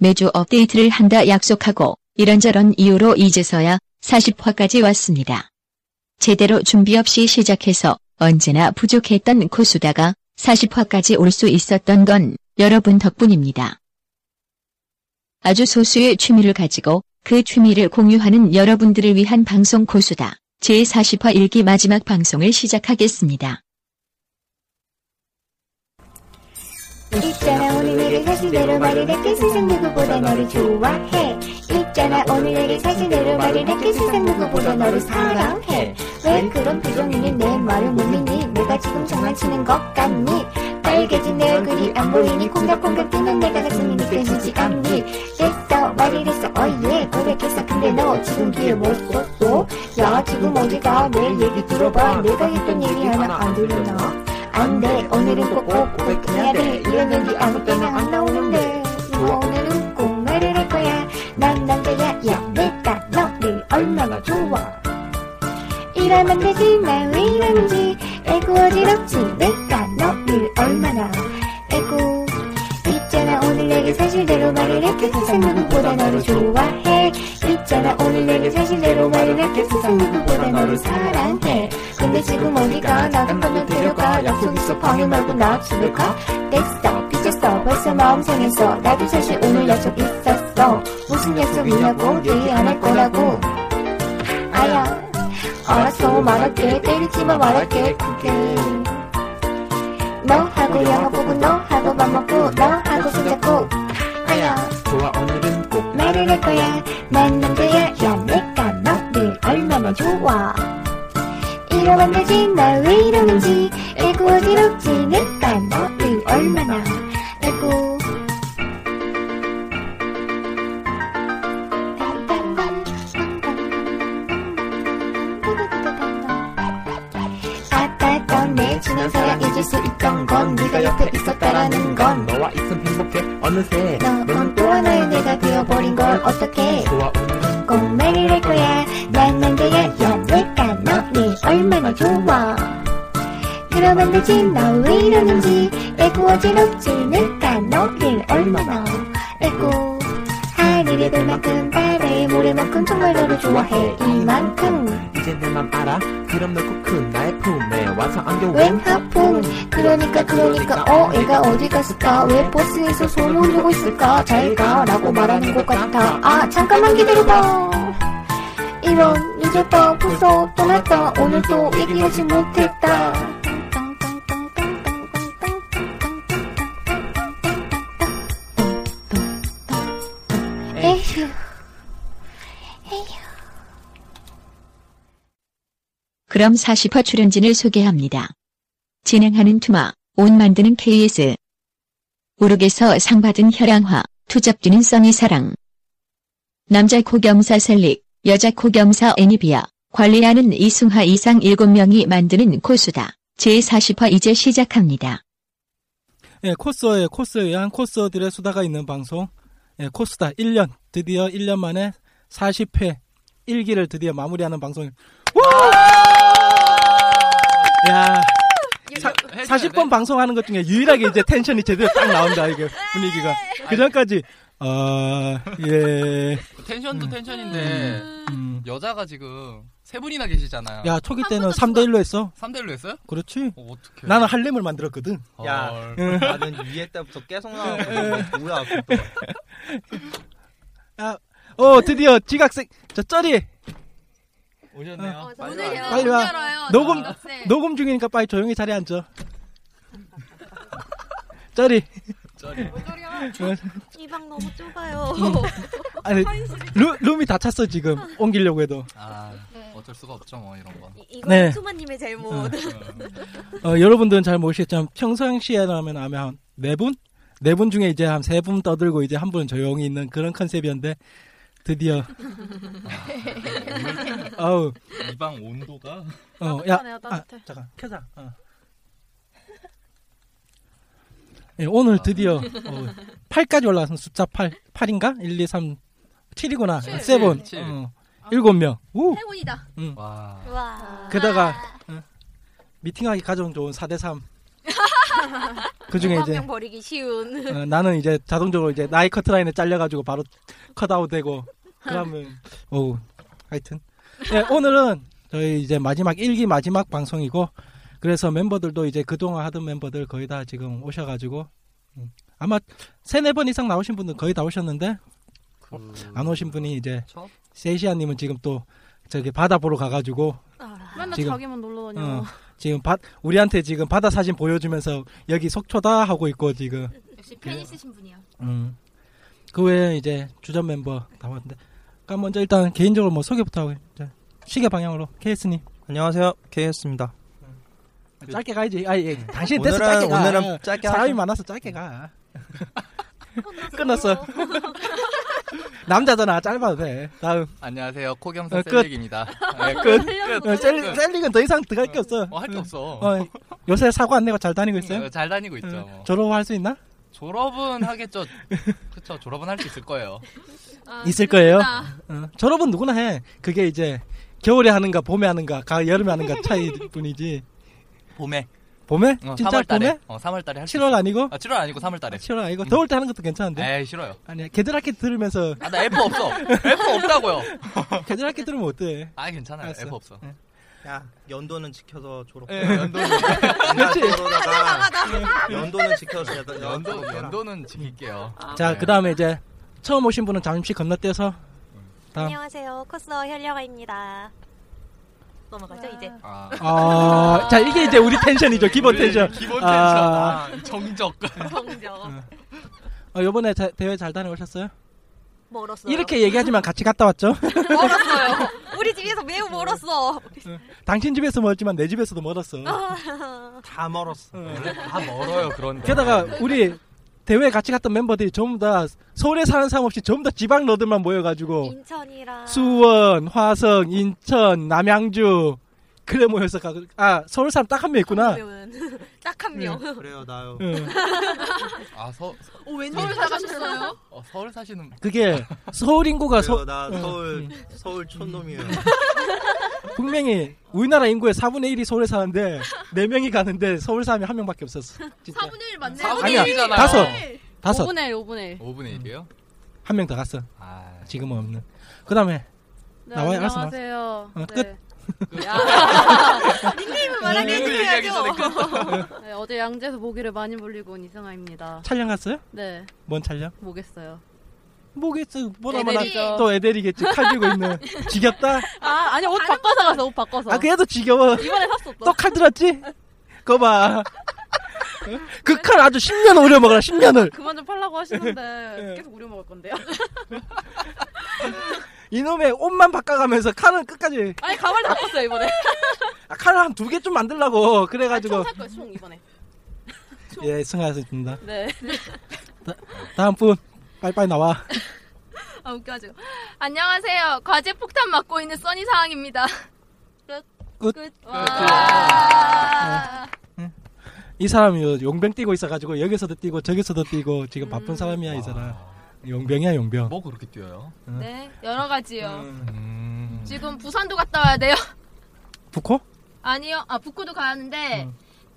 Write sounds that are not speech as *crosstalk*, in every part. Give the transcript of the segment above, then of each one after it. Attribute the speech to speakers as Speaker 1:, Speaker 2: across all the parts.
Speaker 1: 매주 업데이트를 한다 약속하고 이런저런 이유로 이제서야 40화까지 왔습니다. 제대로 준비 없이 시작해서 언제나 부족했던 코수다가 40화까지 올 수 있었던 건 여러분 덕분입니다. 아주 소수의 취미를 가지고 그 취미를 공유하는 여러분들을 위한 방송 코수다. 제40화 일기 마지막 방송을 시작하겠습니다.
Speaker 2: 있잖아 오늘 내게 사실대로 말해라 세상 누구보다 너를 좋아해 있잖아 오늘 내게 사실대로 말해라 세상 누구보다 너를 사랑해 왜 그런 표정 있는 내 말을 못 믿니 내가 지금 장난치는 것 같니 빨개진 내 얼굴이 안 보이니 콩닥콩닥 뛰는 내가 가슴이 느껴지지 않니 됐어 말이 됐어 어예 고백했어 근데 너 지금 기회 못 썼고 야 지금 어디가 내 얘기 들어봐 내가 했던 얘기 하나 안 들리나 안 돼, 오늘은 꼭꼭 고백해야 돼. 이런 얘기 아무 때나 안 나오는데. 뭐 오늘은 꼭 말을 할 거야. 난 남자야, 야, 내가 너를 얼마나 좋아. 이러면 되지, 나 왜 이러는지. 에고 어지럽지, 내가 너를 얼마나. 에고. 있잖아, 오늘 내게 사실대로 말을 했겠 세상 누구보다 너를 좋아해. 있잖아, 오늘 내게 사실대로 말을 했겠 세상 누구보다 너를 사랑해. 근데 지금 어디가 나간 건너 데려가 약속 있어 방해 말고 나 집에 가 됐어 삐졌어 벌써 마음 상했어 나도 사실 오늘 약속 있었어 무슨 약속이냐고 얘기 안 할 거라고 아야 알았어 말할게 때리지 마 말할게 그게 너하고 영화 보고 너하고 밥 먹고 너하고 손잡고 아야
Speaker 3: 좋아 오늘은 꼭
Speaker 2: 말을 할 거야 난 남자야 야 내가 너를 얼마나 좋아 이러면 되지 나 왜 이러는지 에고 어지럽지 내가 너를 얼마나 에고 아팠던 내 지난 사랑 잊을 수 있던 건 네가 옆에 있었다라는 건
Speaker 3: 너와 있음 행복해 어느새
Speaker 2: 너는 또 하나의 내가 되어버린 걸 어떡해
Speaker 3: 좋아 음. 오늘은
Speaker 2: 꼭 말을 할 거야 난 남자야 야 내가 너를 얼마나 좋아 그럼 안 되지 너 왜 이러는지 에고 어지럽지 내가 너를 얼마나 에고 하늘이 별만큼 바다의 모래만큼 정말 너를 좋아해 이만큼
Speaker 3: 이제 내 맘 알아 그럼 너꼭큰 나의 품에 와서 안겨
Speaker 2: 웬 하품 그러니까 그러니까 어 애가 어디 갔을까 왜 버스에서 소문 내고 있을까 잘 가라고 말하는 것 같아 아 잠깐만 기다려봐 이런 늦었다 벌써 떠났다 오늘 또 얘기하지 못했다 에휴
Speaker 1: 그럼 40화 출연진을 소개합니다. 진행하는 투마, 옷 만드는 KS. 우룩에서 상 받은 혈양화, 투잡 뛰는 써니 사랑. 남자 코겸사 셀릭, 여자 코겸사 애니비아, 관리하는 이승하 이상 7명이 만드는 코수다. 제40화 이제 시작합니다.
Speaker 4: 예, 코스에 코스에 의한 코스들의 수다가 있는 방송. 예, 코스다 1년 드디어 1년 만에 40회 1기를 드디어 마무리하는 방송. 야, 사, 40번 방송하는 것 중에 유일하게 이제 텐션이 제대로 딱 나온다 이게 분위기가. 그 전까지 어, 예.
Speaker 5: 텐션도 텐션인데
Speaker 4: 음.
Speaker 5: 여자가 지금 세 분이나 계시잖아요.
Speaker 4: 야, 초기 때는 3대 1로 했어.
Speaker 5: 3대일로 했어요?
Speaker 4: 그렇지?
Speaker 5: 어, 어떡해. 어.
Speaker 4: 나는 할렘을 만들었거든.
Speaker 6: 야.
Speaker 4: 어.
Speaker 5: 헐.
Speaker 6: 나는 위에 때부터 계속 나오고
Speaker 4: 네.
Speaker 6: 뭐야 그거
Speaker 4: 어, 드디어 지각생 저 쩌리.
Speaker 6: 오셨네요.
Speaker 7: 어,
Speaker 6: 빨리
Speaker 7: 오늘 제가
Speaker 6: 와요.
Speaker 4: 빨리
Speaker 7: 문
Speaker 4: 와.
Speaker 7: 열어요.
Speaker 4: 녹음-
Speaker 7: 저 네.
Speaker 4: 녹음 중이니까 빨리 조용히 자리에 앉아. 짜리.
Speaker 7: 이 방 너무 좁아요.
Speaker 4: 아니, 루, 룸이 다 찼어, 지금. 옮기려고 해도.
Speaker 5: 아
Speaker 7: 네.
Speaker 5: 어쩔 수가 없죠 뭐 이런 음. 거.
Speaker 7: 이- 이건
Speaker 4: 네.
Speaker 7: 소마님의 잘못.
Speaker 4: 어. 어, 여러분들은 잘 모르시겠지만 평상시에라면 아마 한네 분? 네 분 중에 이제 한 세 분 떠들고 이제 한 분은 조용히 있는 그런 컨셉이었는데 드디어 *laughs* 아우
Speaker 6: 이 방 온도가
Speaker 4: 어, 야,
Speaker 7: 따뜻하네요,
Speaker 4: 아,
Speaker 7: 따뜻해.
Speaker 4: 잠깐 켜자. 어. 예, 오늘 드디어 어, 8까지 올라왔어. 숫자 8, 8인가? 1, 2, 3, 7이구나.
Speaker 7: 칠,
Speaker 4: 7, 븐
Speaker 5: 칠, 칠.
Speaker 4: 어, 7명. 오,
Speaker 7: 행운이다.
Speaker 5: 와
Speaker 7: 와. *laughs*
Speaker 4: 게다가
Speaker 7: 아.
Speaker 4: 어, 미팅하기 가장 좋은 4대 3. *laughs* 그 중에 이제
Speaker 7: 한명 버리기 쉬운.
Speaker 4: 어, 나는 이제 자동적으로 이제 나이 커트라인에 잘려가지고 바로 컷아웃 되고 그러면 어우 하여튼 네, 오늘은 저희 이제 마지막 1기 마지막 방송이고 그래서 멤버들도 이제 그동안 하던 멤버들 거의 다 지금 오셔가지고 음, 아마 세네 번 이상 나오신 분들 거의 다 오셨는데 안 오신 분이 이제
Speaker 6: 저?
Speaker 4: 세시아님은 지금 또 저기 바다 보러 가가지고
Speaker 7: 아, 맨날
Speaker 4: 지금-
Speaker 7: 자기만 놀러
Speaker 4: 어, 지금 바, 우리한테 지금 바다 사진 보여주면서 여기 속초다 하고 있고 지금
Speaker 7: 역시 팬 있으신 분이야.
Speaker 4: 음. 그 외에 이제 주전 멤버 다 왔는데. 그러니까 먼저 일단 개인적으로 뭐 소개부터 하고 자, 시계 방향으로 케이스님
Speaker 6: 안녕하세요. 케이였습니다.
Speaker 5: 그
Speaker 4: 짧게 가야지. 아
Speaker 5: 음.
Speaker 4: 예. 당신 됐어 짧게
Speaker 6: 오늘은
Speaker 4: 가.
Speaker 6: 오늘은 짧게
Speaker 4: 사람이
Speaker 6: 하죠. 음.
Speaker 4: 많아서 짧게 가. 끝났어. *laughs* 남자잖아 짧아도 돼. 다음
Speaker 5: 안녕하세요
Speaker 4: 어,
Speaker 5: 코경사
Speaker 4: 끝.
Speaker 5: 셀릭입니다. 네, 끝. 끝.
Speaker 4: 어, 셀, 셀릭은 더 이상 들어갈 게 없어.
Speaker 5: 뭐할 게 없어.
Speaker 4: 어, 요새 사고 안 내고 잘 다니고 있어요?
Speaker 5: 어, 잘 다니고 있죠.
Speaker 4: 어,
Speaker 5: 뭐.
Speaker 4: 졸업할 수 있나?
Speaker 5: 졸업은 하겠죠. 그쵸 졸업은 할 수 있을 거예요.
Speaker 7: 아,
Speaker 5: 아,
Speaker 4: 있을 거예요. 어, 졸업은 누구나 해. 그게 이제 겨울에 하는가 봄에 하는가 가 여름에 하는가 차이뿐이지.
Speaker 5: 봄에
Speaker 4: 봄에?
Speaker 5: 어,
Speaker 4: 진짜
Speaker 5: 3월 달에
Speaker 4: 봄에?
Speaker 5: 어 3월 달에 할수
Speaker 4: 7월 아니고?
Speaker 5: 아 7월 아니고 3월 달에.
Speaker 4: 7월 아니고
Speaker 5: 음.
Speaker 4: 더울 때 하는 것도 괜찮은데.
Speaker 5: 에이 싫어요.
Speaker 4: 아니야 계절학기 들으면서
Speaker 5: 아, 나 F 없어.
Speaker 4: *laughs*
Speaker 5: F 없다고요.
Speaker 4: 계절학기 들으면 어때?
Speaker 5: 아, 괜찮아요.
Speaker 4: 알았어.
Speaker 5: F 없어.
Speaker 6: 야 연도는 지켜서 졸업.
Speaker 5: 예, 연도는
Speaker 6: 그렇지.
Speaker 7: 아,
Speaker 4: 아,
Speaker 5: 네.
Speaker 6: 연도는 지켜서 졸업.
Speaker 5: 연도 연도는 지킬게요.
Speaker 7: 아,
Speaker 4: 자
Speaker 5: 네.
Speaker 4: 그다음에 이제 처음 오신 분은 잠시 건너뛰어서 다음
Speaker 7: 안녕하세요. 코스어 현령아입니다. 넘어가죠 이제.
Speaker 5: 아,
Speaker 4: 아, 자 이게 이제 우리 텐션이죠 기본
Speaker 5: 우리
Speaker 4: 텐션.
Speaker 5: 기본 텐션.
Speaker 4: 아.
Speaker 5: 아, 정적.
Speaker 7: 정정.
Speaker 4: 어, 이번에 자- 대회 잘 다녀오셨어요?
Speaker 7: 멀었어요.
Speaker 4: 이렇게 얘기하지만 같이 갔다
Speaker 5: *laughs*
Speaker 4: 왔죠?
Speaker 7: 멀었어요. 우리 집에서 매우 멀었어.
Speaker 4: 음.
Speaker 7: 아.
Speaker 4: 당신 집에서 멀지만 내 집에서도 멀었어.
Speaker 8: 아,
Speaker 4: 아.
Speaker 6: 다 멀었어.
Speaker 4: 네.
Speaker 5: 원래 네, 다 멀어요, 그런데.
Speaker 4: 게다가 우리 대회 같이 갔던 멤버들이 전부 다 서울에 사는 사람 없이 전부 다 지방 너들만 모여가지고
Speaker 7: 인천이랑
Speaker 4: 수원, 화성, 인천, 남양주 그래 모여서 가고 아 서울 사람 딱 한 명 있구나.
Speaker 7: 네.
Speaker 4: 예.
Speaker 7: 딱 한 명.
Speaker 4: 네,
Speaker 6: 그래요 나요.
Speaker 4: 응.
Speaker 5: 아, 서,
Speaker 7: 오, 웬일로 어, 사가셨어요?
Speaker 5: 어, 서울 사시는
Speaker 4: 그게 서울 인구가 서,
Speaker 6: 그래요 나 아, 서울 서울 촌놈이에요.
Speaker 4: 어, 분명히 우리나라 인구의 4분의 1이 서울에 사는데 4명이 가는데 서울 사람이 한 명밖에 없었어. 진짜.
Speaker 7: 4분의 1 맞네.
Speaker 5: 4분의 1이잖아요.
Speaker 4: 다섯. 다섯
Speaker 7: 5분의 1, 5분의 1.
Speaker 5: 5분의 1이에요?
Speaker 4: 한 명 더 갔어.
Speaker 5: 아,
Speaker 4: 지금은 없는. 그다음에 나와요, 알았어,
Speaker 7: 네, 안녕하세요.
Speaker 4: 어,
Speaker 7: 네. *laughs* 야. *laughs* 닉네임을 말하게
Speaker 5: 닉네임 얘기하기 전에
Speaker 7: 해줘야죠. *laughs* 네, 어제 양재에서 모기를 많이 물리고 온 이승아입니다.
Speaker 4: 촬영 갔어요?
Speaker 7: 네,
Speaker 4: 뭔 촬영?
Speaker 7: 모겠어요.
Speaker 4: 뭐겠어. 보나마나
Speaker 7: 애들이죠.
Speaker 4: 또 애들이겠지. 칼 들고 있는. 지겹다.
Speaker 7: *laughs* 아, 아니, 옷 바꿔서 가서, 옷 바꿔서.
Speaker 4: 아 그래도 지겨워.
Speaker 7: 이번에 샀어, 또.
Speaker 4: 또 칼 들었지? 그거 봐. 그 칼 아주 10년 오래 먹어라. 10년을.
Speaker 7: *laughs* 아,
Speaker 4: 네.
Speaker 7: 그만 좀 팔라고 하시는데, 계속 우려 먹을 건데요. *laughs*
Speaker 4: 이놈의 옷만 바꿔가면서 칼은 끝까지
Speaker 7: 아니, 가발도 바꿨어요, 이번에.
Speaker 4: 아, 칼을 한 두 개 좀 만들라고
Speaker 7: 아, 총
Speaker 4: 그래가지고
Speaker 7: 살 거예요, 총, 이번에.
Speaker 4: 예 승하였습니다.
Speaker 7: 네. *laughs*
Speaker 4: 다음 분 빨리빨리 나와.
Speaker 7: 아, 웃겨가지고. 안녕하세요. 과제 폭탄 맡고 있는 써니 상황입니다. 끝.
Speaker 4: 끝.
Speaker 7: 와.
Speaker 4: 이 사람이 요- 용병 뛰고 있어가지고 여기서도 뛰고 저기서도 뛰고 지금 바쁜
Speaker 7: 음.
Speaker 4: 사람이야 이 사람. 용병이야 용병.
Speaker 5: 뭐 그렇게 뛰어요?
Speaker 7: 네, 여러 가지요.
Speaker 5: 음.
Speaker 7: 지금 부산도 갔다 와야 돼요.
Speaker 4: *laughs* 북호? 음.
Speaker 7: 아니요, 아 북구도 가는데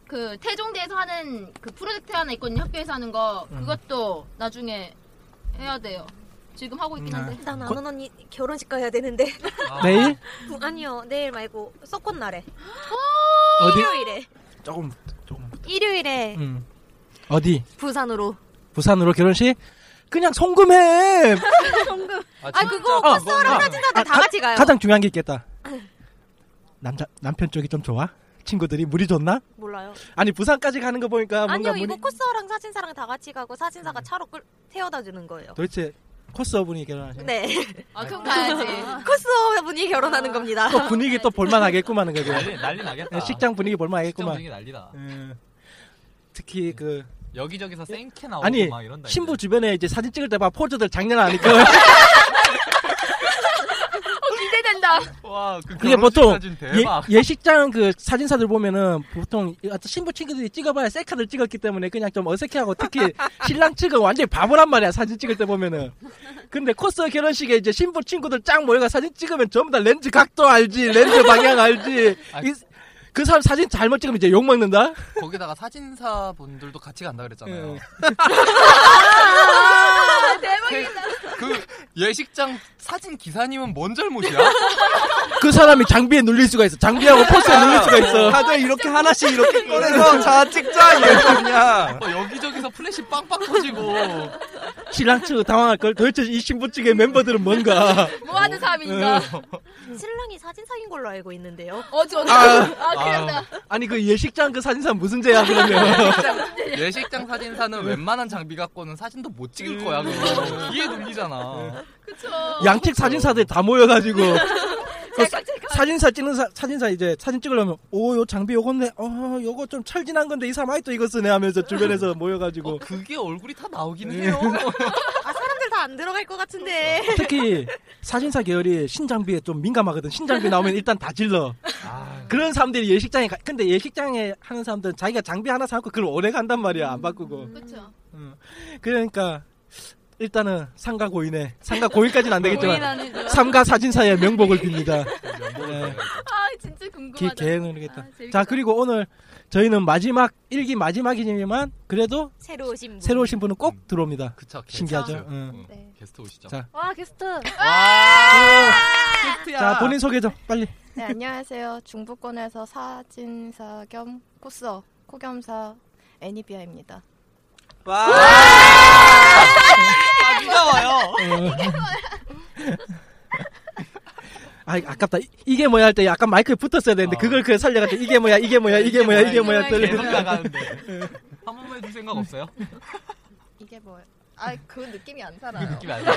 Speaker 7: 그 태종대에서 하는 그 프로젝트 하나 있거든요. 학교에서 하는 거
Speaker 4: 음.
Speaker 7: 그것도 나중에 해야 돼요. 지금 하고 있긴 한데.
Speaker 4: 안
Speaker 7: 나는 언니 결혼식 가야 되는데.
Speaker 5: 아.
Speaker 4: 내일
Speaker 7: 아니요, 내일 말고 썩꽃 날에.
Speaker 4: 어디?
Speaker 7: 일요일에.
Speaker 4: 조금 조금.
Speaker 7: 일요일에
Speaker 4: 음. 어디?
Speaker 7: 부산으로.
Speaker 4: 부산으로 결혼식? 그냥 송금해.
Speaker 7: 아 그거
Speaker 4: 아,
Speaker 7: 코스랑 사진 사다 다 같이 가요.
Speaker 4: 가장 중요한 게 있겠다. 남자 남편 쪽이 좀 좋아? 친구들이 물이 좋나?
Speaker 8: *laughs* 몰라요.
Speaker 4: 아니 부산까지 가는 거 보니까 뭔가 음.
Speaker 8: 아니요
Speaker 4: 물이
Speaker 8: 이거 코스어랑 사진사랑 다 같이 가고 사진사가 차로 끌 태워다 주는 거예요.
Speaker 4: 도대체 코스어분이 결혼하신
Speaker 8: 네.
Speaker 7: 아 그럼 가야지.
Speaker 8: *laughs* 코스어분이 결혼하는 겁니다.
Speaker 4: 아. 또
Speaker 8: *laughs*
Speaker 4: 분위기 또 볼만하겠구만 그게 네,
Speaker 5: 난리 난리
Speaker 6: 네,
Speaker 5: 나겠다.
Speaker 4: 식장 분위기
Speaker 5: 직장
Speaker 4: 볼만하겠구만
Speaker 5: 분위기 난리다.
Speaker 4: 특히 그
Speaker 5: 여기저기서 생캐 나오고
Speaker 4: 아니
Speaker 5: 막 이런다. 이제.
Speaker 4: 신부 주변에 이제 사진 찍을 때 막 포즈들 장난 아니까
Speaker 7: 어, 기대된다.
Speaker 5: 와, *laughs* 그
Speaker 4: *laughs* 이게 보통
Speaker 5: 사진 대박.
Speaker 4: 예, 예식장 그 사진사들 보면은 보통 이 어떤 신부 친구들이 찍어봐야 셀카를 찍었기 때문에 그냥 좀 어색해하고
Speaker 5: *laughs*
Speaker 4: 특히 신랑 측은 완전히 바보란 말이야 사진 찍을 때 보면은 근데 코스 결혼식에 이제 신부 친구들 쫙 모여가 사진 찍으면 전부 다 렌즈 각도 알지 렌즈 방향 알지
Speaker 5: 아,
Speaker 4: 이- 그 사람 사진 잘못 찍으면 이제 욕 먹는다
Speaker 5: 거기다가 사진사 분들도 같이 간다 그랬잖아요.
Speaker 7: 아, 대박이다.
Speaker 5: 그 예식장 사진 기사님은 뭔 잘못이야?
Speaker 4: 그 사람이 장비에 눌릴 수가 있어 장비하고
Speaker 5: 아,
Speaker 4: 포스에 눌릴 수가
Speaker 5: *laughs*
Speaker 4: 있어
Speaker 6: 다들 이렇게 하나씩 이렇게
Speaker 7: 네.
Speaker 6: 꺼내서 자 찍자 이래서 그냥
Speaker 5: 어, 여기저기서 플래시 빵빵 터지고
Speaker 4: 신랑 측은 당황할 걸 도대체 이 신부 측의 멤버들은 뭔가 네.
Speaker 7: 뭐 하는
Speaker 4: 어.
Speaker 7: 사람인가?
Speaker 8: 신랑이 사진사인 걸로 알고 있는데요.
Speaker 7: 어, 저, 아, 아, 큰일 났다.
Speaker 4: 아니 그 예식장 그 사진사 무슨 죄야
Speaker 5: 아,
Speaker 4: 그러면
Speaker 5: 예식장 어, 사진사는 웬만한 장비 갖고는 사진도 못 찍을 거야. 그거. 귀에 눌리잖아.
Speaker 7: 그쵸.
Speaker 4: 음. 양측 사진사들 다 모여가지고 그 사-
Speaker 7: 잠깐, 잠깐.
Speaker 4: 사진사 찍는 사, 사진사 이제 사진 찍으려면 오 요 장비 요건데 어 요거 좀 철진한 건데 이 사람 아직도 이거 쓰네 하면서 주변에서 모여가지고
Speaker 5: 어, 그게 얼굴이 다 나오긴 해요.
Speaker 8: 아 사람들 다 안 들어갈 것 같은데.
Speaker 4: 그렇죠. 특히 사진사 계열이 신장비에 좀 민감하거든 신장비 나오면 일단 다 질러
Speaker 5: 아,
Speaker 4: 그런 사람들이 예식장에 가, 근데 예식장에 하는 사람들은 자기가 장비 하나 사갖고 그걸 오래 간단 말이야 안 바꾸고
Speaker 7: 음, 그쵸.
Speaker 4: 그러니까 일단은 상가 고인의 상가 고인까지는 안 되겠지만
Speaker 8: 고인하는 줄.
Speaker 4: 삼가 사진사의 명복을 빕니다 네.
Speaker 7: 아, 진짜
Speaker 4: 기,
Speaker 7: 궁금하다.
Speaker 4: 계획을 하겠다.
Speaker 7: 아, 재밌겠다.
Speaker 4: 자, 그리고 오늘 저희는 마지막 일기 마지막이지만 그래도
Speaker 8: 새로 오신 분.
Speaker 4: 새로 오신 분은 꼭 들어옵니다.
Speaker 5: 그쵸. 게스트.
Speaker 4: 음. 신기하죠? 음.
Speaker 5: 응.
Speaker 4: 응.
Speaker 8: 네.
Speaker 5: 게스트 오시죠.
Speaker 4: 자.
Speaker 7: 그-
Speaker 8: 와 게스트.
Speaker 9: 아!
Speaker 5: 게스트야.
Speaker 4: 자, 본인 소개 좀 빨리.
Speaker 9: 네, 안녕하세요. 중부권에서 사진사 겸 코스어, 코겸사 애니비아입니다.
Speaker 6: 와 자기가 와요
Speaker 4: 아, 아깝다. 이- 이게 뭐야 할 때 약간 마이크에 붙었어야 되는데
Speaker 5: 아.
Speaker 4: 그걸 그 살려가지고 이게 뭐야, 이게 뭐야, 이게 뭐야, 이게 뭐야.
Speaker 7: 이게
Speaker 5: 계속
Speaker 4: 떨리는. *laughs*
Speaker 5: 나가는데. 한 번만 해줄 *laughs* 생각 없어요?
Speaker 9: 이게 뭐예요? 아, 그 느낌이 안 살아요.
Speaker 4: *laughs*
Speaker 5: 느낌이 안 나.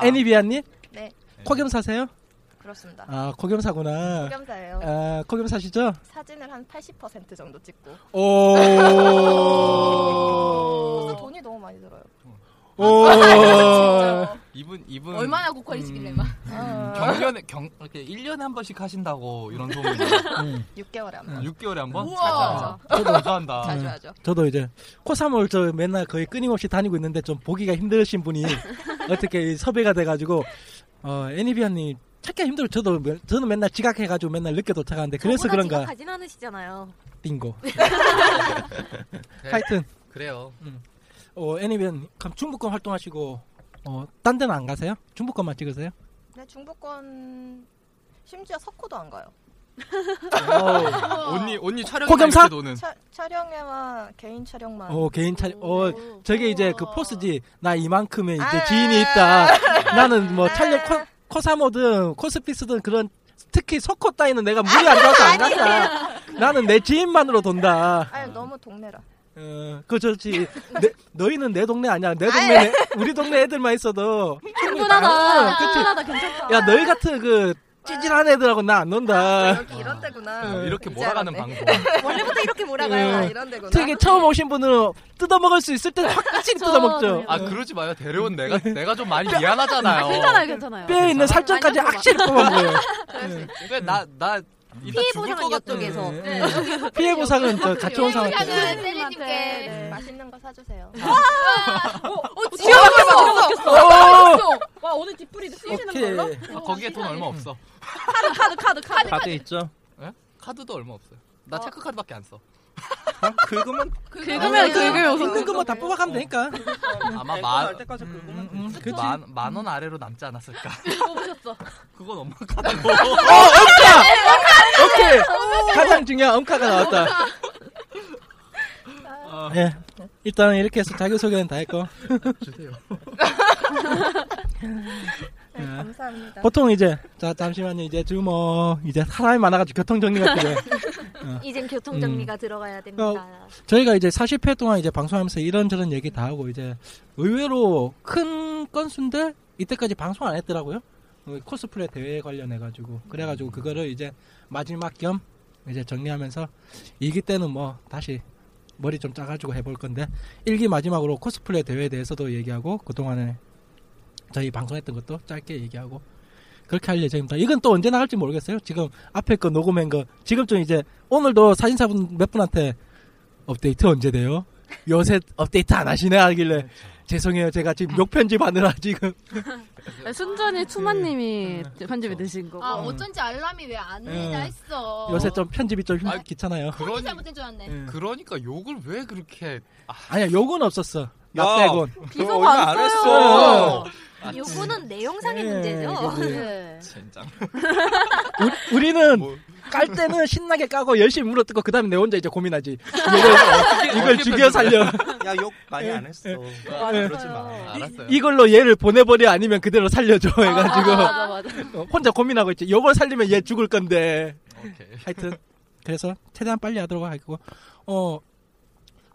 Speaker 5: 아,
Speaker 4: 애니비아님?
Speaker 9: 네,
Speaker 4: 코겸사세요?
Speaker 9: 그렇습니다.
Speaker 4: 아, 코겸사구나.
Speaker 9: 코겸사예요.
Speaker 4: 아, 코겸사시죠?
Speaker 9: 사진을 한 80% 정도 찍고.
Speaker 4: 오.
Speaker 9: 그래서 돈이 너무 많이 들어요. 아,
Speaker 4: 오.
Speaker 7: 진짜요.
Speaker 5: 어. 이분 이분
Speaker 7: 얼마나 고퀄이시길래 막.
Speaker 9: 아,
Speaker 5: 경년에 경 이렇게 1년에 한 번씩 하신다고 이런 소문이 나.
Speaker 4: 음.
Speaker 9: 6개월에 한 번.
Speaker 5: 6개월에 한 번?
Speaker 7: 우와.
Speaker 5: 자주 하죠. 자주 한다.
Speaker 9: 자주 하죠.
Speaker 4: 저도 이제 코삼을 저 맨날 거의 끊임없이 다니고 있는데 좀 보기가
Speaker 9: *laughs*
Speaker 4: 힘드신 분이 어떻게 이 섭외가 돼가지고 어, 애니비아님 찾기 가 힘들어 저도 매- 저는 맨날 지각해가지고 맨날 늦게 도착하는데 그래서
Speaker 8: 저보다
Speaker 4: 그런가
Speaker 8: 지각하진
Speaker 4: *laughs*
Speaker 8: 않으시잖아요.
Speaker 4: 빙고
Speaker 5: 네,
Speaker 4: 하여튼
Speaker 5: 그래요.
Speaker 4: 어, 애니비아님 그럼 중부권 활동하시고 어, 딴 데는 안 가세요? 중부권만 찍으세요?
Speaker 9: 네, 중부권 심지어 석호도 안 가요.
Speaker 5: 언니 언니 촬영
Speaker 4: 고겸사?
Speaker 5: 도는
Speaker 9: 차- 촬영에만 개인
Speaker 8: 아.
Speaker 9: 촬영만.
Speaker 4: 어 개인 차어 저게 이제 그 포스지 나 이만큼의 이제
Speaker 9: 아.
Speaker 4: 지인이 있다 나는
Speaker 8: 아.
Speaker 4: 뭐 찰력 코, 코사모든 코스피스든 그런 특히 석호 따위는 내가
Speaker 8: *laughs*
Speaker 4: 물이 안 좋아서 안 간다 나는 내 지인만으로 돈다
Speaker 9: 아니, 너무 동네라.
Speaker 4: 어, 그 좋지 내- 너희는 내 동네 아니야 내 동네 내- 우리 동네 애들만 있어도
Speaker 8: 충분하다.
Speaker 4: 그치?
Speaker 8: 충분하다. 괜찮다.
Speaker 4: 야 너희 같은 그 찌질한 애들하고 나 안 논다 어,
Speaker 9: 여기 이런 데구나.
Speaker 5: 어, 이렇게
Speaker 9: 이제
Speaker 5: 몰아가는
Speaker 9: 알았네.
Speaker 5: 방법.
Speaker 8: 원래부터 이렇게
Speaker 9: 아,
Speaker 8: 몰아가요.
Speaker 9: 이런 데구나.
Speaker 4: 특히 처음 오신 분은 뜯어먹을 수 있을 때
Speaker 5: *laughs*
Speaker 4: 확실히 음. 뜯어먹죠 음.
Speaker 5: 아 그러지 마요. 데려온 내가 내가 좀 많이 미안하잖아요.
Speaker 8: 괜찮아요. 괜찮아요.
Speaker 4: 뼈에 있는 살점까지 확실히 뽑아먹어요 네.
Speaker 5: 나나 이따
Speaker 8: 피해
Speaker 5: 죽을 것
Speaker 8: 보상은
Speaker 5: 같은
Speaker 8: 옆쪽에서.
Speaker 7: 네.
Speaker 5: 음.
Speaker 4: 피해 보상은 저 같이 온 사람
Speaker 9: 네,
Speaker 7: 피해보상은
Speaker 9: 셀리님께
Speaker 7: 셀리님께.
Speaker 9: 네. 맛있는 거 사주세요.
Speaker 7: 어, 지금 바뀌었어. 바뀌었어.
Speaker 8: 와 오늘 뒷풀이도 쓰시는
Speaker 4: 오케이.
Speaker 8: 걸로?
Speaker 5: 아, 거기에 돈 얼마 없어.
Speaker 8: 카드 카드 카드.
Speaker 6: 다들 있죠
Speaker 5: 예? 카드도 얼마 없어요. 나 체크 카드밖에 안 써.
Speaker 6: 긁으면
Speaker 8: 긁으면 긁으면
Speaker 4: 어? 아,
Speaker 8: 네.
Speaker 4: 긁은 거다 뽑아가면 되니까
Speaker 5: 어. 아마 음,
Speaker 6: 할
Speaker 5: 만
Speaker 6: 때까지 긁으면 되지.
Speaker 5: 만만원 아래로 남지 않았을까.
Speaker 8: *laughs* 뽑으셨어.
Speaker 5: 그건
Speaker 4: *laughs*
Speaker 5: 엄마 카드고.
Speaker 4: 어 엄카 오케이
Speaker 7: 어.
Speaker 4: 가장 중요한 엄카가 나왔다
Speaker 5: 아,
Speaker 4: 예
Speaker 10: *laughs*
Speaker 4: 일단 이렇게 해서 자기소개는 다 했고
Speaker 5: 주세요.
Speaker 4: 예.
Speaker 10: 네, 감사합니다.
Speaker 4: 보통 이제 자 잠시만요 이제 지금 뭐 이제 사람이 많아가지고 교통 정리가 필요해. 어.
Speaker 8: 이젠 교통 정리가 들어가야 됩니다.
Speaker 4: 저희가 이제 40회 동안 이제 방송하면서 이런저런 얘기 다 하고 이제 의외로 큰 건수인데 이때까지 방송 안 했더라고요. 어, 코스프레 대회 관련해 가지고 그래 가지고 그거를 이제 마지막 겸 이제 정리하면서 일기 때는 뭐 다시 머리 좀 짜가지고 해볼 건데 일기 마지막으로 코스프레 대회에 대해서도 얘기하고 그 동안에 저희 방송했던 것도 짧게 얘기하고 그렇게 할 예정입니다. 이건 또 언제 나갈지 모르겠어요. 지금 앞에 거 녹음한 거 지금 좀 이제 오늘도 사진사분 몇 분한테 업데이트 언제 돼요? 요새 업데이트 안 하시네 하길래
Speaker 5: 그렇죠.
Speaker 4: 죄송해요. 제가 지금 욕 편집하느라 지금
Speaker 11: 순전히 추만님이 편집이 되신 거고.
Speaker 7: 아 어쩐지 알람이 왜 안 되나
Speaker 4: 예.
Speaker 7: 했어.
Speaker 4: 요새 좀 편집이 좀 힘- 귀찮아요.
Speaker 7: 그런 잘못된 줄 알았네.
Speaker 5: 그러니까 욕을 왜 그렇게
Speaker 4: 아니야 욕은 없었어. 나 빼곤.
Speaker 8: 비교가
Speaker 5: 얼마 안
Speaker 8: 안
Speaker 5: 했어.
Speaker 8: 아, 요거는 내 영상의
Speaker 4: 예,
Speaker 8: 문제죠. 네.
Speaker 4: 예,
Speaker 5: 진짜.
Speaker 4: 우리- 우리는
Speaker 5: 뭐.
Speaker 4: 깔 때는 신나게 까고 열심히 물어뜯고 그다음에 내 혼자 이제 고민하지.
Speaker 5: 아,
Speaker 6: 아,
Speaker 4: 이걸, 이걸
Speaker 6: 어떻게
Speaker 4: 죽여 살려.
Speaker 6: 야, 욕 많이 안 했어.
Speaker 4: 아,
Speaker 6: 그러지
Speaker 7: 네.
Speaker 6: 마. 알았어요.
Speaker 4: 이걸로 얘를 보내버려 아니면 그대로 살려줘 해가지고
Speaker 11: 맞아, 맞아.
Speaker 4: 어, 혼자 고민하고 있지. 요걸 살리면 얘 죽을 건데. 하여튼 그래서 최대한 빨리 하도록 하고 어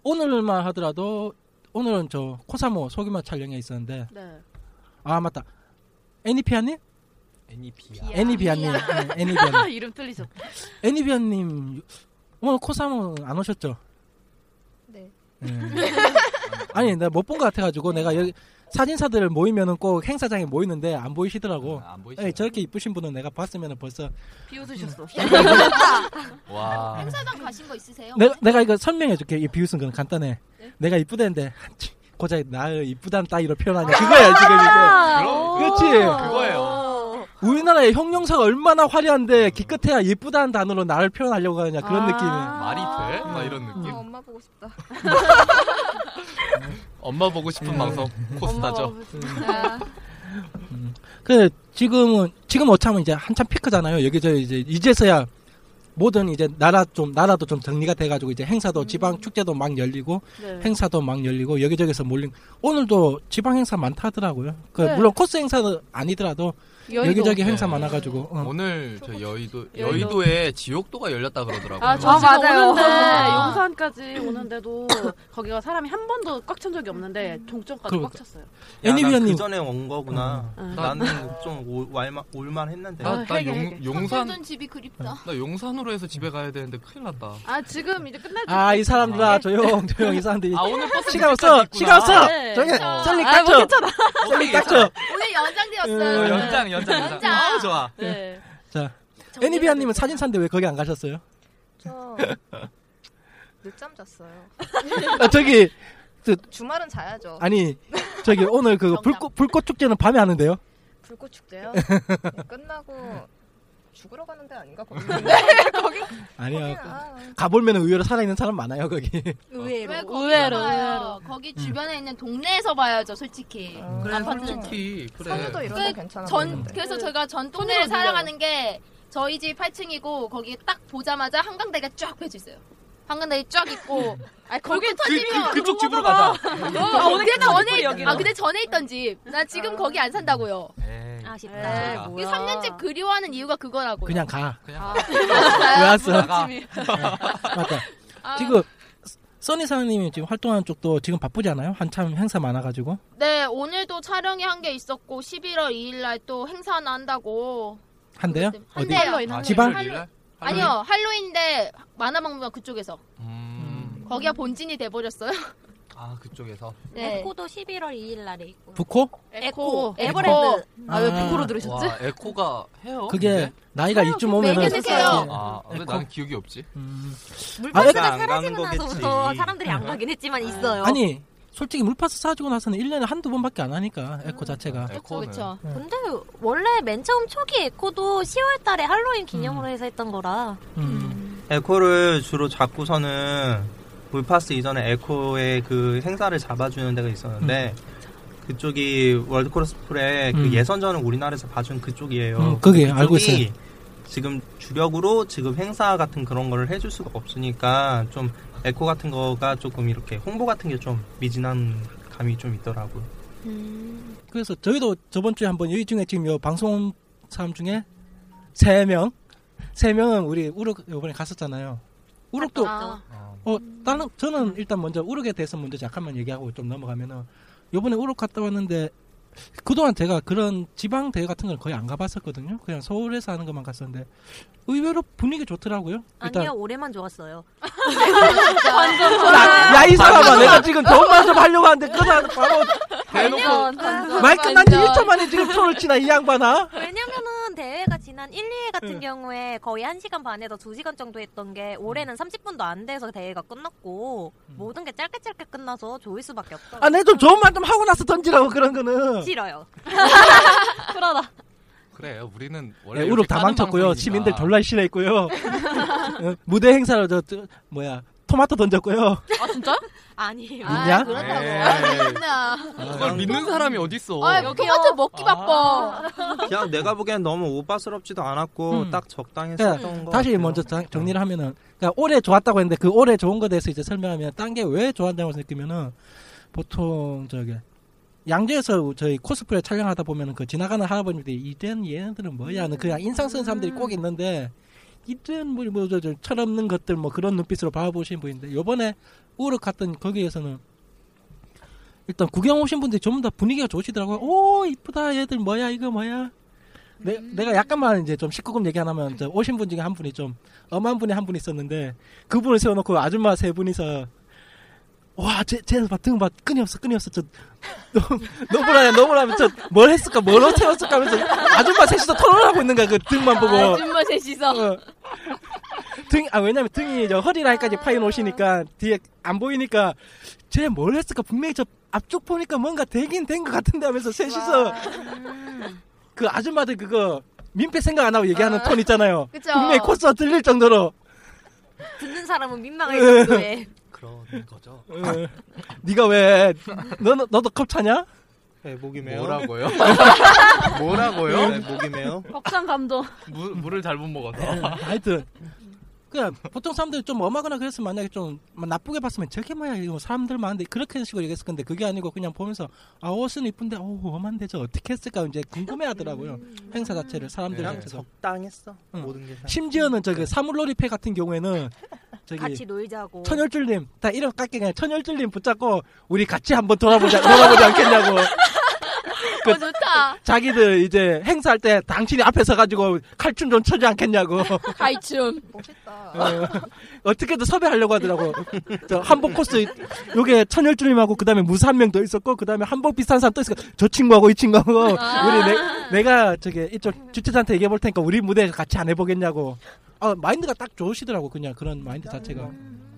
Speaker 4: 오늘만 하더라도 오늘은 저 코사모 소규모 촬영에 있었는데
Speaker 11: 네.
Speaker 4: 아 맞다 애니피아님
Speaker 6: 애니피아
Speaker 4: 애니비아님 네, 애니비아님
Speaker 11: *laughs* 이름 틀리셨다.
Speaker 4: 애니비아님 오늘 코사모 안 오셨죠?
Speaker 7: 네.
Speaker 4: 음. 아니 내가 못 본 것 같아가지고 내가 여기 사진사들 모이면은 꼭 행사장에 모이는데 안 보이시더라고. 예, 저렇게 이쁘신 분은 내가 봤으면 벌써 *laughs*
Speaker 11: 비웃으셨어.
Speaker 4: 와.
Speaker 7: 행사장 가신 거 있으세요?
Speaker 4: 내가, 내가 이거 설명해줄게. 이 비웃은 건 간단해.
Speaker 7: 네?
Speaker 4: 내가 이쁘다는데 고작 나의 이쁘단 따위로
Speaker 7: 아!
Speaker 4: 표현하냐 그거야 지금 이거. 그렇지.
Speaker 11: 그거예요.
Speaker 4: 우리나라의 형용사가 얼마나 화려한데 기껏해야 이쁘다는 단어로 나를 표현하려고 하냐 아,
Speaker 8: 아.
Speaker 4: 그런 음. 느낌이야.
Speaker 7: 아.
Speaker 5: 말이 돼? 막 이런 느낌.
Speaker 8: 어,
Speaker 10: 아, 엄마 보고 싶다.
Speaker 7: *laughs*
Speaker 5: 엄마 보고
Speaker 4: 음.
Speaker 5: 싶은 방송 코스타죠.
Speaker 4: *laughs* 그 지금은 지금 어차면 이제 한참 피크잖아요. 여기저기 이제 이제서야 모든 이제 나라 좀 나라도 좀 정리가 돼가지고 이제 행사도 지방 축제도 막 열리고
Speaker 11: 음. 네.
Speaker 4: 행사도 막 열리고 여기저기서 몰린 오늘도 지방 행사 많다 하더라고요. 그
Speaker 11: 네.
Speaker 4: 물론 코스 행사는 아니더라도
Speaker 11: 여의도.
Speaker 4: 여기저기 행사
Speaker 5: 네.
Speaker 4: 많아가지고 어.
Speaker 5: 오늘 저 여의도
Speaker 11: 여의도.
Speaker 5: 여의도에 지옥도가 열렸다 그러더라고요.
Speaker 11: 아, 저 지금
Speaker 10: 맞아요.
Speaker 11: 오는데
Speaker 10: 아.
Speaker 11: 용산까지 오는데도 거기가 사람이 한 번도 꽉 찬 적이 없는데 종점까지 꽉 찼어요.
Speaker 6: 애니비언님 전에 온 거구나.
Speaker 11: 응.
Speaker 6: 나는 좀 오- 왈마- 올만 했는데.
Speaker 7: 아,
Speaker 5: 나, 나 아, 용, 용산
Speaker 7: 전 집이
Speaker 4: 어.
Speaker 7: 그립다.
Speaker 5: 나 용산으로 해서 집에 가야 되는데 큰일 났다.
Speaker 11: 아 지금 이제 끝날
Speaker 4: 아 이 사람들아 조용 조용 이 사람들이
Speaker 5: 네. 아, 오늘 버스
Speaker 4: 시간
Speaker 5: 늦게까지
Speaker 4: 없어
Speaker 5: 있구나.
Speaker 4: 시간 없어
Speaker 5: 네.
Speaker 4: 조용히 해.
Speaker 5: 어.
Speaker 4: 썰리
Speaker 5: 아, 뭐
Speaker 4: 깎죠
Speaker 5: 괜찮아.
Speaker 4: 썰리
Speaker 5: 괜찮아.
Speaker 4: 깎죠
Speaker 7: 오늘 연장되었어요.
Speaker 4: 음,
Speaker 5: 연장 연장 연장.
Speaker 7: 연장.
Speaker 5: 아, 좋아.
Speaker 11: 네.
Speaker 4: 자 애니비아님은 사진사인데 왜 거기 안 가셨어요?
Speaker 10: 저
Speaker 5: *laughs*
Speaker 10: 늦잠 잤어요.
Speaker 4: 아, 저기 그,
Speaker 10: 주말은 자야죠.
Speaker 4: 아니 저기 오늘 그 불꽃 불꽃 축제는 밤에 하는데요?
Speaker 10: 불꽃
Speaker 4: *laughs*
Speaker 10: 축제요. 네, 끝나고 죽으러 가는 데 아닌가 거기.
Speaker 7: 네,
Speaker 10: 거기
Speaker 4: 아니요. 그
Speaker 10: 아,
Speaker 4: 가보면 의외로 살아있는 사람 많아요 거기.
Speaker 7: 왜 거기
Speaker 11: 의외로,
Speaker 7: 봐요?
Speaker 11: 의외로.
Speaker 7: 거기 주변에 있는 동네에서 봐야죠, 솔직히. 아파트는.
Speaker 5: 솔직히
Speaker 10: 선우도
Speaker 5: 그래.
Speaker 10: 이런 데 괜찮아
Speaker 7: 전
Speaker 10: 보이는데.
Speaker 7: 그래서 저희가 전 동네를
Speaker 11: 손으로
Speaker 7: 사랑하는 게 저희 집 8층이고 거기 딱 보자마자 한강대가 쫙 펴져 있어요. 한강대가 쫙 있고 아 거기 터지면
Speaker 5: 그, 쪽 집으로 가자.
Speaker 7: 아,
Speaker 11: 오늘
Speaker 7: 그때
Speaker 11: 끝나고
Speaker 7: 전에
Speaker 11: 여기로.
Speaker 7: 아 근데 전에 있던 집. 나 지금 거기 안 산다고요.
Speaker 10: 네.
Speaker 8: 아쉽다.
Speaker 7: 이게 3년째 그리워하는 이유가 그거라고요.
Speaker 4: 그냥 가.
Speaker 7: 아,
Speaker 4: *laughs* 왜 왔어?
Speaker 7: 나가.
Speaker 4: 네, 맞다.
Speaker 10: 아.
Speaker 4: 지금 써니 사장님이 지금 활동하는 쪽도 지금 바쁘지 않아요? 한참 행사 많아가지고.
Speaker 7: 네 오늘도 촬영이 한 게 있었고 11월 2일 날 또 행사 하나 한다고.
Speaker 4: 한대요?
Speaker 10: 네.
Speaker 7: 한대요.
Speaker 4: 아,
Speaker 7: 할로윈, 할로윈.
Speaker 4: 지방?
Speaker 7: 할로윈. 아니요 할로윈인데 만화박물관 그쪽에서.
Speaker 4: 음.
Speaker 7: 거기가 본진이 돼버렸어요.
Speaker 5: 아 그쪽에서.
Speaker 7: 네.
Speaker 8: 에코도 11월 2일 날에 있고.
Speaker 4: 부코?
Speaker 8: 에코.
Speaker 7: 에코.
Speaker 8: 에버랜드.
Speaker 4: 아, 왜 아. 부코로
Speaker 8: 들으셨지?
Speaker 5: 와, 에코가 해요?
Speaker 4: 그게 나이가 이쯤 오면은. 음.
Speaker 5: 아, 왜 나는 기억이 없지?
Speaker 8: 물파스가
Speaker 4: 아, 왜-
Speaker 8: 사라지고
Speaker 4: 안 가는
Speaker 8: 나서부터 뭐
Speaker 4: 거겠지. 네.
Speaker 8: 사람들이 안 가긴 했지만 있어요.
Speaker 4: 아니 솔직히 물파스 사주고 나서는 1년에 한두 번밖에 안 하니까
Speaker 10: 음.
Speaker 4: 네, 에코 자체가.
Speaker 8: 그렇죠. 근데 원래 맨 처음 초기 에코도 10월 달에
Speaker 4: 음.
Speaker 8: 할로윈 기념으로 해서 했던 거라.
Speaker 6: 음. 에코를 주로 잡고서는 물파스 이전에 에코의 그 행사를 잡아주는 데가 있었는데 그쪽이 월드 코스프레 그
Speaker 4: 음.
Speaker 6: 예선전을 우리나라에서 봐준 그쪽이에요.
Speaker 4: 음, 그게
Speaker 6: 그쪽이
Speaker 4: 알고 있어요.
Speaker 6: 지금 주력으로 지금 행사 같은 그런 거를 해줄 수가 없으니까 좀 에코 같은 거가 조금 이렇게 홍보 같은 게 좀 미진한 감이 좀 있더라고요.
Speaker 4: 그래서 저희도 저번 주에 한번 여기 중에 지금 요 방송 사람 중에 세 명, 세 명은 우리 우럭 이번에 갔었잖아요. 우럭도
Speaker 8: 아.
Speaker 4: 어 다른 저는 일단 먼저 우럭에 대해서 먼저 잠깐만 얘기하고 좀 넘어가면은 요번에 우럭 갔다 왔는데 그동안 제가 그런 지방 대회 같은 걸 거의 안 가봤었거든요. 그냥 서울에서 하는 것만 갔었는데 의외로 분위기 좋더라고요. 일단
Speaker 8: 아니요 올해만 좋았어요.
Speaker 4: 야, 야, 이 사람아, 내가 지금 좋은 말 좀 하려고 하는데, 그다 바로
Speaker 8: 대놓고.
Speaker 4: 말 끝난 지 1초 만에 지금 톤을 치나, 이 양반아?
Speaker 8: *laughs* 왜냐면은 대회가 지난 1, 2회 같은
Speaker 4: 응.
Speaker 8: 경우에 거의 1시간 반에서 2시간 정도 했던 게 올해는 30분도 안 돼서 대회가 끝났고 모든 게 짧게 짧게 끝나서 조회수밖에 없더라고요.
Speaker 4: 아, 내 좀 좋은 말 좀 하고 나서 던지라고, 그런 거는.
Speaker 8: 싫어요. *laughs* 그러다.
Speaker 5: 그래요. 우리는
Speaker 4: 네,
Speaker 5: 원래
Speaker 4: 우룩 다 망쳤고요. 시민들 졸라 실했고요. *laughs* 어, 무대 행사로 저, 저, 뭐야, 토마토 던졌고요.
Speaker 8: 아 진짜? *laughs* 아니에요.
Speaker 4: 믿냐? 네. 아.
Speaker 8: 아, 그렇다고.
Speaker 4: 에이.
Speaker 8: 아,
Speaker 5: 그걸 믿는 사람이 어디 있어?
Speaker 7: 토마토 아,
Speaker 4: 아.
Speaker 7: 먹기 바빠.
Speaker 6: 그냥 내가 보기엔 너무 오바스럽지도 않았고
Speaker 4: 음.
Speaker 6: 딱
Speaker 4: 그러니까
Speaker 5: 네.
Speaker 6: 적당했었던 거
Speaker 4: 다시 먼저 자- 정리를 하면은 그러니까 올해 좋았다고 했는데 그 올해 좋은 거에 대해서 이제 설명하면 딴 게 왜 좋았냐고 느끼면은 보통 저기 양재에서 저희 코스프레 촬영하다 보면은 그 지나가는 할아버님들이 이젠 얘네들은 뭐야 하는 그냥 인상 쓰는 사람들이 꼭 있는데 이젠 뭐뭐저 철없는 것들 뭐 그런 눈빛으로 바라보시는 분인데 요번에 우르 갔던 거기에서는 일단 구경 오신 분들이 전부 다 분위기가 좋으시더라고요. 오 이쁘다 얘들 뭐야 이거 뭐야 내, 네,
Speaker 7: 음.
Speaker 4: 내가 약간만 이제 좀 19금 얘기 하나면 저 오신 분 중에 한 분이 좀 엄한 분이 한 분 있었는데 그분을 세워놓고 아줌마 세 분이서 와, 쟤, 쟤는 봐, 등 봐, 끈이 없어, 끈이 없어. 저, 너무, 너무라냐, 너무라면 저, 뭘 했을까, 뭘 세웠을까 하면서 아줌마 셋이서 토론하고 있는 거야, 그 등만 보고. 어.
Speaker 7: 아줌마 셋이서.
Speaker 4: 등, 아, 왜냐면 등이 저 허리 라인까지 파인 옷이니까 뒤에 안 보이니까 쟤 뭘 했을까, 분명히 저 앞쪽 보니까 뭔가 되긴 된 것 같은데 하면서 셋이서 그 아줌마들 그거 민폐 생각 안 하고 얘기하는 톤 있잖아요.
Speaker 8: 그쵸.
Speaker 4: 분명히 코스가 들릴 정도로.
Speaker 8: 듣는 사람은 민망할
Speaker 4: *laughs*
Speaker 8: 정도에.
Speaker 4: 그런 거죠. 네가 왜 너, 너도 컵 차냐?
Speaker 6: 목이 매요. *laughs*
Speaker 5: 뭐라고요? 뭐라고요?
Speaker 6: 네, 목이 매요.
Speaker 11: 벅상 감동.
Speaker 5: 물, 물을 잘못 먹어서.
Speaker 4: 네. 하여튼 그냥 보통 사람들이 좀 엄하거나 그랬으면 만약에 좀막 나쁘게 봤으면 저게 뭐야 이거 사람들 많은데 그렇게 식으로 얘기했을 건데 그게 아니고 그냥 보면서 아 옷은 이쁜데 어 엄한데 저 어떻게 했을까 이제 궁금해하더라고요 행사 자체를 사람들
Speaker 6: 그냥
Speaker 4: 자체도
Speaker 6: 적당했어 모든 게. 다. 그러니까.
Speaker 4: 심지어는 저기 사물놀이패 같은 경우에는 저기
Speaker 8: 같이 놀자고.
Speaker 4: 천열줄님 다 이름 깎게 그냥 천열줄님 붙잡고 우리 같이 한번 돌아보자 돌아보지 않겠냐고
Speaker 7: 어, 좋다.
Speaker 4: 자기들 이제 행사할 때 당신이 앞에 서가지고 칼춤 좀 쳐지 않겠냐고
Speaker 7: 가이춤.
Speaker 4: 어, 어떻게든 섭외하려고 하더라고. 저 한복 코스 요게 천열주님하고 그다음에 무사 한 명 더 있었고 그다음에 한복 비슷한 사람 또 있었고 저 친구하고 이 친구하고
Speaker 8: 아.
Speaker 4: 우리 내, 가 저기 이쪽 주최자한테 얘기해 볼 테니까 우리 무대에서 같이 안 해보겠냐고. 아 마인드가 딱 좋으시더라고 그냥 그런 마인드 자체가.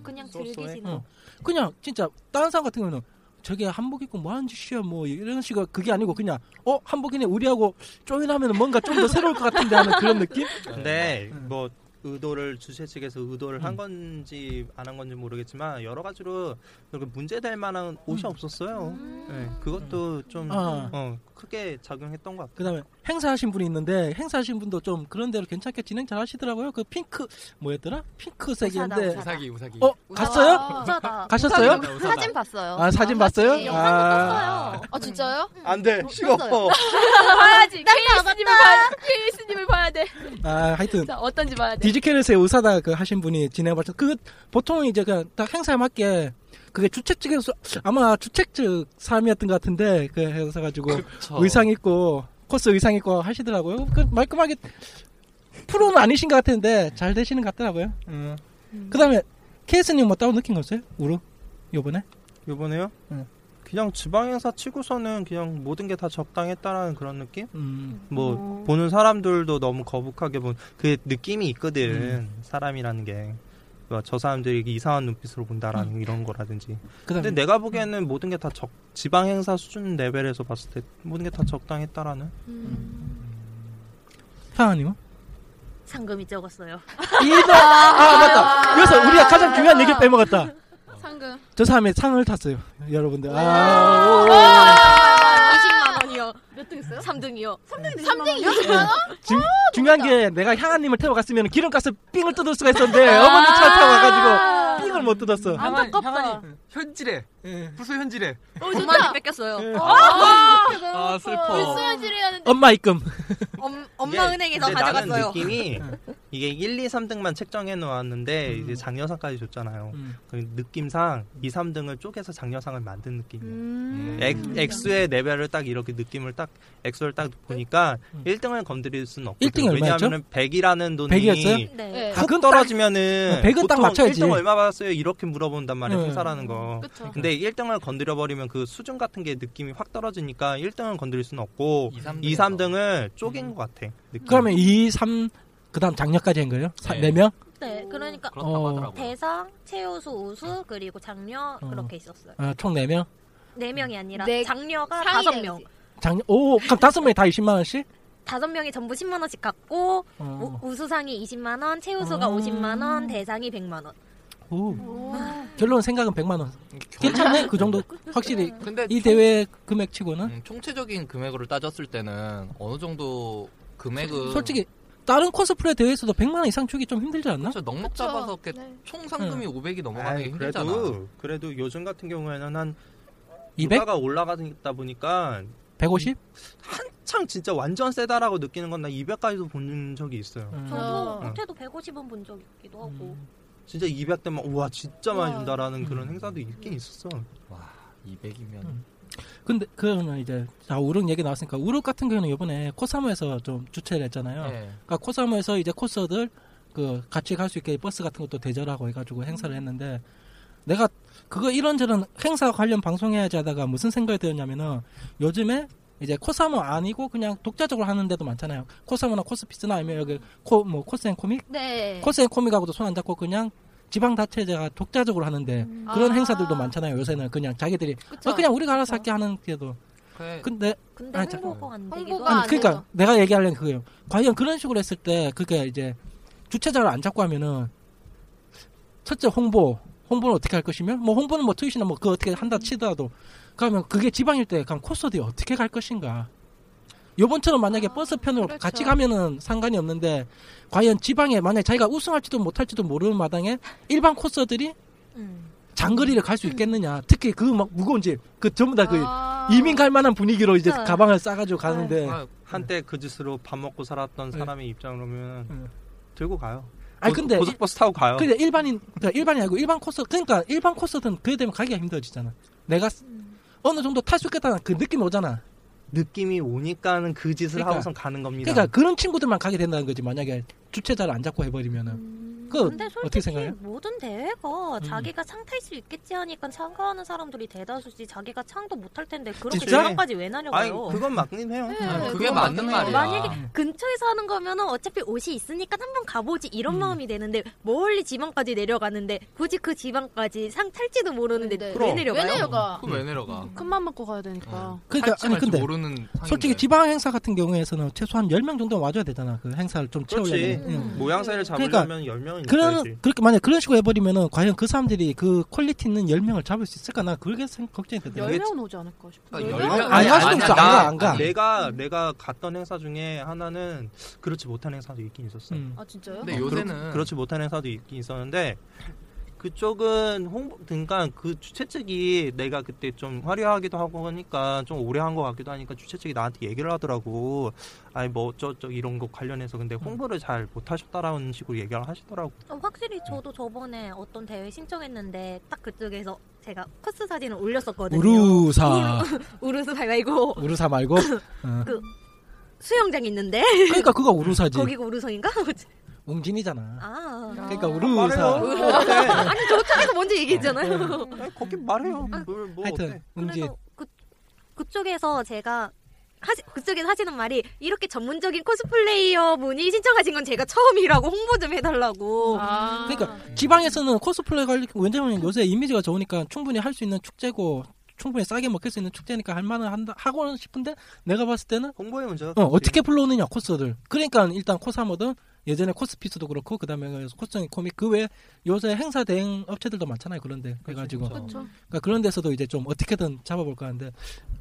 Speaker 8: 그냥 음, 즐기시는.
Speaker 4: 어. 그냥 진짜 다른 사람 같은 경우는 저게 한복 입고 뭐 하는 짓이야 뭐 이런 식으로 그게 아니고 그냥 어 한복이네 우리하고 조인하면 뭔가 좀 더 새로울 것 같은데 하는 그런 느낌?
Speaker 5: 네.
Speaker 6: 근데 뭐 의도를 주최 측에서 의도를
Speaker 5: 음.
Speaker 6: 한 건지 안 한 건지 모르겠지만 여러 가지로 그렇게 문제될 만한 옷이
Speaker 5: 음.
Speaker 6: 없었어요. 네, 그것도 좀
Speaker 4: 아.
Speaker 6: 어, 크게 작용했던 것 같아요.
Speaker 4: 그다음에 행사하신 분이 있는데 행사하신 분도 좀 그런 대로 괜찮게 진행 잘 하시더라고요. 그 핑크 뭐였더라? 핑크색인데
Speaker 5: 우사다, 우사기, 우사기.
Speaker 4: 어
Speaker 5: 우사다. 아,
Speaker 4: 갔어요?
Speaker 5: 우사다.
Speaker 4: 가셨어요?
Speaker 5: 우사기는 우사다. 사진
Speaker 7: 봤어요.
Speaker 4: 아 사진 봤어요? 아,
Speaker 7: 아 진짜요?
Speaker 6: 안돼
Speaker 5: 뭐
Speaker 7: 싫어. 봐야지. 케이스님을 봐야 돼. 케이스님을 봐야 돼.
Speaker 4: 아 하여튼
Speaker 7: 자 어떤지 봐야 돼.
Speaker 4: 디지케르스의 우사다 그 하신 분이 진행을 하셨. 그 보통 이제 그냥 딱 행사에 맞게 그게 주최 측에서 아마 주최 측 사람이었던 것 같은데 그 해서 가지고
Speaker 5: 그쵸.
Speaker 4: 의상 입고 코스 의상 입고 하시더라고요. 그 말끔하게 프로는 아니신 것 같은데 잘 되시는 것 같더라고요. 음. 그다음에 케이스님 뭐 따로 느낀 거 없어요? 우루 요번에? 네.
Speaker 6: 요번에요? 그냥 지방 행사 치고서는 그냥 모든 게 다 적당했다라는 그런 느낌?
Speaker 4: 음.
Speaker 6: 뭐
Speaker 4: 어.
Speaker 6: 보는 사람들도 너무 거북하게 본 그 느낌이 있거든
Speaker 4: 음.
Speaker 6: 사람이라는 게. 뭐저 사람들이 이상한 눈빛으로 본다라는 이런 거라든지.
Speaker 4: 음. 그다음에-
Speaker 6: 근데 내가 보기에는 모든 게 다 적, 지방 행사 수준 레벨에서 봤을 때 모든 게 다 적당했다라는.
Speaker 8: 음.
Speaker 4: 사장님은?
Speaker 8: 상금이 적었어요.
Speaker 4: 이거 아 맞다. 그래서 우리가 가장 중요한 얘기를 빼먹었다.
Speaker 7: 상금.
Speaker 4: 저 사람이 상을 탔어요, 여러분들. 아,
Speaker 8: 20만
Speaker 4: 오.
Speaker 8: 원이요. 몇 등 있어요? 3등이요. 네. 아. 3등이
Speaker 7: 3등이 20만 원?
Speaker 4: 네. 중, 중요한 게 내가 향아님을 태워 갔으면 기름가스 삥을 아!
Speaker 8: 아.
Speaker 4: 뜯을 수가 있었는데 어머니 차 타고 와가지고 삥을 못 뜯었어.
Speaker 5: 향한, 향한이 현질에 불소 현질에.
Speaker 8: 어, 엄마한테 뺏겼어요.
Speaker 5: 예.
Speaker 8: 아,
Speaker 5: 아, 슬퍼.
Speaker 8: 불소현질을 하는데
Speaker 4: 엄마 입금.
Speaker 8: 엄, 엄마 은행에서 가져갔어요.
Speaker 6: 나는
Speaker 8: *laughs*
Speaker 6: 느낌이 이게 1, 2, 3등만 책정해
Speaker 8: 음.
Speaker 6: 놓았는데 이제 장려상까지 줬잖아요. 그 느낌상 2, 3등을 쪼개서 장려상을 만든 느낌이에요.
Speaker 8: 음.
Speaker 6: 액, 액수의 레벨을 딱 이렇게 느낌을 딱 액수를 딱 보니까
Speaker 8: 음.
Speaker 6: 1등을 건드릴 수는 없고
Speaker 4: 1등이 얼마였죠?
Speaker 6: 왜냐하면 100이라는 돈이
Speaker 4: 100이었어요?
Speaker 6: 네.
Speaker 4: 네.
Speaker 6: 확
Speaker 4: 그건 딱-
Speaker 6: 떨어지면은
Speaker 4: 네, 100은 딱 맞춰야지.
Speaker 6: 1등 얼마 받았어요? 이렇게 물어본단 말이에요.
Speaker 4: 네.
Speaker 6: 회사라는
Speaker 8: 음.
Speaker 6: 거.
Speaker 4: 그쵸.
Speaker 6: 근데 1등을 건드려 버리면 그 수준 같은 게 느낌이 확 떨어지니까 1등을 건드릴 수는 없고 2, 3등. 을 쪼갠
Speaker 8: 음.
Speaker 6: 것 같아. 느낌.
Speaker 4: 그러면 2, 3, 그 다음 장려까지 한 거예요? 사, 네. 4명?
Speaker 8: 네, 그러니까
Speaker 4: 그렇다고 하더라고요.
Speaker 8: 대상, 최우수, 우수, 그리고 장려 그렇게 있었어요.
Speaker 4: 아, 총 4명?
Speaker 8: 네 명이 아니라
Speaker 7: 네,
Speaker 8: 장려가
Speaker 7: 상위
Speaker 8: 다섯 명.
Speaker 4: 장려, 오, 그럼 5명이 다 20만원씩?
Speaker 8: 다섯 명이 전부 10만 원씩 갖고
Speaker 4: 어.
Speaker 8: 우, 수상이 20만 원, 최우수가 50만 원, 대상이 100만 원. 아,
Speaker 4: 오. 결론 생각은 100만원. 괜찮네, 그 정도. 확실히.
Speaker 5: 근데 음,
Speaker 4: 이 대회 금액치고는.
Speaker 5: 총체적인 금액으로 따졌을 때는 어느 정도 금액은
Speaker 4: 솔직히, 다른 코스프레 대회에서도 100만원 이상 주기 좀 힘들지 않나?
Speaker 5: 넉넉 잡아서 이렇게
Speaker 8: 네.
Speaker 5: 총 상금이 500이 넘어가는 게
Speaker 6: 아이,
Speaker 5: 힘들잖아.
Speaker 6: 그래도 그래도 요즘 같은 경우에는 한
Speaker 4: 200?
Speaker 6: 물가가 올라가다 보니까
Speaker 4: 150?
Speaker 6: 한창 진짜 완전 세다라고 느끼는 건 나 200까지도 본 적이 있어요.
Speaker 4: 음.
Speaker 8: 저도
Speaker 6: 응.
Speaker 8: 못해도 150원 본 적 있기도 하고.
Speaker 6: 진짜 200 대면 우와 진짜 많이
Speaker 8: 우와.
Speaker 6: 준다라는
Speaker 4: 음.
Speaker 6: 그런 행사도 있긴 있었어.
Speaker 5: 와 200이면
Speaker 4: 근데, 그거는 이제, 자, 우룩 얘기 나왔으니까, 우룩 같은 경우는 이번에 코사무에서 좀 주최를 했잖아요.
Speaker 5: 네.
Speaker 4: 그러니까 코사무에서 이제 코스들, 그, 같이 갈 수 있게 버스 같은 것도 대절하고 해가지고 행사를 했는데, 내가 그거 이런저런 행사 관련 방송해야지 하다가 무슨 생각이 들었냐면은, 요즘에 이제 코사무 아니고 그냥 독자적으로 하는 데도 많잖아요. 코사무나 코스피스나 아니면 여기 코, 뭐, 코스 앤 코믹?
Speaker 7: 네.
Speaker 4: 코스 앤 코믹하고도 손 안 잡고 그냥 지방 자체제가 독자적으로 하는데 그런
Speaker 8: 아.
Speaker 4: 행사들도 많잖아요. 요새는 그냥 자기들이
Speaker 8: 그쵸.
Speaker 4: 어, 그냥 우리가 알아서 할게 하는 게도. 근데
Speaker 8: 근데
Speaker 4: 아니, 자-
Speaker 5: 네.
Speaker 8: 홍보가 안 되기도
Speaker 4: 아니, 그러니까 내가 얘기하려는 그거예요. 과연 그런 식으로 했을 때 그게 이제 주최자를 안 잡고 하면은 첫째 홍보 홍보는 어떻게 할 것이며 뭐 홍보는 뭐 트윗이나 뭐 그거 어떻게 한다 치더라도 그러면 그게 지방일 때 그럼 코스들이 어떻게 갈 것인가 요번처럼 만약에 버스 편으로 같이 가면은 상관이 없는데 과연 지방에 만약 자기가 우승할지도 못할지도 모르는 마당에 일반 코스들이 장거리를 갈 수 있겠느냐 특히 그 막 무거운 집그 전부 다 그 이민 갈 만한 분위기로 이제
Speaker 6: 네.
Speaker 4: 가방을 싸가지고 가는데 네.
Speaker 6: 아, 한때 그 짓으로 밥 먹고 살았던 사람의 입장으로면 들고 가요.
Speaker 4: 아니
Speaker 6: 고-
Speaker 4: 근데
Speaker 6: 고속버스 타고 가요.
Speaker 4: 근데 일반인 그러니까 일반이 아니고 일반 코스 그러니까 일반 코스든 그게 되면 가기가 힘들어지잖아. 내가 쓰- 어느 정도 탈 수 있겠다는 그 느낌이 오잖아.
Speaker 6: 음. 느낌이 오니까는 그 짓을
Speaker 4: 그러니까-
Speaker 6: 하고선 가는 겁니다.
Speaker 4: 그러니까 그런 친구들만 가게 된다는 거지. 만약에 주최자를 안 잡고 해버리면은
Speaker 6: 음.
Speaker 4: 그
Speaker 8: 근데 솔직히
Speaker 4: 어떻게 생각해요?
Speaker 6: 뭐
Speaker 4: 음.
Speaker 8: 모든 대회가 자기가 창탈 수 있겠지 하니까 참가하는 사람들이 대다수지 자기가 창도 못할 텐데 그렇게
Speaker 6: 진짜?
Speaker 8: 지방까지 왜 나려고요?
Speaker 6: 아니, 그건 맞긴 해요.
Speaker 5: 네,
Speaker 6: 네,
Speaker 8: 음.
Speaker 5: 그게 그건 맞는 맞긴 해요. 말이야.
Speaker 8: 네, 만약에 근처에서 하는 거면은 어차피 옷이 있으니까 한번 가보지 이런 마음이 되는데 멀리 지방까지 내려가는데 굳이 그 지방까지 상 탈지도 모르는데 왜
Speaker 5: 그럼.
Speaker 8: 내려가요? 음.
Speaker 5: 왜 내려가? 그럼 왜 내려가?
Speaker 11: 큰맘 먹고 가야 되니까.
Speaker 4: 그러니까
Speaker 5: 할지
Speaker 4: 아니
Speaker 5: 말지
Speaker 4: 근데
Speaker 5: 모르는 상인데.
Speaker 4: 솔직히 지방 행사 같은 경우에서는 최소한 10명 정도 와줘야 되잖아. 그 행사를 좀
Speaker 6: 그렇지. 음.
Speaker 4: 채우려면. 음. 응.
Speaker 6: 모양새를
Speaker 4: 그러니까
Speaker 6: 잡으려면 열 10명이
Speaker 4: 그런 그렇게 만약 에 그런 식으로 해버리면은 과연 그 사람들이 그 퀄리티 있는 10명을 잡을 수 있을까? 나 그게 생- 걱정이 되더라고.
Speaker 11: 10명은 오지 않을까 싶어.
Speaker 4: 그러니까 열 명- 아니, 할 수도 없어. 안 가, 안 가.
Speaker 6: 내가 내가 갔던 행사 중에 하나는 그렇지 못한 행사도 있긴 있었어요.
Speaker 4: 음.
Speaker 7: 아, 진짜요?
Speaker 5: 근데
Speaker 6: 어,
Speaker 5: 요새는-
Speaker 6: 그렇-
Speaker 4: 그렇죠.
Speaker 6: 그렇지 못한 행사도 있긴 있었는데 그쪽은 홍보 그러니까 그 주최 측이 내가 그때 좀 화려하기도 하고 하니까 좀 오래 한 것 같기도 하니까 주최 측이 나한테 얘기를 하더라고. 아니 뭐 어쩌저 이런 거 관련해서
Speaker 4: 음.
Speaker 6: 근데 홍보를 잘 못하셨다라는 식으로 얘기를 하시더라고.
Speaker 8: 어, 확실히 저도 저번에 어떤 대회 신청했는데 딱 그쪽에서 제가 코스 사진을 올렸었거든요.
Speaker 4: 우루사.
Speaker 8: 우루, *laughs* 우루사 말고
Speaker 4: 우루사 말고. 어.
Speaker 8: 그 수영장 있는데
Speaker 4: 그러니까 그거
Speaker 8: *laughs*
Speaker 4: 우루사지.
Speaker 8: 거기가 우루성인가?
Speaker 4: 웅진이잖아.
Speaker 8: 아.
Speaker 4: 그러니까
Speaker 6: 말해요.
Speaker 4: 우루사.
Speaker 8: 아니 저쪽에서 먼저 얘기했잖아요.
Speaker 4: 네.
Speaker 6: 거기 말해요.
Speaker 8: 음.
Speaker 4: 하여튼 웅진.
Speaker 8: 그쪽에서 제가 하시, 그쪽에서 하시는 말이 이렇게 전문적인 코스플레이어 분이 신청하신 건 제가 처음이라고 홍보 좀 해달라고.
Speaker 4: 그러니까 지방에서는 코스프레 관리 왜냐면 요새 이미지가 좋으니까 충분히 할 수 있는 축제고 충분히 싸게 먹힐 수 있는 축제니까 할 만은 한다 하고는 싶은데 내가 봤을 때는
Speaker 6: 홍보의 문제가
Speaker 4: 어, 어떻게 불러오느냐 코스들 그러니까 일단 코사모든 예전에 코스피스도 그렇고 그다음에 코스팅 코믹 그 외에 요새 행사 대행 업체들도 많잖아요 그런데
Speaker 6: 그렇죠,
Speaker 4: 그래가지고
Speaker 11: 그쵸. 그쵸.
Speaker 4: 그러니까 그런 데서도 이제 좀 어떻게든 잡아볼까 하는데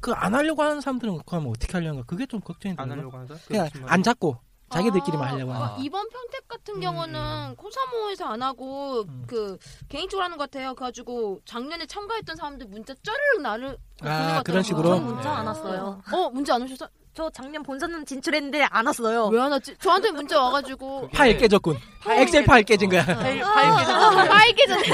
Speaker 4: 그 안 하려고 하는 사람들은 그거 하면 어떻게 하려는가 그게 좀 걱정이
Speaker 6: 안
Speaker 4: 되는
Speaker 6: 하려고 하는 사람?
Speaker 4: 그냥
Speaker 6: 그렇지, 맞아.
Speaker 4: 안 잡고 자기들끼리만 하려고 하는
Speaker 7: 그러니까 이번 평택
Speaker 9: 음,
Speaker 7: 같은 경우는 코사모에서 안 하고
Speaker 4: 음.
Speaker 7: 그 개인적으로 하는 것 같아요. 그래가지고 작년에 참가했던 사람들 문자 쩌르륵 나를
Speaker 4: 아 그런 식으로
Speaker 8: 문자 안 왔어요.
Speaker 7: 어 문자 안 오셨어?
Speaker 8: 저 작년 본선은 진출했는데 안 왔어요.
Speaker 7: 왜 안 왔지? 저한테
Speaker 9: *laughs*
Speaker 7: 문자 와가지고
Speaker 4: 파일 깨졌군 엑셀 파일 깨진 거야 아,
Speaker 7: 파일 깨졌네.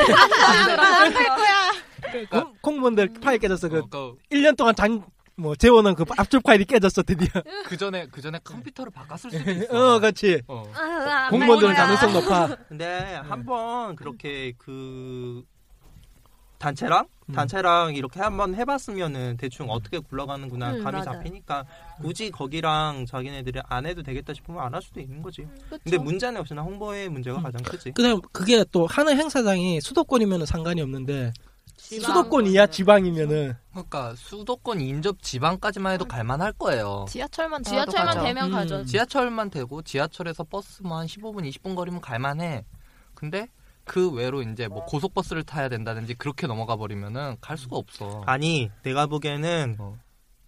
Speaker 7: 나안 갈 거야.
Speaker 4: 공, 공무원들 어?
Speaker 9: 음.
Speaker 4: 파일 그러니까 깨졌어 그 1년 동안 장뭐 재워놓은 그 압축 파일이
Speaker 9: *laughs*
Speaker 4: 깨졌어 드디어
Speaker 5: 그 전에 그 전에 컴퓨터를 바꿨을 수도 있어.
Speaker 4: 어 그렇지
Speaker 9: 아,
Speaker 7: 아,
Speaker 4: 공무원들은
Speaker 7: *laughs*
Speaker 4: 가능성 높아 네.
Speaker 6: 근데 한번 그렇게 그 단체랑
Speaker 4: 음.
Speaker 6: 단체랑 이렇게 한번 해봤으면은 대충 어떻게 굴러가는구나
Speaker 7: 음,
Speaker 6: 감이
Speaker 7: 맞아요.
Speaker 6: 잡히니까 굳이 거기랑 자기네들이 안 해도 되겠다 싶으면 안 할 수도 있는 거지. 근데
Speaker 7: 음, 그쵸.
Speaker 6: 문제는 역시나 홍보의 문제가 가장
Speaker 4: *laughs*
Speaker 6: 크지.
Speaker 4: 그냥 그게 또 하는 행사장이 수도권이면 상관이 없는데
Speaker 5: 지방.
Speaker 4: 수도권 이하 지방이면은
Speaker 5: 그러니까 수도권 인접 지방까지만 해도 갈만할 거예요.
Speaker 10: 지하철만
Speaker 7: 지하철만 되면 음. 가죠.
Speaker 5: 지하철만 되고 지하철에서 버스 뭐 한 15분 20분 거리면 갈만해. 근데 그 외로 이제 뭐 고속버스를 타야 된다든지 그렇게 넘어가 버리면은 갈 수가 없어.
Speaker 6: 아니 내가 보기에는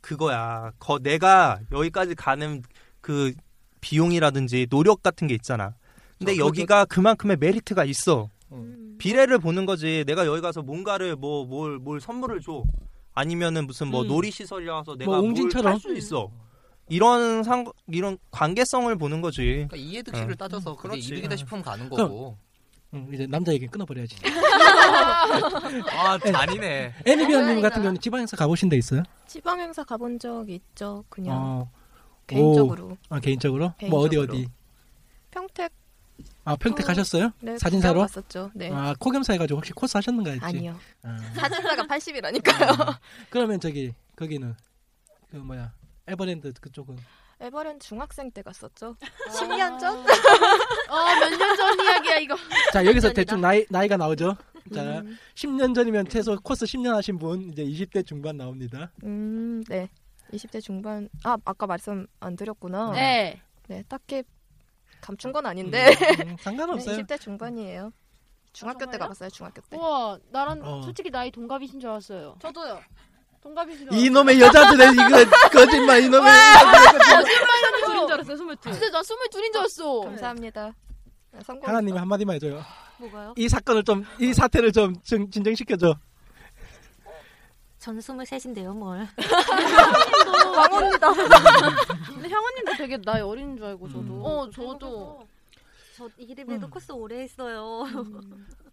Speaker 6: 그거야. 거 내가 여기까지 가는 그 비용이라든지 노력 같은 게 있잖아. 근데
Speaker 5: 어,
Speaker 6: 여기가 그만큼의 메리트가 있어. 비례를 보는 거지. 내가 여기 가서 뭔가를 뭐 뭘 뭘 선물을 줘. 아니면은 무슨 뭐
Speaker 5: 음.
Speaker 6: 놀이 시설이라서 내가
Speaker 5: 뭐 웅진처럼?
Speaker 6: 뭘할수 있어.
Speaker 4: 음.
Speaker 6: 이런 상 이런 관계성을 보는 거지. 어.
Speaker 5: 그러니까 이해득실을
Speaker 6: 응.
Speaker 5: 따져서 그게
Speaker 6: 네. 그렇지.
Speaker 5: 이득이다 싶으면 가는
Speaker 4: 그럼.
Speaker 5: 거고. *laughs*
Speaker 4: 음, 이제 남자 얘기 끊어버려야지
Speaker 5: 아 잔이네.
Speaker 4: 애니비언님 같은 경우는 지방 행사 가보신 데 있어요?
Speaker 9: 지방 행사 가본 적 있죠. 그냥
Speaker 4: 어.
Speaker 9: 개인적으로.
Speaker 4: 오. 아 개인적으로? 뭐 어디
Speaker 9: 개인적으로.
Speaker 4: 어디?
Speaker 9: 평택
Speaker 4: 아 평택
Speaker 9: 어,
Speaker 4: 가셨어요?
Speaker 9: 네,
Speaker 4: 사진사로?
Speaker 9: 구경 갔었죠. 네.
Speaker 4: 아 코겸사 해가지고 혹시 코스 하셨는가 했지?
Speaker 9: 아니요.
Speaker 4: 아,
Speaker 9: 사진사가
Speaker 4: 음.
Speaker 9: 80이라니까요.
Speaker 4: 그러면 저기 거기는 그 뭐야 에버랜드
Speaker 5: *laughs*
Speaker 4: 그쪽은
Speaker 9: 에버랜 중학생 때 갔었죠. 10년 전?
Speaker 7: 아. 어몇 년 전 이야기야 이거.
Speaker 4: 자 여기서 대충 나이 나이가 나오죠. 자
Speaker 5: 음.
Speaker 4: 10년 전이면 최소 코스 10년 하신 분 이제 20대 중반 나옵니다.
Speaker 9: 음, 네. 20대 중반. 아, 아까 말씀 안 드렸구나.
Speaker 7: 네.
Speaker 9: 네, 딱히 감춘 건 아닌데.
Speaker 4: 음, 상관없어요.
Speaker 9: 20대 중반이에요. 중학교 때 가봤어요. 중학교 때.
Speaker 11: 우와 나랑
Speaker 4: 어.
Speaker 11: 솔직히 나이 동갑이신 줄 알았어요. 저도요. 동갑이신 줄
Speaker 4: 이놈의
Speaker 11: *laughs*
Speaker 4: 여자들의 이거 거짓말 이놈의
Speaker 11: 스물둘인 줄 알았어요. 스물둘.
Speaker 7: 진짜 나 스물둘인 줄 알았어.
Speaker 9: 감사합니다. 네, 성공.
Speaker 4: 하나님이 한마디만 해줘요.
Speaker 8: 뭐가요?
Speaker 4: 이 사건을 좀 이 사태를 좀 증- 진정시켜줘.
Speaker 8: 저는 23인데요, 뭘.
Speaker 11: 왕언니다. 근데 형언님도 되게 나이 어린 줄 알고 저도. 음.
Speaker 7: 어 저도.
Speaker 8: 저 이래봬도 코스 오래 했어요.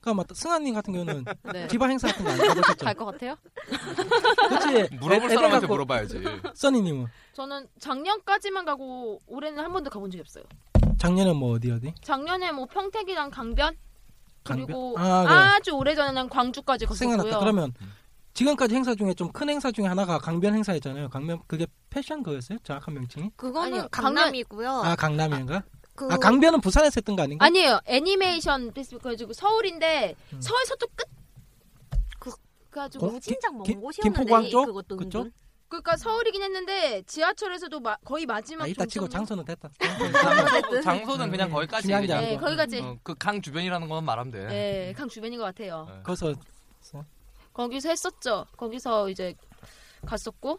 Speaker 4: 그럼 맞다. 승아님 같은
Speaker 5: *laughs*
Speaker 4: 경우는
Speaker 8: 네.
Speaker 4: 지방 행사 같은 거 안 음. 가보셨죠?
Speaker 7: 갈것 같아요?
Speaker 4: 그렇지.
Speaker 5: 물어볼 사람한테 물어봐야지.
Speaker 4: 써니님은
Speaker 7: 저는 작년까지만 가고 올해는 한 번도 가본 적이 없어요.
Speaker 4: 작년에 뭐 어디 어디?
Speaker 7: 작년에 뭐 평택이랑 강변
Speaker 4: 강변?
Speaker 7: 그리고
Speaker 4: 아, 그래.
Speaker 7: 아, 주 오래 전에 난 광주까지 갔었고요. 음.
Speaker 4: 생각났다. 그러면 지금까지 행사 중에 좀 큰 행사 중에 하나가 강변 행사였잖아요. 강변 그게 패션 그거였어요? 정확한 명칭이?
Speaker 8: 그거는
Speaker 7: 아니요,
Speaker 8: 강남이고요.
Speaker 4: 아 강남인가?
Speaker 8: 그-
Speaker 4: 아 강변은 부산에서 했던 거 아닌가? 음.
Speaker 7: 아니에요. 애니메이션 페스티벌 가지고 서울인데 서울 서쪽 끝. 그 가지고
Speaker 4: 고- 무진장 뭐 김- 옷이었는데 김포광 쪽? 그것도 은근. 그쪽?
Speaker 7: 그러니까 서울이긴 했는데 지하철에서도 마- 거의 마지막
Speaker 4: 아,
Speaker 7: *laughs*
Speaker 4: 이따 치고
Speaker 7: 종점-
Speaker 4: 장소는 됐다.
Speaker 5: *laughs* 어, 장소, 장소는 그냥
Speaker 4: 음,
Speaker 5: 거기까지.
Speaker 4: 중요한 게 아니고.
Speaker 7: 네, 거기까지.
Speaker 5: 그 강 주변이라는 것만 말하면 돼.
Speaker 7: 네, 강 주변인 것 같아요.
Speaker 4: 거기서
Speaker 7: 거기서 했었죠. 거기서 이제 갔었고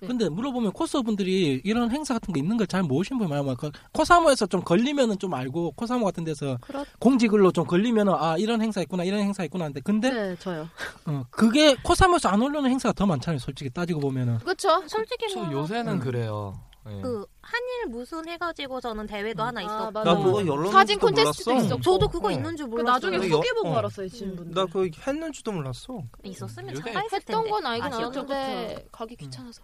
Speaker 7: 네.
Speaker 4: 근데 물어보면 코스분들이 이런 행사 같은 거 있는 걸 잘 모르시는 분이 많아요. 그 코사모에서 좀 걸리면은 좀 알고 코사모 같은 데서
Speaker 7: 그렇죠.
Speaker 4: 공지글로 좀 걸리면은 아 이런 행사 있구나 이런 행사 있구나 하는데 근데
Speaker 7: 네,
Speaker 11: 저요.
Speaker 4: 어, 그게 코사모에서 안 올려는 행사가 더 많잖아요. 솔직히 따지고 보면은
Speaker 7: 그렇죠. 음.
Speaker 8: 솔직히
Speaker 5: 저
Speaker 8: 뭐
Speaker 4: 음.
Speaker 5: 요새는 그래요. 예.
Speaker 8: 그 한일 무슨 해가지고 저는 대회도 하나 있었고
Speaker 6: 맞아. 나 그거 열렸는지도
Speaker 8: 사진 콘테스트도
Speaker 6: 몰랐어.
Speaker 8: 있었고 저도 그거
Speaker 6: 어.
Speaker 8: 있는 줄
Speaker 6: 그
Speaker 8: 몰랐어요
Speaker 6: 나중에 근데 여- 소개보고 어. 알았어요,
Speaker 8: 지금
Speaker 6: 나 그거 했는지도 몰랐어.
Speaker 8: 있었으면
Speaker 6: 요새
Speaker 8: 참가했을 텐데
Speaker 7: 네, 아, 했던 건 알긴
Speaker 8: 아쉬웠죠,
Speaker 7: 아는데 그렇죠.
Speaker 8: 그쵸?
Speaker 7: 가기 귀찮아서.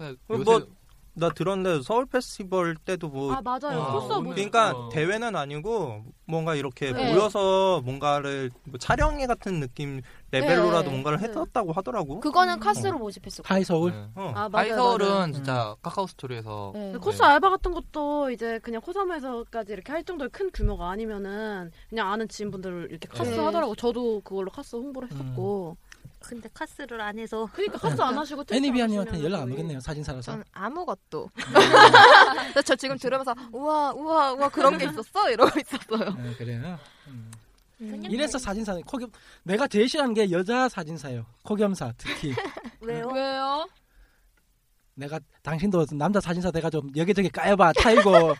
Speaker 5: 네,
Speaker 6: 뭐나 들었는데 서울 페스티벌 때도 뭐
Speaker 7: 아, 맞아요. 코스 뭐-
Speaker 6: 그러니까
Speaker 7: 어.
Speaker 6: 대회는 아니고 뭔가 이렇게
Speaker 7: 네.
Speaker 6: 모여서 뭔가를 뭐 촬영회 같은 느낌 레벨로라도
Speaker 7: 네.
Speaker 6: 뭔가를 했었다고 하더라고.
Speaker 7: 그거는 카스로 모집했어.
Speaker 4: 서울.
Speaker 11: 음.
Speaker 5: 네.
Speaker 11: 아,
Speaker 5: 하이
Speaker 11: 맞아요,
Speaker 5: 서울은
Speaker 11: 맞아요.
Speaker 5: 진짜
Speaker 4: 음.
Speaker 5: 카카오 스토리에서
Speaker 8: 네.
Speaker 11: 네.
Speaker 5: 네.
Speaker 11: 코스 알바 같은 것도 이제 그냥 코사무에서까지 이렇게 할 정도의 큰 규모가 아니면은 그냥 아는 지인분들 이렇게 카스
Speaker 8: 네.
Speaker 11: 하더라고. 저도 그걸로 카스 홍보를 했었고.
Speaker 8: 음.
Speaker 7: 음.
Speaker 8: 근데 카스를 안 해서
Speaker 11: 그러니까 카스 안 하시고
Speaker 4: 네. 애니비아님한테 연락 안 오겠네요. 사진사라서.
Speaker 9: 전 아무것도.
Speaker 5: 음.
Speaker 7: *laughs*
Speaker 9: 그래서 저 지금 들으면서 우와 우와 우와 그런 게 있었어 이러고 있었어요.
Speaker 4: 아, 그래요. 이래서 사진사는 코겸 내가 제일 싫어하는 게 여자 사진사예요. 코겸사 특히.
Speaker 8: 왜요?
Speaker 7: 왜요?
Speaker 4: 내가 당신도 남자 사진사 내가 좀 여기저기 까여봐 차이고 어,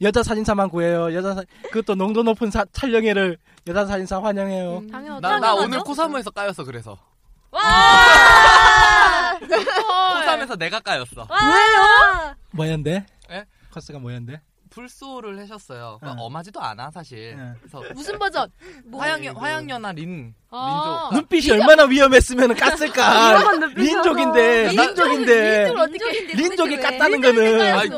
Speaker 4: 여자 사진사만 구해요 여자 사, 그것도 농도 높은 사, 촬영회를 여자 사진사 환영해요
Speaker 8: 당연하죠.
Speaker 5: 나, 나 오늘 코사무에서 까였어 그래서 코사무에서 내가 까였어
Speaker 8: 왜요?
Speaker 4: 뭐였는데?
Speaker 5: 예?
Speaker 4: 커스가 뭐였는데?
Speaker 5: 불소를 하셨어요
Speaker 4: 네.
Speaker 5: 그러니까 엄하지도 않아 사실 그래서 뭐
Speaker 7: 무슨 버전?
Speaker 5: 화양 화양연화 린 그러니까
Speaker 7: 아.
Speaker 4: 뭐 눈빛이 얼마나 위험했으면 깠을까
Speaker 7: 이런 눈빛이
Speaker 4: 민족인데
Speaker 7: 없어.
Speaker 4: 민족인데
Speaker 7: 민족을 어떻게-
Speaker 4: 민족이
Speaker 7: 민족인데
Speaker 4: 깠다는
Speaker 7: 민족을
Speaker 4: 거는
Speaker 7: 깠어.
Speaker 4: 아이,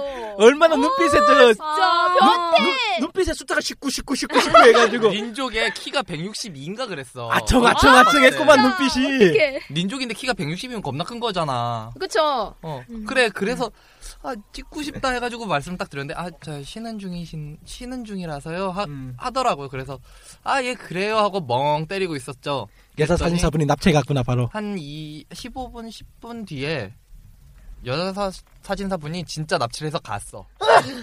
Speaker 4: 얼마나 눈빛에 저
Speaker 7: 진짜 변태.
Speaker 4: 눈빛에 숫자가 19, 19, 19, 19 해가지고
Speaker 5: 린족의 키가 162인가 그랬어
Speaker 4: 아청 아청 아청 했구만 눈빛이
Speaker 12: 어떡해.
Speaker 5: 린족인데 키가 160이면 겁나 큰 거잖아
Speaker 12: 그쵸?
Speaker 5: 어 그래 그래서 아 찍고 싶다 해가지고 말씀 딱 드렸는데 아 저 쉬는 중이신 쉬는 중이라서요 하,
Speaker 4: 음.
Speaker 5: 하더라고요 그래서 아 예 그래요 하고 멍 때리고 있었죠
Speaker 4: 여자
Speaker 5: 그랬더니
Speaker 4: 사진사분이 납치해 갔구나 바로
Speaker 5: 한 이 15분 10분 뒤에 여자 사, 사진사분이 진짜 납치를 해서 갔어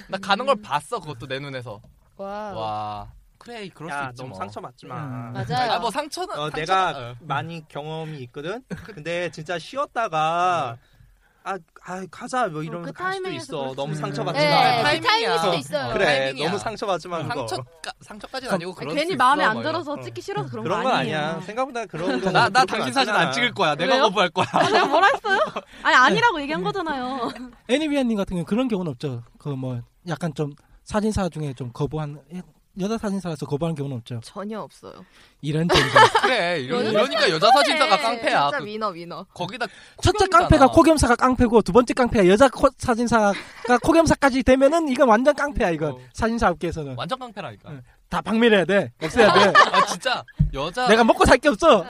Speaker 5: 나 가는 걸 봤어 그것도 내 눈에서
Speaker 7: 아.
Speaker 5: 와 그래 그럴
Speaker 6: 야,
Speaker 5: 수 있지
Speaker 6: 너무
Speaker 5: 뭐.
Speaker 6: 상처 맞지 마.
Speaker 5: 음. 맞아요. 아, 뭐 상처는-
Speaker 6: 어,
Speaker 5: 상처는-
Speaker 6: 내가
Speaker 5: 어.
Speaker 6: 많이 경험이
Speaker 5: *laughs*
Speaker 6: 있거든. 근데 진짜
Speaker 5: 네.
Speaker 6: 쉬었다가 아, 아 가자
Speaker 5: 어,
Speaker 6: 뭐
Speaker 5: 그
Speaker 6: 이러면서 갈 수도 있어. 너무 상처 받지
Speaker 5: 네,
Speaker 6: 마.
Speaker 5: 그 타이밍이야. 타이밍일 수도 있어요.
Speaker 6: 그래,
Speaker 5: 타이밍이야.
Speaker 6: 너무 상처 받지 마. 그거.
Speaker 5: 상처까- 상처까지는 아니고 그럴
Speaker 11: 괜히
Speaker 5: 수
Speaker 11: 마음에
Speaker 5: 있어,
Speaker 11: 안
Speaker 5: 막
Speaker 11: 들어서
Speaker 5: 이런.
Speaker 11: 찍기 싫어서 그런,
Speaker 6: 그런
Speaker 11: 거
Speaker 6: 건
Speaker 11: 아니에요.
Speaker 6: 아니야. 생각보다 그런 거.
Speaker 5: 나, 나 당신 사진 안 찍을 거야. 내가
Speaker 11: 왜요?
Speaker 5: 거부할 거야.
Speaker 11: 아, 내가 뭐라 했어요? 아니 아니라고
Speaker 8: 네.
Speaker 11: 얘기한 거잖아요.
Speaker 4: 애니비아님 같은 경우 그런 경우는 없죠 그 뭐 약간 좀 사진사 중에 좀 거부한 예, 여자 사진사라서 거부하는 경우는 없죠
Speaker 7: 전혀 없어요. *laughs*
Speaker 4: 이런 쟁
Speaker 5: 그래, 이러,
Speaker 7: 여자
Speaker 5: 이러니까
Speaker 7: 사진사
Speaker 5: 여자 사진사가
Speaker 7: 깡패.
Speaker 5: 깡패야.
Speaker 7: 진짜
Speaker 5: 그-
Speaker 7: 위너, 위너.
Speaker 5: 거기다
Speaker 4: 첫째 깡패가 코겸사가 깡패고 두 번째 깡패가 여자 코- 사진사가 코겸사까지 되면은 이건 완전 깡패야 이건 사진사 업계에서는
Speaker 5: 완전 깡패라니까.
Speaker 4: 다 박멸해야 돼 없애야 돼
Speaker 5: *laughs* 아 진짜 여자
Speaker 4: 내가 먹고 살 게 없어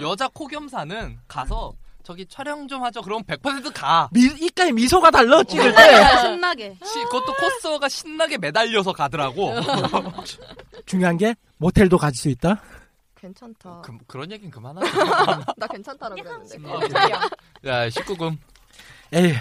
Speaker 5: 여자 코겸사는 가서 저기 촬영 좀 하죠. 그럼 100%가
Speaker 4: 미, 이까에 미소가 달라 찍을
Speaker 5: 신나게,
Speaker 4: 때
Speaker 11: 신나게.
Speaker 5: 시, 그것도 코스어가 신나게 매달려서 가더라고.
Speaker 4: 중요한 게 모텔도 가질 수 있다
Speaker 7: 괜찮다.
Speaker 5: 그, 그런 얘기는 그만하.
Speaker 7: *laughs* 나 괜찮다라고 그랬는데.
Speaker 5: 야 19금
Speaker 4: 에이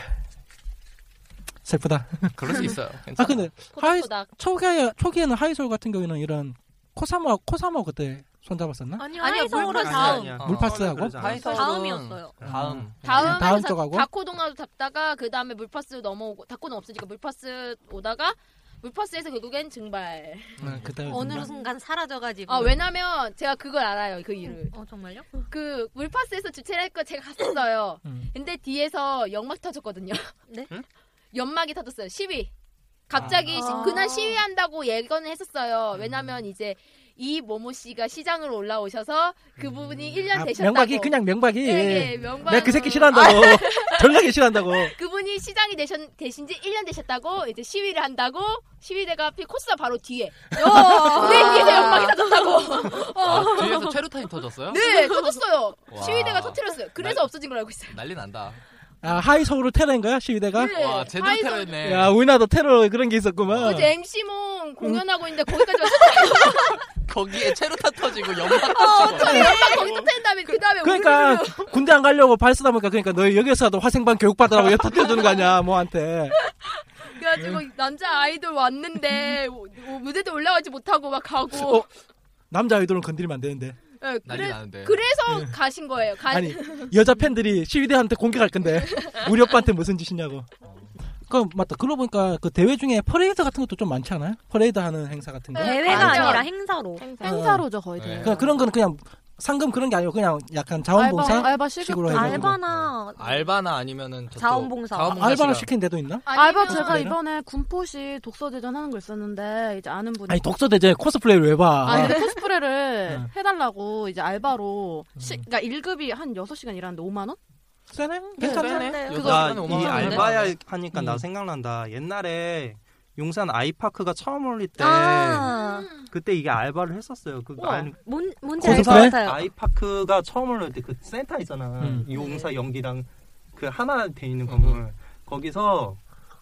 Speaker 4: 슬프다
Speaker 5: 그럴 수 있어요.
Speaker 4: *laughs* 아
Speaker 5: 괜찮아.
Speaker 4: 근데 하이 초기에 초기에는 하이솔 같은 경우에는 이런 코사모 코사모 그때 손잡았었나
Speaker 8: 아니요,
Speaker 7: 아니요,
Speaker 8: 하이성으로
Speaker 7: 물파스
Speaker 8: 다음.
Speaker 7: 아니야.
Speaker 4: 물파스하고
Speaker 5: 하이솔은
Speaker 8: 다음이었어요.
Speaker 5: 어, 다음.
Speaker 7: 다음에
Speaker 4: 다음
Speaker 7: 다-
Speaker 4: 쪽하고?
Speaker 7: 다코동화도 잡다가 그 다음에 물파스 넘어오고 다코는 없으니까 물파스 오다가 물파스에서 결국엔 증발.
Speaker 4: 응, 아, 그때
Speaker 8: 어느 순간 사라져가지고.
Speaker 7: 아 왜냐면 제가 그걸 알아요 그 일을.
Speaker 8: 어 정말요?
Speaker 7: 그 물파스에서 주최를 할 거 제가 갔었어요.
Speaker 8: 음.
Speaker 7: 근데 뒤에서 연막 터졌거든요.
Speaker 8: 네?
Speaker 7: 연막이 터졌어요. 시위. 갑자기
Speaker 8: 아.
Speaker 7: 시- 그날 시위한다고 예건을 했었어요.
Speaker 4: 음.
Speaker 7: 왜냐면 이제 이 모모 씨가 시장으로 올라오셔서 그 부분이 1년
Speaker 4: 아,
Speaker 7: 되셨다고.
Speaker 4: 명박이 그냥 명박이
Speaker 7: 예, 아. 예, 명박.
Speaker 4: 내가 그 새끼
Speaker 7: *laughs*
Speaker 4: 싫어한다고 전략이 싫어한다고
Speaker 7: 그분이 시장이 되신, 되신 지 1년 되셨다고 이제 시위를 한다고 시위대가 앞에 코스가 바로 뒤에 어, 내 뒤에서 연막이 터졌다고
Speaker 5: 아,
Speaker 7: 어.
Speaker 5: 뒤에서 체루타임 터졌어요?
Speaker 7: 네 터졌어요
Speaker 5: 와.
Speaker 7: 시위대가 터뜨렸어요 그래서 없어진 걸 알고 있어요
Speaker 5: 난리 난다.
Speaker 4: 아 하이서울을 테러인가요 시위대가
Speaker 7: 네, 와, 제대로 하이서울. 테러였네.
Speaker 4: 야 우리나라도 테러 그런 게 있었구만
Speaker 7: 어제 MC몽 공연하고 있는데 거기까지 왔어
Speaker 5: 거기에 체루타 터지고 연막
Speaker 7: 어,
Speaker 5: 터지고.
Speaker 7: 어떻게 연막 거기 터뜨린 다음에 그 다음에
Speaker 4: 그러니까 군대 안 가려고 발쓰다 보니까 그러니까 너 여기서도 화생방 교육 받으라고 여기 터뜨려주는 거 아니야 뭐한테
Speaker 7: 그래가지고 남자 아이돌 왔는데 오- 오- 무대도 올라가지 못하고 막 가고
Speaker 4: 어, 남자 아이돌은 건드리면 안 되는데
Speaker 7: 예,
Speaker 4: 난리 나는데.
Speaker 7: 그래서 가신 거예요 가-
Speaker 4: 아니 여자 팬들이 시위대한테 공격할 건데 우리 오빠한테 무슨 짓이냐고 그 맞다 그러고 보니까 그 대회 중에 퍼레이드 같은 것도 좀 많지 않아요? 퍼레이드 하는 행사 같은
Speaker 11: 네,
Speaker 4: 거
Speaker 8: 대회가
Speaker 7: 맞아.
Speaker 8: 네. 아니라 행사로.
Speaker 4: 행사로죠,
Speaker 8: 거의
Speaker 5: 네.
Speaker 4: 그 그런 거는 그냥 상금 그런 게 아니고 그냥 약간 자원봉사 식으로 해가지고.
Speaker 8: 알바나
Speaker 5: 알바나 아니면은 저또
Speaker 8: 자원봉사.
Speaker 5: 자원봉사
Speaker 4: 알바나
Speaker 5: 시간.
Speaker 4: 시킨 데도 있나?
Speaker 11: 알바 제가
Speaker 4: 그래요?
Speaker 11: 이번에 군포시 독서대전 하는 거 있었는데 이제 아는 분이
Speaker 4: 아니 독서 대제 코스프레를 왜 봐?
Speaker 11: 아니 근데
Speaker 5: 네.
Speaker 11: 코스프레를 해달라고 이제 알바로
Speaker 5: 음.
Speaker 11: 시, 그러니까 1급이 한 6시간 일하는데 5만 원?
Speaker 4: 세네?
Speaker 6: 괜찮네.
Speaker 11: 그거
Speaker 6: 나이 알바야
Speaker 5: 네.
Speaker 6: 하니까
Speaker 5: 음.
Speaker 6: 나 생각난다. 옛날에 용산 아이파크가 처음 올릴 때
Speaker 8: 아.
Speaker 6: 그때 이게 알바를 했었어요. 그
Speaker 8: 우와,
Speaker 6: 아니,
Speaker 8: 뭔 뭔지 알 것
Speaker 6: 용산
Speaker 8: 같아요.
Speaker 6: 아이파크가 처음 올릴 때 그 센터 있잖아.
Speaker 8: 음.
Speaker 6: 용사 연기랑 그 하나 돼 있는 건물. 거기서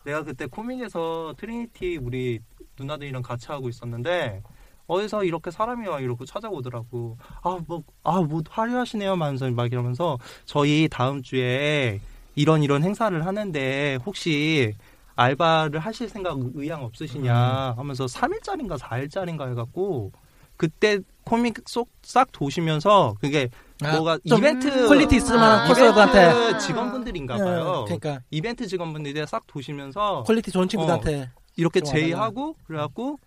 Speaker 6: 내가 그때 코믹에서 트리니티 우리 누나들이랑 같이 하고 있었는데 어디서 이렇게 사람이 와 이러고 찾아오더라고. 아 뭐 아 뭐 화려하시네요, 만선 막 이러면서 저희 다음 주에 이런 이런 행사를 하는데 혹시 알바를 하실 생각 의향
Speaker 4: 음.
Speaker 6: 없으시냐 하면서 3일짜리인가 4일짜리인가 해갖고 그때 코믹 쏙 싹 도시면서 그게 아, 뭐가
Speaker 4: 좀
Speaker 6: 이벤트
Speaker 4: 퀄리티 있을 만한 코스들한테.
Speaker 6: 이벤트 직원분들인가 봐요.
Speaker 4: 예, 그러니까.
Speaker 6: 이벤트 직원분들이 싹 도시면서 어,
Speaker 4: 퀄리티 좋은 친구들한테
Speaker 6: 이렇게
Speaker 4: 좀
Speaker 6: 제의하고 그래갖고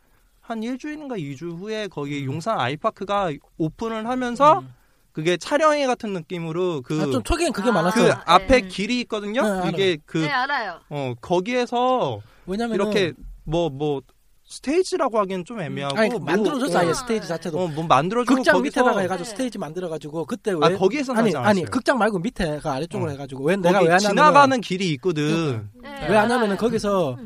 Speaker 6: 한 일주일인가 2주 후에 거기
Speaker 4: 음.
Speaker 6: 용산 아이파크가 오픈을 하면서 그게 촬영회 같은 느낌으로 그
Speaker 4: 아, 좀 초기엔 그게
Speaker 6: 그
Speaker 4: 많았어요.
Speaker 6: 앞에 길이 있거든요.
Speaker 4: 네, 알아요.
Speaker 6: 이게 그
Speaker 7: 네 알아요.
Speaker 6: 어, 거기에서
Speaker 4: 왜냐면은-
Speaker 6: 이렇게 뭐 뭐 스테이지라고 하기엔 좀 애매하고
Speaker 4: 아니,
Speaker 6: 뭐-
Speaker 4: 만들어줬어 아예
Speaker 6: 어,
Speaker 4: 스테이지 자체도.
Speaker 6: 어, 뭐 만들어주고
Speaker 4: 극장
Speaker 6: 거기서-
Speaker 4: 밑에다가 해가지고 스테이지 만들어가지고 그때 왜?
Speaker 6: 아, 거기에서는
Speaker 4: 아니
Speaker 6: 하지 않았어요. 어.
Speaker 4: 아니 극장 말고 밑에가 그 아래쪽으로 해가지고 왜 그러니까.
Speaker 6: 거기
Speaker 4: 내가 왜 안 하냐면
Speaker 6: 지나가는 길이 있거든.
Speaker 4: 왜 안 하면은 거기서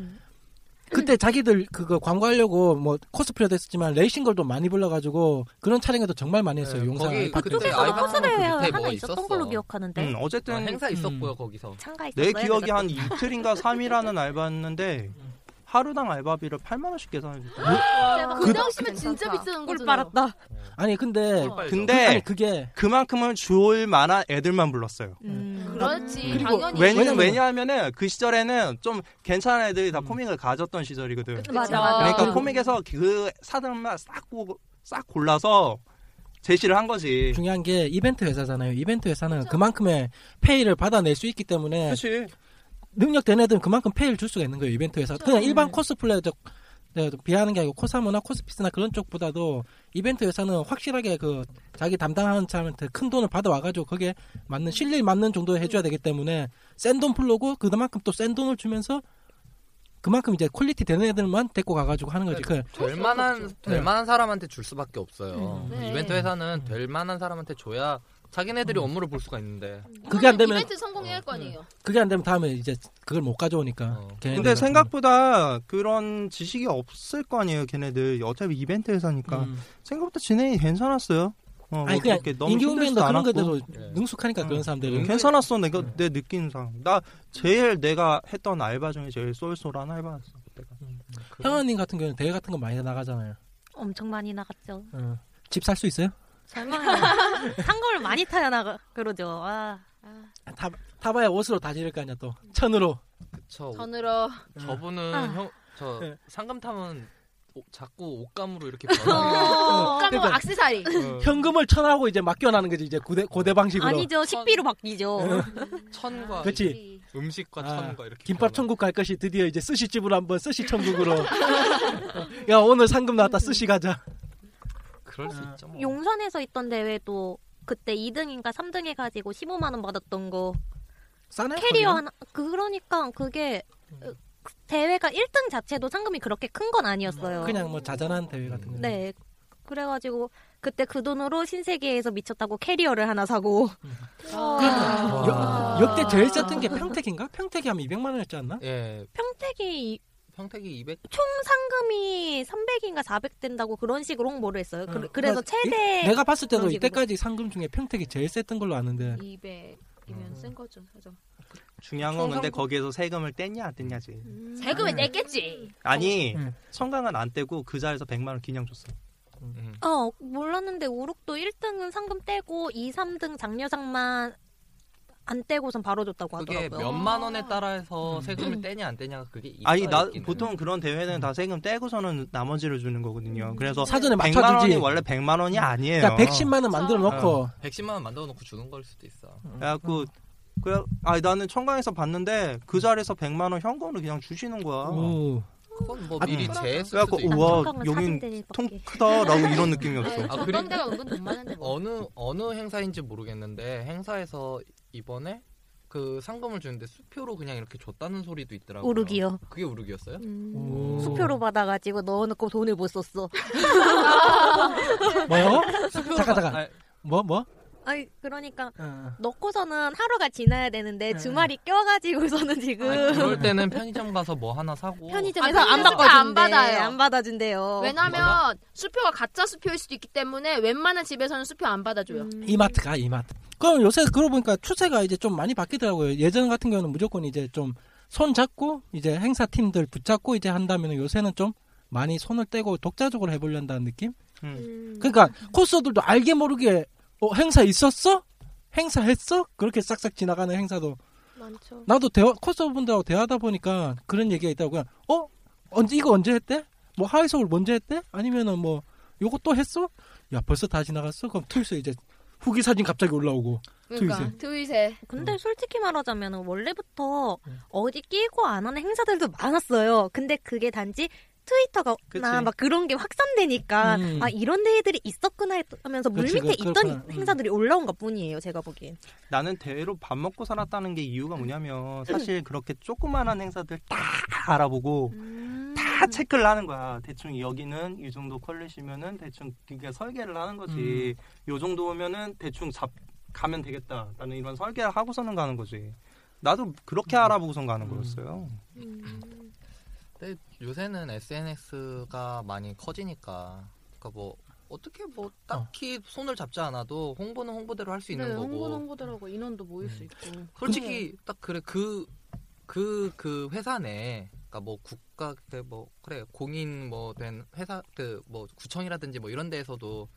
Speaker 4: 그때 자기들 그거 광고하려고 뭐 코스프레도 했었지만 레이싱걸도 많이 불러가지고 그런 촬영에도 정말 많이
Speaker 6: 네,
Speaker 4: 했어요 용산
Speaker 5: 거기
Speaker 4: 아이파크.
Speaker 5: 그때
Speaker 8: 그쪽에서는
Speaker 5: 아이바스
Speaker 8: 코스를
Speaker 5: 그 밑에
Speaker 8: 하나
Speaker 5: 뭐
Speaker 8: 있었던
Speaker 5: 있었어.
Speaker 8: 걸로 기억하는데. 음,
Speaker 6: 어쨌든
Speaker 5: 아, 행사
Speaker 6: 음.
Speaker 5: 있었고요 거기서.
Speaker 6: 내 기억이 한
Speaker 8: *laughs*
Speaker 6: 이틀인가 3일하는 알바였는데 하루당 알바비를 8만 원씩 계산해줬다.
Speaker 7: 그 당시면 진짜 비싼 거잖아.
Speaker 8: 빨았다.
Speaker 4: 아니 근데
Speaker 6: 근데
Speaker 4: 아니, 그게
Speaker 6: 어. 그만큼은 좋을 만한 애들만 불렀어요.
Speaker 11: 음.
Speaker 7: 그렇지 음, 당연히.
Speaker 6: 왜냐, 왜냐하면은 그 시절에는 좀 괜찮은 애들이 다
Speaker 4: 음.
Speaker 6: 코믹을 가졌던 시절이거든.
Speaker 7: 그쵸, 맞아, 맞아.
Speaker 6: 그러니까
Speaker 7: 그리고-
Speaker 6: 코믹에서 그 사람만 싹, 고- 싹 골라서 제시를 한 거지.
Speaker 4: 중요한 게 이벤트 회사잖아요. 이벤트 회사는 그만큼의 페이를 받아낼 수 있기 때문에
Speaker 6: 그치.
Speaker 4: 능력된 애들은 그만큼 페이를 줄 수가 있는 거예요. 이벤트 회사. 그냥 일반 코스플레적 네, 비하는 게 아니고 코사무나 코스피스나 그런 쪽보다도 이벤트 회사는 확실하게 그 자기 담당하는 사람한테 큰 돈을 받아와가지고 그게 맞는 실릴 맞는 정도 해줘야 되기 때문에 센 돈 풀러고 그만큼 또 센 돈을 주면서 그만큼 이제 퀄리티 되는 애들만 데리고 가가지고 하는 거지. 그
Speaker 5: 될 만한 될
Speaker 4: 네.
Speaker 5: 만한 사람한테 줄 수밖에 없어요.
Speaker 7: 음. 네.
Speaker 5: 이벤트 회사는 될 만한 사람한테 줘야 자기네들이 업무를 볼 수가 있는데.
Speaker 4: 음. 그게 안 되면
Speaker 7: 이벤트 성공할 거 아니에요.
Speaker 4: 그게 안 되면 다음에 이제 그걸 못 가져오니까.
Speaker 5: 어.
Speaker 4: 걔네들은.
Speaker 6: 근데 생각보다 그런 지식이 없을 거 아니에요, 걔네들. 어차피 이벤트 회사니까. 생각보다 진행이 괜찮았어요. 어, 뭐
Speaker 4: 음. 아니 그냥
Speaker 6: 그렇게 너무
Speaker 4: 인기응변도 음.
Speaker 6: 힘들지도
Speaker 4: 그런
Speaker 6: 않았고. 음,
Speaker 4: 거대로
Speaker 5: 예.
Speaker 4: 능숙하니까 그런 사람들은
Speaker 6: 괜찮았어 내가 내 느낌상 나 제일 내가 했던 알바 중에 제일 쏠쏠한 알바였어 그때가
Speaker 4: 형아님 같은 경우는 대회 같은 거 많이 나가잖아요.
Speaker 8: 엄청 많이 나갔죠.
Speaker 4: 집 살 수 있어요?
Speaker 8: 설마
Speaker 7: *laughs*
Speaker 8: 상금을 많이 타야 나가 그러죠. 아, 아.
Speaker 4: 타, 타봐야 옷으로 다지를 거 아니야 또 천으로.
Speaker 5: 저
Speaker 7: 전으로
Speaker 5: 저분은
Speaker 7: 아.
Speaker 5: 형, 저
Speaker 4: 예. 네.
Speaker 5: 상금 타면 오- 자꾸 옷감으로
Speaker 7: *laughs*
Speaker 5: 이렇게
Speaker 8: 그러니까.
Speaker 7: 어,
Speaker 5: 변하는
Speaker 4: 그러니까.
Speaker 7: 깜깜 악세사리.
Speaker 4: *laughs*
Speaker 5: 그
Speaker 4: 현금을 천하고 이제 맡겨나는 거지 이제 고대 고대 방식으로.
Speaker 8: *laughs* 아니죠. 식비로 바뀌죠.
Speaker 5: 천과
Speaker 4: 어. 그렇지.
Speaker 5: 음식과 천과 이렇게
Speaker 4: 아, 김밥 천국 갈 것이 드디어 이제 스시 집으로 한번 스시 천국으로. *laughs* 야 오늘 상금 나왔다 스시 가자.
Speaker 5: 그럴 수 있죠. 뭐.
Speaker 8: 용산에서 있던 대회도 그때 2등인가 3등 해가지고 15만 원 받았던 거.
Speaker 4: 싸네.
Speaker 8: 캐리어
Speaker 4: 거기는?
Speaker 8: 하나 그러니까 그게 어, 그 대회가 1등 자체도 상금이 그렇게 큰 건 아니었어요.
Speaker 4: 그냥 뭐 자잘한 대회 같은 거.
Speaker 8: 네. 그래가지고 그때 그 돈으로 신세계에서 미쳤다고 캐리어를 하나 사고.
Speaker 4: 그러니까
Speaker 7: 아.
Speaker 8: 아.
Speaker 4: 역- 역대 제일 썼던 게 평택인가? 평택이 하면 200만 원이었지 않나?
Speaker 5: 예.
Speaker 8: 평택이 이-
Speaker 5: 평택이 200.
Speaker 8: 총 상금이 300인가 400 된다고 그런 식으로 홍보를 했어요. 그, 래서
Speaker 4: 그러니까 이-
Speaker 8: 최대
Speaker 4: 내가 봤을 때도
Speaker 8: 그런 식으로. 음.
Speaker 4: 이때까지 상금 중에 평택이 제일 셌던 걸로 아는데.
Speaker 7: 200이면 센 거죠. 그죠?
Speaker 6: 중요한 건 근데
Speaker 7: 정상-
Speaker 6: 거기에서 세금을 뗐냐 안 뗐냐지
Speaker 7: 음. 세금을
Speaker 6: 네.
Speaker 7: 냈겠지.
Speaker 6: 아니
Speaker 4: 음.
Speaker 6: 청강은 안 떼고 그 자에서 100만 원 기냥 줬어
Speaker 8: 어 몰랐는데 우룩도 1등은 상금 떼고 2, 3등 장려상만 안 떼고선 바로 줬다고
Speaker 5: 그게
Speaker 7: 어.
Speaker 8: 하더라고요.
Speaker 5: 몇만 원에 따라서
Speaker 4: 음.
Speaker 5: 세금을 떼냐 안 떼냐가 그게
Speaker 6: 아니
Speaker 5: 있어요,
Speaker 6: 나
Speaker 5: 있기는.
Speaker 6: 보통 그런 대회는 다 세금 떼고서는 나머지를 주는
Speaker 7: 음.
Speaker 6: 거거든요 그래서
Speaker 4: 사전에
Speaker 6: 100만 원이
Speaker 4: 맞춰주지.
Speaker 6: 원래 100만 원이 아니에요
Speaker 4: 그러니까 110만 원 만들어 놓고.
Speaker 5: 110만 원 만들어 놓고 주는 걸 수도 있어.
Speaker 6: 그래갖고 그래 아 나는 청강에서 봤는데 그 자리에서 100만 원 현금으로 그냥 주시는 거야
Speaker 5: 그건 뭐
Speaker 6: 아,
Speaker 5: 미리
Speaker 6: 음.
Speaker 5: 제했을
Speaker 6: 그래갖고
Speaker 5: 수도 있고.
Speaker 6: 우와 여긴 통 크다라고 이런 느낌이었어
Speaker 7: 그런
Speaker 5: 아, 그리고-
Speaker 7: 데가 은근 돈 많은데 뭐.
Speaker 5: 어느 어느 행사인지 모르겠는데 행사에서 이번에 그 상금을 주는데 수표로 그냥 이렇게 줬다는 소리도 있더라고요.
Speaker 8: 우룩이요.
Speaker 5: 그게 우룩이었어요?
Speaker 8: 수표로 받아가지고 넣어놓고 돈을 못 썼어. *laughs*
Speaker 4: 뭐요?
Speaker 8: 수표로
Speaker 4: 잠깐
Speaker 5: 아,
Speaker 8: 받-
Speaker 4: 잠깐. 뭐 뭐?
Speaker 8: 아니 그러니까
Speaker 4: 어.
Speaker 8: 넣고서는 하루가 지나야 되는데 주말이 껴가지고서는 지금
Speaker 5: 아니, 그럴 때는 편의점 가서 뭐 하나 사고
Speaker 8: 편의점에서
Speaker 7: 아,
Speaker 8: 안
Speaker 7: 편의점
Speaker 8: 바꿔준대.
Speaker 7: 안 받아요.
Speaker 8: 안
Speaker 13: 어.
Speaker 8: 받아준대요.
Speaker 7: 왜냐면 수표가 가짜 수표일 수도 있기 때문에 웬만한 집에서는 수표 안 받아줘요.
Speaker 13: 음.
Speaker 4: 이마트 가 이마트. 그럼 요새 그러고 보니까 추세가 이제 좀 많이 바뀌더라고요. 예전 같은 경우는 무조건 이제 좀 손 잡고 이제 행사 팀들 붙잡고 이제 한다면 요새는 좀 많이 손을 떼고 독자적으로 해보려는 느낌.
Speaker 6: 음.
Speaker 7: 음,
Speaker 4: 그러니까 코스들도 알게 모르게 어, 행사 있었어? 행사 했어? 그렇게 싹싹 지나가는 행사도
Speaker 9: 많죠.
Speaker 4: 나도 대화 코스분들하고 대화하다 보니까 그런 얘기가 있더라고요. 어 언제 이거 언제 했대? 뭐 하이 서울 언제 했대? 아니면은 뭐 요거 또 했어? 야 벌써 다 지나갔어? 그럼 툴스 이제 후기 사진 갑자기 올라오고
Speaker 8: 그러니까.
Speaker 11: 그러니까,
Speaker 4: 트윗에.
Speaker 7: 트윗에.
Speaker 8: 근데 솔직히 말하자면 원래부터
Speaker 6: 네.
Speaker 8: 어디 끼고 안 하는 행사들도 많았어요. 근데 그게 단지 트위터가
Speaker 7: 그치.
Speaker 8: 나 막 그런 게 확산되니까
Speaker 7: 음.
Speaker 8: 아 이런 대회들이 있었구나 했- 하면서
Speaker 6: 그치,
Speaker 8: 물밑에
Speaker 6: 그-
Speaker 8: 있던
Speaker 6: 그렇구나. 음.
Speaker 8: 행사들이 올라온 것뿐이에요. 제가 보기엔.
Speaker 6: 나는 대회로 밥 먹고 살았다는 게 이유가
Speaker 4: 음.
Speaker 6: 뭐냐면 사실 그렇게 조그만한 행사들 다 알아보고
Speaker 4: 음.
Speaker 6: 다 체크를 하는 거야. 대충 여기는 이 정도 컬리시면은 대충 그게 설계를 하는 거지.
Speaker 4: 음.
Speaker 6: 요 정도면은 대충 잡 가면 되겠다. 나는 이런 설계를 하고서는 가는 거지. 나도 그렇게
Speaker 4: 음.
Speaker 6: 알아보고선 가는 거였어요.
Speaker 5: 음. 근데 요새는 SNS가 많이 커지니까 그러니까 뭐 어떻게 뭐 딱히 손을 잡지 않아도 홍보는 홍보대로 할 수 있는
Speaker 11: 네,
Speaker 5: 거고 음.
Speaker 11: 홍보 홍보대라고 인원도 모일 수 있고.
Speaker 5: 솔직히 딱 그래 그 그 그 회사 내 그러니까 뭐 국가 그때 뭐 그래 공인 뭐 된 회사 그 뭐 구청이라든지 뭐 이런 데에서도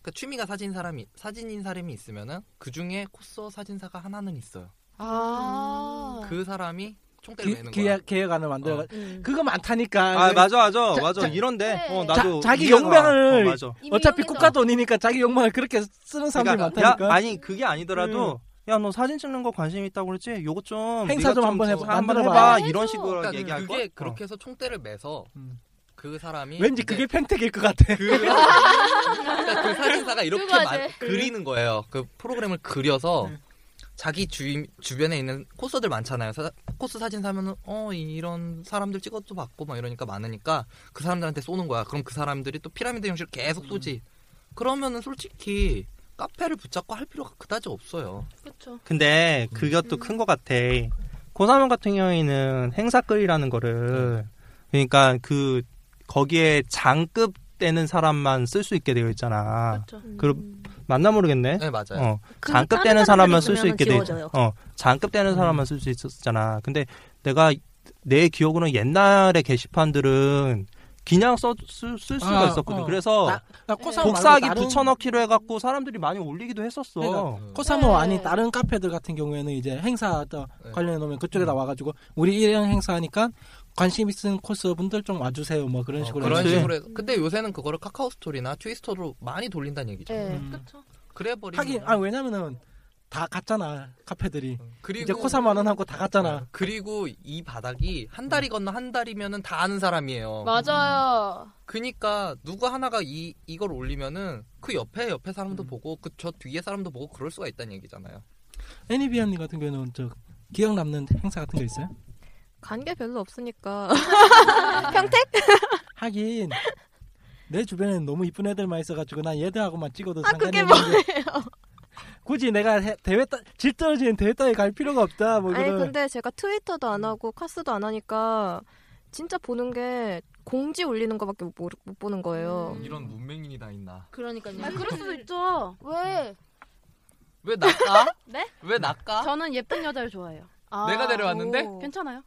Speaker 5: 그 취미가 사진 사람이 사진인 사람이 있으면은 그 중에 코스어 사진사가 하나는 있어요.
Speaker 2: 어.
Speaker 11: 아.
Speaker 5: 그 사람이 총대를
Speaker 4: 기,
Speaker 5: 내는 거야.
Speaker 4: 계약 계획안을 만들어.
Speaker 5: 어. 음.
Speaker 4: 그거 많다니까.
Speaker 6: 아, 맞아, 맞아, 맞아. 이런데. 어, 나도
Speaker 4: 자, 기
Speaker 6: 이해가 가.
Speaker 4: 욕망을
Speaker 6: 어,
Speaker 4: 어,
Speaker 6: 맞아.
Speaker 4: 차피 국가 돈이니까 자기 욕망을 그렇게 쓰는 사람들이
Speaker 6: 그러니까,
Speaker 4: 많다니까. 음.
Speaker 6: 야, 아니 그게 아니더라도 야 너 사진 찍는 거 관심 있다고 그랬지? 요거 좀
Speaker 4: 행사
Speaker 6: 네가
Speaker 4: 좀 한번 해봐.
Speaker 6: 한번
Speaker 4: 만들어봐.
Speaker 6: 아, 해봐.
Speaker 4: 해줘.
Speaker 6: 이런 식으로
Speaker 5: 그러니까
Speaker 6: 얘기할 거.
Speaker 5: 그게 그렇게 해서 총대를 매서 그 사람이
Speaker 4: 어. 왠지 그게 팽택일 것 같아. *laughs*
Speaker 5: 그러니까 그 사진사가 이렇게
Speaker 4: 그거지.
Speaker 5: 마- 그리는 거예요. 그 프로그램을 그려서 자기 주 주변에 있는 코스들 많잖아요. 사- 코스 사진 사면은 어 이런 사람들 찍어도 받고 막 이러니까 많으니까 그 사람들한테 쏘는 거야. 그럼 그 사람들이 또 피라미드 형식으로 계속 쏘지. 그러면은 솔직히 카페를 붙잡고 할 필요가 그다지 없어요.
Speaker 11: 그렇죠.
Speaker 6: 근데 그것도 큰 거 같아. 고사원 같은 경우에는 행사 끌이라는 거를 그러니까 그 거기에 장급 되는 사람만 쓸 수 있게 되어 있잖아.
Speaker 4: 음.
Speaker 6: 그 맞나 모르겠네.
Speaker 5: 네, 맞아요.
Speaker 6: 어,
Speaker 5: 그렇죠. 그거
Speaker 6: 장급
Speaker 5: 다른
Speaker 6: 되는 사람만 쓸 수
Speaker 5: 사람들이
Speaker 6: 있게 돼.
Speaker 5: 지워져요. 음.
Speaker 6: 어, 장급 되는 사람만 쓸 수 있었잖아. 근데 내가 내 기억으로는 옛날에 게시판들은 그냥 써, 쓸, 쓸 수가
Speaker 4: 아,
Speaker 6: 있었거든.
Speaker 4: 어.
Speaker 6: 그래서
Speaker 4: 나- 나 코사모 말고
Speaker 6: 복사하기
Speaker 4: 다른-
Speaker 6: 붙여넣기로 해갖고 사람들이 많이 올리기도 했었어.
Speaker 4: 그러니까 코사모 아닌 다른 카페들 같은 경우에는 이제 행사 또
Speaker 6: 네.
Speaker 4: 관련해 놓으면
Speaker 6: 음.
Speaker 4: 그쪽에다 와가지고 우리 이런 행사하니까 관심 있는 코스 분들 좀 와주세요. 뭐
Speaker 6: 어,
Speaker 4: 그런 식으로.
Speaker 5: 그런
Speaker 4: 해서.
Speaker 5: 식으로 해서 근데 요새는 그거를 카카오 스토리나 트위스터로 많이 돌린다는 얘기죠.
Speaker 11: 그렇죠.
Speaker 5: 그래 버리면
Speaker 4: 하긴 아 왜냐면은 다 갔잖아 카페들이.
Speaker 5: 음. 그리고- 어,
Speaker 4: 이제 코사모는 하고 다 갔잖아.
Speaker 5: 그리고 이 바닥이 한 달이 건너 한 달이면은 다 아는
Speaker 6: 어,
Speaker 5: 사람이에요.
Speaker 9: 맞아요.
Speaker 5: 그니까 누구 하나가 이 이걸 올리면은 그 옆에 옆에
Speaker 4: 음.
Speaker 5: 사람도 보고 그 저 뒤에 사람도 보고 그럴 수가 있다는 얘기잖아요.
Speaker 4: 애니비 언니 E 같은 경우는 저 기억 남는 행사 같은 거 있어요?
Speaker 13: 간 게 별로 없으니까
Speaker 9: 평택?
Speaker 4: 하긴 내 주변에는 너무 이쁜 애들만 있어가지고 난 얘들하고만 찍어도
Speaker 13: 아, 그게
Speaker 4: 굳이 내가 해- 대회 따, 질 떨어지는 대회 따위 갈 필요가 없다.
Speaker 6: 어,
Speaker 4: 뭐
Speaker 13: 아니
Speaker 4: 그런.
Speaker 13: 근데 제가 트위터도 안 하고 카스도 안 하니까 진짜 보는 게 공지 올리는 거밖에 못, 모르- 못 보는 거예요.
Speaker 7: 음.
Speaker 5: 이런 문맹인이 다 있나?
Speaker 7: 그러니까요.
Speaker 11: 아, 그럴 수도 있죠.
Speaker 7: 왜?
Speaker 5: 왜 나까?
Speaker 11: 네?
Speaker 5: 왜 나까?
Speaker 11: 저는 예쁜 여자를 좋아해요.
Speaker 5: *laughs* 내가 데려왔는데? 네?
Speaker 11: 오. 괜찮아요.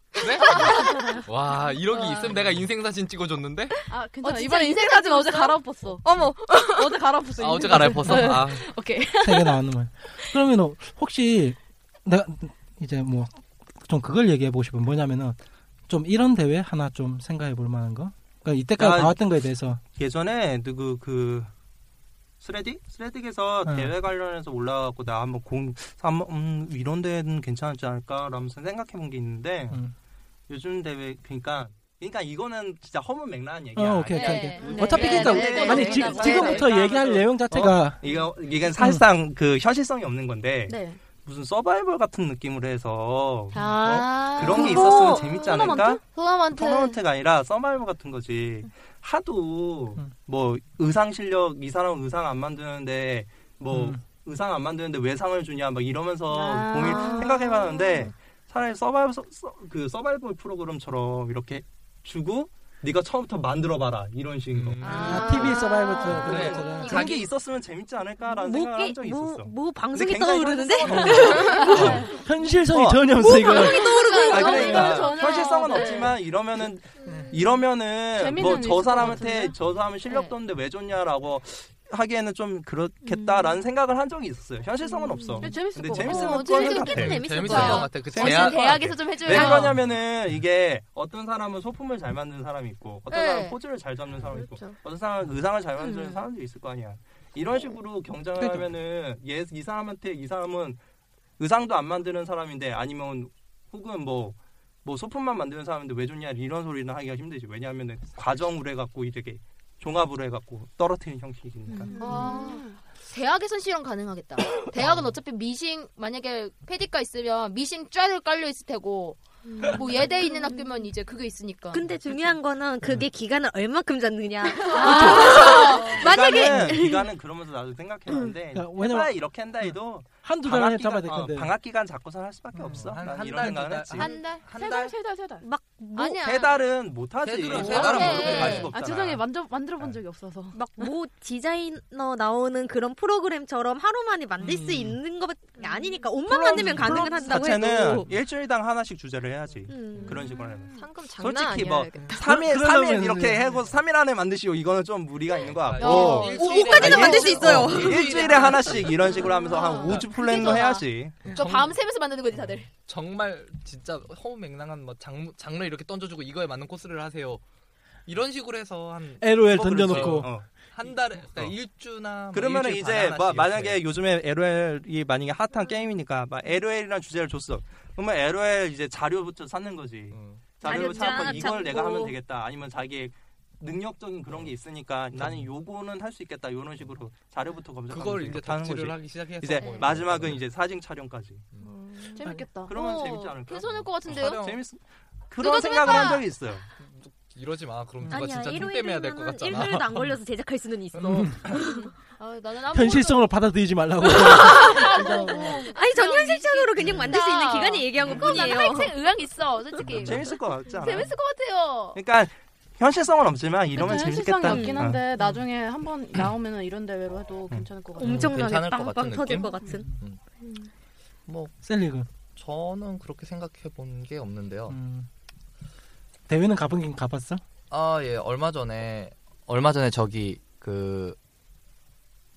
Speaker 5: 와 이런 게 있으면 내가 인생 사진 *laughs* 찍어줬는데?
Speaker 11: *laughs* 아, 괜찮아.
Speaker 13: 어, 진짜
Speaker 11: 이번에 인생
Speaker 13: 인생
Speaker 11: 사진
Speaker 13: 사진
Speaker 11: 어제
Speaker 13: 없어요?
Speaker 11: 갈아엎었어.
Speaker 13: 어머.
Speaker 11: 어제 갈아엎었어.
Speaker 5: 아, 어제 갈아엎었어?
Speaker 11: 네.
Speaker 5: 아.
Speaker 11: *laughs* 오케이.
Speaker 4: 세개 나왔는 말. 그러면 어, 혹시 내가 이제 뭐 좀 그걸 얘기해 보고 싶은 뭐냐면은 좀 이런 대회 하나 좀 생각해 볼 만한 거. 그러니까 이때까지
Speaker 6: 아,
Speaker 4: 나왔던 거에 대해서
Speaker 6: 예전에 누구 그 스레디? 스레딕에서
Speaker 4: 응.
Speaker 6: 대회 관련해서 올라가고 나 한번 공 한번 음, 이런 데는 괜찮지 않을까라면서 생각해 본 게 있는데
Speaker 4: 음.
Speaker 6: 요즘 대회 그러니까 그러니까 이거는 진짜 허무 맹랑한 얘기야.
Speaker 4: 어, 오케이, 오케이, 오케이. 네. 어차피 네, 그러니까 네, 네, 아니, 네, 지- 네, 지금부터 네, 네. 얘기할 내용 자체가-
Speaker 6: 어, 이거 이건 사실상 그 현실성이 없는 건데
Speaker 13: 네.
Speaker 6: 무슨 서바이벌 같은 느낌으로 해서
Speaker 9: 아,
Speaker 6: 어? 그런 게
Speaker 9: 그거
Speaker 6: 있었으면 재밌지 않을까?
Speaker 8: 네.
Speaker 9: 토너먼트.
Speaker 6: 토너먼트가 아니라 서바이벌 같은 거지. 하도 뭐 의상 실력 이 사람 의상 안 만드는데 뭐 의상 안 만드는데 왜 상을 주냐 막 이러면서
Speaker 14: 아.
Speaker 6: 고민 생각해봤는데 차라리 서바이벌 서- 서- 그 서바이벌 프로그램처럼 이렇게 주고 네가 처음부터 만들어봐라 이런 식인 거.
Speaker 4: 아, TV 서바이벌 프로그램 그런 것처럼.
Speaker 6: 그런 게 있었으면 재밌지 않을까라는 생각을 한 적이 있었어.
Speaker 8: 뭐
Speaker 6: 근데
Speaker 8: 방송이
Speaker 6: 굉장히
Speaker 8: 떠오르는데?
Speaker 4: *laughs* 어. 현실성이 전혀 없어 이거.
Speaker 6: 아,
Speaker 5: 어,
Speaker 8: 그러니까
Speaker 6: 그러니까
Speaker 8: 저는-
Speaker 6: 현실성은
Speaker 8: 네.
Speaker 6: 없지만 이러면은
Speaker 11: 네.
Speaker 6: 이러면은
Speaker 8: 재미는
Speaker 6: 뭐
Speaker 8: 있을
Speaker 6: 저
Speaker 8: 것
Speaker 6: 사람한테 저 사람은 실력도 없는데
Speaker 11: 네.
Speaker 6: 왜 줬냐라고 하기에는 좀 그렇겠다라는 생각을 한 적이 있었어요. 현실성은 없어.
Speaker 11: 근데 음. 재밌을
Speaker 6: 근데
Speaker 11: 것
Speaker 6: 재밌을
Speaker 11: 같아요.
Speaker 6: 것
Speaker 11: 어,
Speaker 6: 같아.
Speaker 11: 재밌- 재밌긴 재밌을 재밌을 거예요. 것 같아. 그
Speaker 6: 재밌을
Speaker 11: 대학-
Speaker 6: 것 같아.
Speaker 11: 대학에서 좀 해줘요.
Speaker 6: 왜 그러냐면은 이게 어떤 사람은 소품을 잘 만드는 사람이 있고 어떤
Speaker 11: 네. 그렇죠.
Speaker 6: 사람은 포즈를 잘 잡는 사람이 있고 어떤 사람은 의상을 잘 만드는
Speaker 11: 음.
Speaker 6: 사람도 있을 거 아니야. 이런 식으로 경쟁을 하면은 얘, 이 사람한테 이 사람은 의상도 안 만드는 사람인데 아니면 혹은 뭐, 뭐 소품만 만드는 사람인데 왜 좋냐 이런 소리는 하기가 힘들지 왜냐하면 과정으로 해갖고 이렇게 종합으로 해갖고 떨어뜨리는 형식이니까
Speaker 7: 아, 대학에선 실현 가능하겠다. *coughs* 대학은 어차피 미싱 만약에 패디가 있으면 미싱 쫘를 깔려 있을 테고 뭐 예대 있는 학교면 이제 그게 있으니까.
Speaker 8: 음.
Speaker 7: 그렇죠.
Speaker 8: 근데 중요한
Speaker 6: 음.
Speaker 8: 거는 그게 기간을 얼마큼
Speaker 11: *laughs*
Speaker 8: 잡느냐.
Speaker 13: 아.
Speaker 8: 아.
Speaker 11: 아.
Speaker 6: *laughs* 그렇죠.
Speaker 13: *laughs*
Speaker 6: 기간은,
Speaker 8: 만약에
Speaker 6: 기간은 그러면서 나도 생각해봤는데
Speaker 4: 야,
Speaker 6: 왜
Speaker 4: 왜냐면-
Speaker 6: 냐 이렇게 한다 해도
Speaker 4: 한두 달 안에
Speaker 6: 방학
Speaker 4: 잡아야
Speaker 6: 기간
Speaker 4: 될
Speaker 6: 어,
Speaker 4: 건데.
Speaker 6: 방학 기간 잡고서 할 수밖에 없어 난
Speaker 5: 한
Speaker 6: 이런
Speaker 5: 달,
Speaker 6: 생각을
Speaker 5: 두 달.
Speaker 6: 했지
Speaker 7: 한 달?
Speaker 11: 세 달, 세 달, 세 달.
Speaker 7: 막
Speaker 11: 뭐-
Speaker 7: 아니야.
Speaker 6: 세 달은 못하지
Speaker 5: 달은
Speaker 6: 세 달은
Speaker 5: 못해.
Speaker 6: 모르고 갈 수가
Speaker 8: 아,
Speaker 6: 없잖아
Speaker 8: 죄송해요.
Speaker 11: 만져 만들어
Speaker 6: 아.
Speaker 11: 본 적이 없어서.
Speaker 8: 막 뭐 디자이너 나오는 그런 프로그램처럼 하루 만에 만들
Speaker 6: 음.
Speaker 8: 수 있는 것밖에 아니니까
Speaker 11: 음.
Speaker 8: 옷만 만들면 가능은 한다고
Speaker 6: 자체는
Speaker 8: 해도
Speaker 6: 일주일당 하나씩 주제를 해야지
Speaker 8: 음.
Speaker 6: 그런 식으로 하면
Speaker 13: 상금 장난 아니야.
Speaker 6: 솔직히 뭐
Speaker 13: 이게.
Speaker 6: 3일
Speaker 13: 그러- 그러면은-
Speaker 6: 3일 이렇게 해고 3일 안에 만드시오 이거는 좀 무리가 있는 것 같고
Speaker 13: 야, 어. 오, 일주일에- 옷까지는
Speaker 6: 아니,
Speaker 13: 만들 수
Speaker 6: 일주일-
Speaker 13: 있어요.
Speaker 6: 어, 일주일에 하나씩 이런 식으로 하면서 한 5주 플랜도
Speaker 7: 좋아.
Speaker 6: 해야지
Speaker 7: 저 밤 새면서 만드는 거지 다들.
Speaker 5: 정말 진짜 허무맹랑한 뭐 장르, 장르 이렇게 던져주고 이거에 맞는 코스를 하세요. 이런 식으로 해서 한
Speaker 4: LOL
Speaker 5: 어,
Speaker 4: 던져놓고.
Speaker 5: 그렇죠.
Speaker 6: 어.
Speaker 5: 한 달에 그러니까 일주나 뭐
Speaker 6: 그러면
Speaker 5: 일주일 반
Speaker 6: 이제
Speaker 5: 하나씩
Speaker 6: 뭐
Speaker 5: 이렇게.
Speaker 6: 만약에 요즘에 LOL이 만약에 핫한 게임이니까 막 LOL이라는 주제를 줬어. 그러면 LOL 이제 자료부터 찾는 거지.
Speaker 5: 음.
Speaker 6: 자료를
Speaker 5: 자료장
Speaker 6: 찾고 이걸
Speaker 5: 찾고.
Speaker 6: 내가 하면 되겠다. 아니면 자기의 능력적인 그런 게 있으니까 나는 요거는 할 수 있겠다. 이런 식으로 자료부터 검색하고
Speaker 5: 음. 그걸 이제 덕질을 하기 시작해서 음.
Speaker 6: 이제
Speaker 5: 뭐 이런
Speaker 6: 마지막은 이제 사진 촬영까지.
Speaker 11: 재밌겠다.
Speaker 6: 그러면
Speaker 7: 어,
Speaker 6: 재밌지 않을까?
Speaker 7: 괜찮을 것 같은데요?
Speaker 6: 재밌어.
Speaker 7: 누가
Speaker 6: 그런
Speaker 7: 좀
Speaker 6: 생각을 한
Speaker 7: 해봐!
Speaker 6: 적이 있어요.
Speaker 5: 이러지 마. 그럼 누가
Speaker 8: 아니야
Speaker 5: 진짜 돈 빼매야 될 것
Speaker 8: 일요일이면
Speaker 5: 같잖아.
Speaker 8: 일주일도 안 걸려서 제작할 수는 있어. *laughs*
Speaker 7: 아, 나는 아무
Speaker 4: 현실성을 받아들이지
Speaker 5: *laughs*
Speaker 4: 말라고.
Speaker 8: 아니 전 현실적으로 그냥 만들 수 있는 기간이 얘기한 것
Speaker 7: 그건 난
Speaker 8: 뿐이에요.
Speaker 7: 하이생 의향 있어 솔직히.
Speaker 6: 재밌을 것 같지 않아?
Speaker 7: 재밌을 것 같아요.
Speaker 6: 그러니까 현실성은 없지만 이러면
Speaker 11: 그쵸,
Speaker 6: 재밌겠다.
Speaker 11: 현실성이 없긴
Speaker 6: 어.
Speaker 11: 한데 나중에 한번 나오면은 이런 대회로 해도 괜찮을 것 같아요.
Speaker 5: 엄청나게 괜찮을 것 빵빵 같은 터질 느낌? 것
Speaker 8: 같은.
Speaker 5: *laughs* 뭐
Speaker 4: 셀리그
Speaker 5: 저는 그렇게 생각해 본 게 없는데요.
Speaker 4: 음. 대회는 가본 가봤어?
Speaker 5: 아, 예. 얼마 전에 얼마 전에 저기 그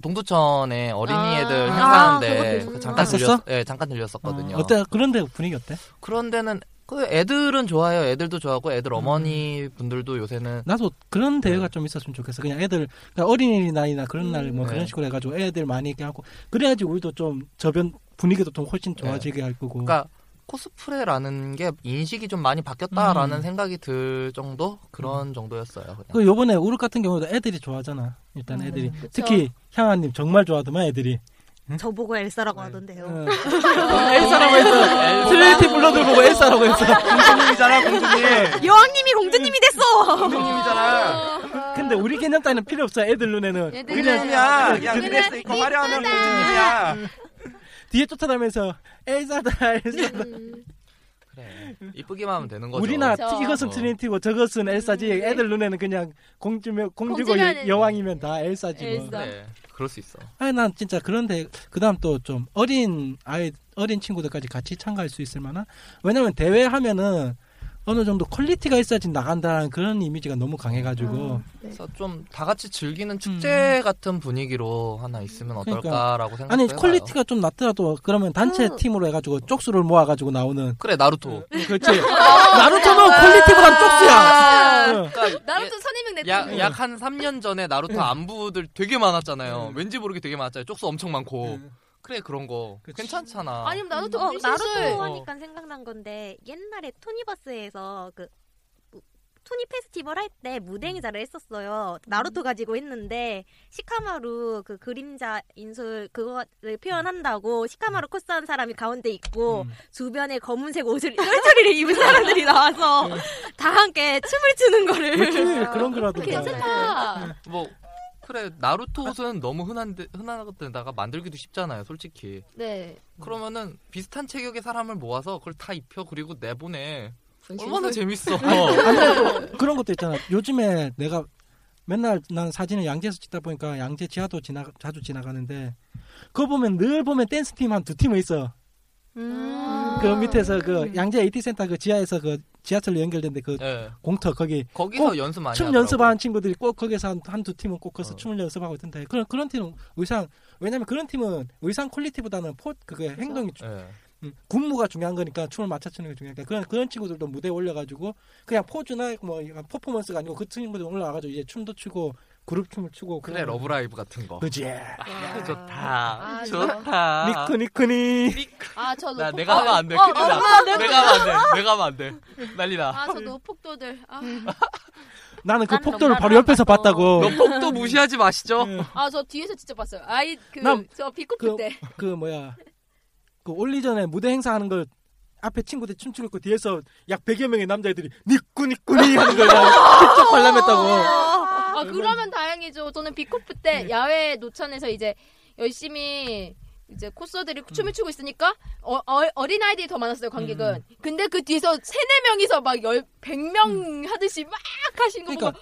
Speaker 5: 동두천에 어린이애들
Speaker 4: 아,
Speaker 5: 행사하는데
Speaker 4: 그거
Speaker 5: 그
Speaker 4: 들었구나.
Speaker 5: 잠깐 들렸
Speaker 4: 갔었어?
Speaker 5: 예, 잠깐 들렸었거든요.
Speaker 4: 어, 어때? 그런데 분위기 어때?
Speaker 5: 그런 데는 그 애들은 좋아요. 애들도 좋아하고 애들 어머니 분들도 요새는
Speaker 4: 음.
Speaker 5: 네.
Speaker 4: 나도 그런 대회가 좀 있었으면 좋겠어. 그냥 애들 그러니까 어린이날이나 그런 날 뭐 그런
Speaker 5: 네.
Speaker 4: 식으로 해가지고 애들 많이 있게 하고 그래야지 우리도 좀 저변 분위기도 좀 훨씬 좋아지게 할 거고.
Speaker 5: 그러니까 코스프레라는 게 인식이 좀 많이 바뀌었다라는
Speaker 4: 음.
Speaker 5: 생각이 들 정도 그런 정도였어요. 그냥.
Speaker 4: 그 요번에 우룩 같은 경우도 애들이 좋아하잖아. 일단
Speaker 8: 음,
Speaker 4: 애들이
Speaker 8: 그쵸.
Speaker 4: 특히 향아님 정말 좋아하더만 애들이.
Speaker 8: 저보고 엘사라고 하던데요. 아,
Speaker 4: 엘사라고 했어. 아. 트리니티 블러드 보고 엘사라고 했어.
Speaker 6: 공주님이잖아, 공주님.
Speaker 8: 여왕님이 공주님이 됐어.
Speaker 6: 공주님이잖아.
Speaker 4: 근데 우리 개념 따위는 필요 없어. 애들 눈에는.
Speaker 6: 애들 눈이야. 그냥 드레스 입고 화려하면 공주님이야.
Speaker 4: *laughs* 뒤에 쫓아다니면서 엘사다 엘사다.
Speaker 5: 그래. 이쁘기만 하면 되는 거죠. 어.
Speaker 4: 우리나
Speaker 7: 그렇죠.
Speaker 4: 이것은 트리니티고 저것은 엘사지. 애들 눈에는 그냥 공주며 공주고
Speaker 5: 공주면은-
Speaker 4: 여- 여왕이면 다 엘사지. 뭐.
Speaker 5: 그래. 그럴 수
Speaker 7: 네.
Speaker 5: 있어.
Speaker 4: 아니 난 진짜 그런데 그다음 또 좀 어린 아이 어린 친구들까지 같이 참가할 수 있을 만한 왜냐면 대회 하면은 어느 정도 퀄리티가 있어야지 나간다는 그런 이미지가 너무 강해가지고
Speaker 5: 그래서 좀 다 같이 즐기는 축제 같은 분위기로 하나 있으면 어떨까라고 생각해요.
Speaker 4: 음. 그러니까 아니 퀄리티가 좀 낮더라도 그러면 단체 팀으로 해가지고 쪽수를 모아가지고 나오는
Speaker 5: 그래 나루토.
Speaker 7: 음.
Speaker 4: 그렇지
Speaker 7: *laughs*
Speaker 4: 나루토는 퀄리티보단 쪽수야 어. 응.
Speaker 7: 아. 나루토 선임명 냈다.
Speaker 5: 그러니까 예, 약약 한 3년 전에 나루토 안부들 되게 많았잖아요. 왠지 모르게 되게 많았잖아요. 쪽수 엄청 많고. 그래 그런 거 괜찮잖아.
Speaker 7: 아니면 나루토 뭐
Speaker 8: 어,
Speaker 7: 분실술.
Speaker 8: 나루토 하니까 생각난 건데 옛날에 토니버스에서 그 무- 토니 페스티벌 할 때 무대
Speaker 7: 음.
Speaker 8: 행사를 했었어요. 나루토 가지고 했는데 시카마루 그 그림자 인솔 그거를 표현한다고
Speaker 7: 음.
Speaker 8: 시카마루 코스한 사람이 가운데 있고 주변에 검은색 옷을 쫄쫄이를 입은 사람들이 나와서
Speaker 7: 음.
Speaker 8: 다 함께 춤을 추는 거를
Speaker 4: 그렇지, 그런 거라도
Speaker 8: 괜찮다.
Speaker 5: 뭐 그래 나루토 옷은 너무 흔한데 흔하다가 만들기도 쉽잖아요, 솔직히.
Speaker 7: 네.
Speaker 5: 그러면은 비슷한 체격의 사람을 모아서 그걸 다 입혀 그리고 내보내.
Speaker 7: 분신술.
Speaker 5: 얼마나 재밌어.
Speaker 4: 아니, 또 그런 것도 있잖아. 요즘에 내가 맨날 난 사진을 양재에서 찍다 보니까 양재 지하도 지나 자주 지나가는데 그거 보면 늘 보면 댄스 팀 한 두 팀은 있어. 그 밑에서 그 양재 AT 센터 그 지하에서 그 지하철로 연결된데 그
Speaker 5: 예.
Speaker 4: 공터 거기
Speaker 5: 거기서
Speaker 4: 꼭
Speaker 5: 연습 많이
Speaker 4: 춤
Speaker 5: 하더라고.
Speaker 4: 연습하는 친구들이 꼭 거기서 한 두 팀은 꼭 가서 춤을 연습하고 있던데 그런 그런 팀은 의상 왜냐면 그런 팀은 의상 퀄리티보다는 포 그게 행동이 주-
Speaker 5: 예.
Speaker 4: 음, 군무가 중요한 거니까 춤을 맞춰추는 게 중요하니까 그런 그런 친구들도 무대에 올려가지고 그냥 포즈나 뭐 이런 퍼포먼스가 아니고 그 친구들 올라와가지고 이제 춤도 추고 그룹 춤을 추고
Speaker 5: 그래 러브라이브 같은 거.
Speaker 4: 네. 그지.
Speaker 5: 아, 좋다.
Speaker 9: 아,
Speaker 5: 좋다.
Speaker 4: 니크 니크 니.
Speaker 9: 아, 저도.
Speaker 5: 나
Speaker 8: 어,
Speaker 5: 내가 하면 안 돼.
Speaker 7: 아,
Speaker 5: 큰일 나. 내가 하면 안 돼. 내가 하면
Speaker 4: 그,
Speaker 5: 안 돼. 난리나.
Speaker 9: 아, 저도 폭도들. 아,
Speaker 4: 나는 그 폭도를 바로 옆에서 봤다고.
Speaker 5: 너 폭도 무시하지 마시죠.
Speaker 9: 아, 저 뒤에서 진짜 봤어요. 아이, 그,
Speaker 4: 난-
Speaker 9: 저 비코프
Speaker 4: 그,
Speaker 9: 때.
Speaker 4: 그 뭐야 그 올리 전에 무대 행사하는 걸 앞에 친구들 춤추고 있고 뒤에서 약 100여 명의 남자애들이 니꾸 니꾸니 하는 걸 내가 직접 *laughs* 관람했다고
Speaker 9: 아, 그러면 다행이죠. 저는 비코프 때 야외 노천에서 이제 열심히 이제 코스들이 춤을 추고 있으니까 어, 린 아이들이 더 많았어요 관객은. 근데 그 뒤에서 세네 명이서 막열 백명 하듯이 막 하신 거 보고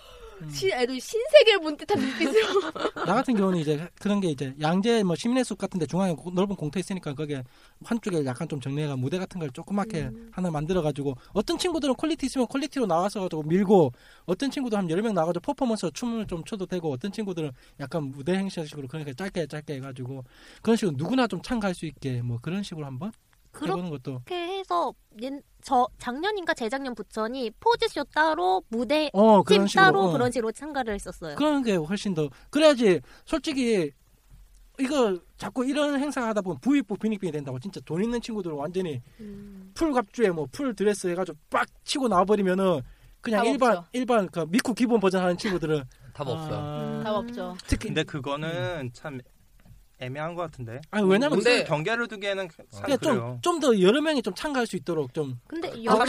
Speaker 9: 시, 애들 신세계를 본 듯한 눈빛으로.
Speaker 4: 나 같은 경우는 이제 그런 게 이제 양재 뭐 시민의 숲 같은데 중앙에 고- 넓은 공터 있으니까 거기에 한쪽에 약간 좀 정리해가 무대 같은 걸 조그맣게
Speaker 8: 음.
Speaker 4: 하나 만들어 가지고 어떤 친구들은 퀄리티 있으면 퀄리티로 나와서 가지고 밀고 어떤 친구도 한 열명 나가지고 퍼포먼스 춤을 좀 춰도 되고 어떤 친구들은 약간 무대 행사식으로 그러니까 짧게 짧게 해가지고 그런 식으로 누구나 좀 참가할 수 있게 뭐 그런 식으로 한번 해보는 것도
Speaker 8: 그렇게 해서 옛- 저 작년인가 재작년 부천이 포즈쇼 따로 무대
Speaker 4: 어, 그런
Speaker 8: 팀
Speaker 4: 식으로,
Speaker 8: 따로
Speaker 4: 어.
Speaker 8: 그런 식으로 참가를 했었어요.
Speaker 4: 그런 게 훨씬 더 그래야지 솔직히 이거 자꾸 이런 행사 하다 보면 부익부 빈익빈이 된다고 진짜 돈 있는 친구들은 완전히 풀 갑주에 뭐 풀 드레스 해가지고 빡 치고 나와버리면은 그냥
Speaker 9: 답
Speaker 4: 일반
Speaker 9: 없죠.
Speaker 4: 일반 그 미쿠 기본 버전 하는
Speaker 6: *laughs*
Speaker 4: 친구들은 아.
Speaker 5: 답 없어.
Speaker 9: 음,
Speaker 6: 아,
Speaker 9: 답 없죠.
Speaker 6: 근데 그거는 참 애매한 것 같은데.
Speaker 4: 아니, 왜냐면
Speaker 6: 무슨
Speaker 4: 근데-
Speaker 6: 경계를 두기에는 참
Speaker 4: 그냥
Speaker 6: 그래요.
Speaker 4: 좀좀 더 여러 명이 좀 참가할 수 있도록 좀 아,
Speaker 8: 근데
Speaker 6: 근데 아까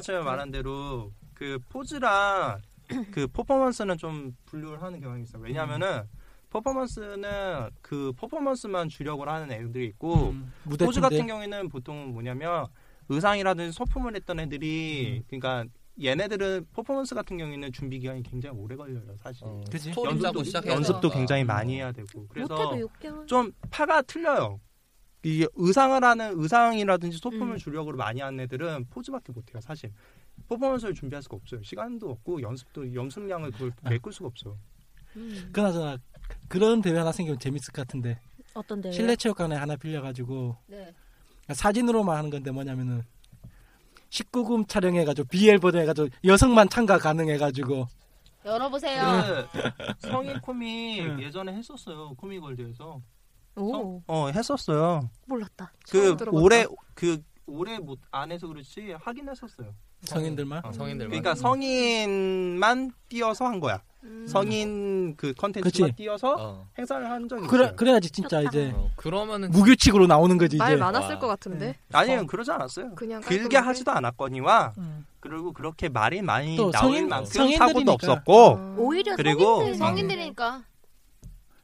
Speaker 6: 전에 말한 대로 그 포즈랑 그 퍼포먼스는 좀 분류를 하는 경향이 있어요. 왜냐면은 퍼포먼스는 그 퍼포먼스만 주력을 하는 애들이 있고
Speaker 4: 음, 무대
Speaker 6: 포즈
Speaker 4: 춤들.
Speaker 6: 같은 경우에는 보통은 뭐냐면 의상이라든지 소품을 했던
Speaker 4: 음.
Speaker 6: 애들이 그러니까 얘네들은 퍼포먼스 같은 경우에는 준비 기간이 굉장히 오래 걸려요, 사실.
Speaker 4: 어.
Speaker 5: 그치. 소리 짜고 시작해야
Speaker 6: 연습도
Speaker 5: 되니까.
Speaker 6: 굉장히 많이 해야 되고. 그래서
Speaker 8: 못해도 6개월.
Speaker 6: 좀 파가 틀려요. 이 의상을 하는 의상이라든지 소품을
Speaker 8: 음.
Speaker 6: 주력으로 많이 하는 애들은 포즈밖에 못해요 사실 퍼포먼스를 준비할 수가 없어요 시간도 없고 연습도 연습량을
Speaker 4: *laughs*
Speaker 6: 그걸 메꿀 수가 없어
Speaker 11: 음.
Speaker 4: 그나저나 그런 대회 하나 생기면 재밌을 것 같은데
Speaker 8: 어떤
Speaker 9: 네.
Speaker 8: 대회요?
Speaker 4: 실내 체육관에 하나 빌려가지고
Speaker 8: 네.
Speaker 4: 사진으로만 하는 건데 뭐냐면은 19금 촬영해가지고 BL 버전 해가지고 여성만 참가 가능해가지고
Speaker 9: 열어보세요.
Speaker 5: 음.
Speaker 6: 그 성인 코믹 예전에 했었어요 코믹월드에서
Speaker 8: 오.
Speaker 6: 어 했었어요
Speaker 8: 몰랐다.
Speaker 6: 그
Speaker 8: 처음 들어봤다.
Speaker 6: 올해 그 올해 못 안 해서 그렇지 하긴 했었어요
Speaker 4: 성인들만?
Speaker 6: 어,
Speaker 5: 성인들만.
Speaker 6: 그러니까 성인만 띄어서 한 거야
Speaker 8: 음.
Speaker 9: 음.
Speaker 6: 성인 그 컨텐츠만
Speaker 4: 그치.
Speaker 6: 띄어서 그렇죠. 행사를 한 적이
Speaker 4: 그래
Speaker 6: 있어요
Speaker 4: 그래야지 진짜 이제
Speaker 5: 그러면은
Speaker 4: 무규칙으로 나오는 거지
Speaker 6: 어. 말
Speaker 4: 이제
Speaker 5: 아.
Speaker 4: 네.
Speaker 6: 많았을 것
Speaker 13: 같은데.
Speaker 6: 아니요 그러지 않았어요.
Speaker 13: 그냥
Speaker 6: 길게 하지도 않았거니와 그리고 그렇게 말이 많이
Speaker 4: 음. 또
Speaker 6: 나올
Speaker 4: 성인-
Speaker 6: 만큼
Speaker 4: 성인들이니까.
Speaker 6: 사고도 없었고
Speaker 8: *laughs* 오히려
Speaker 6: 그리고
Speaker 8: 성인들,
Speaker 9: 성인들이니까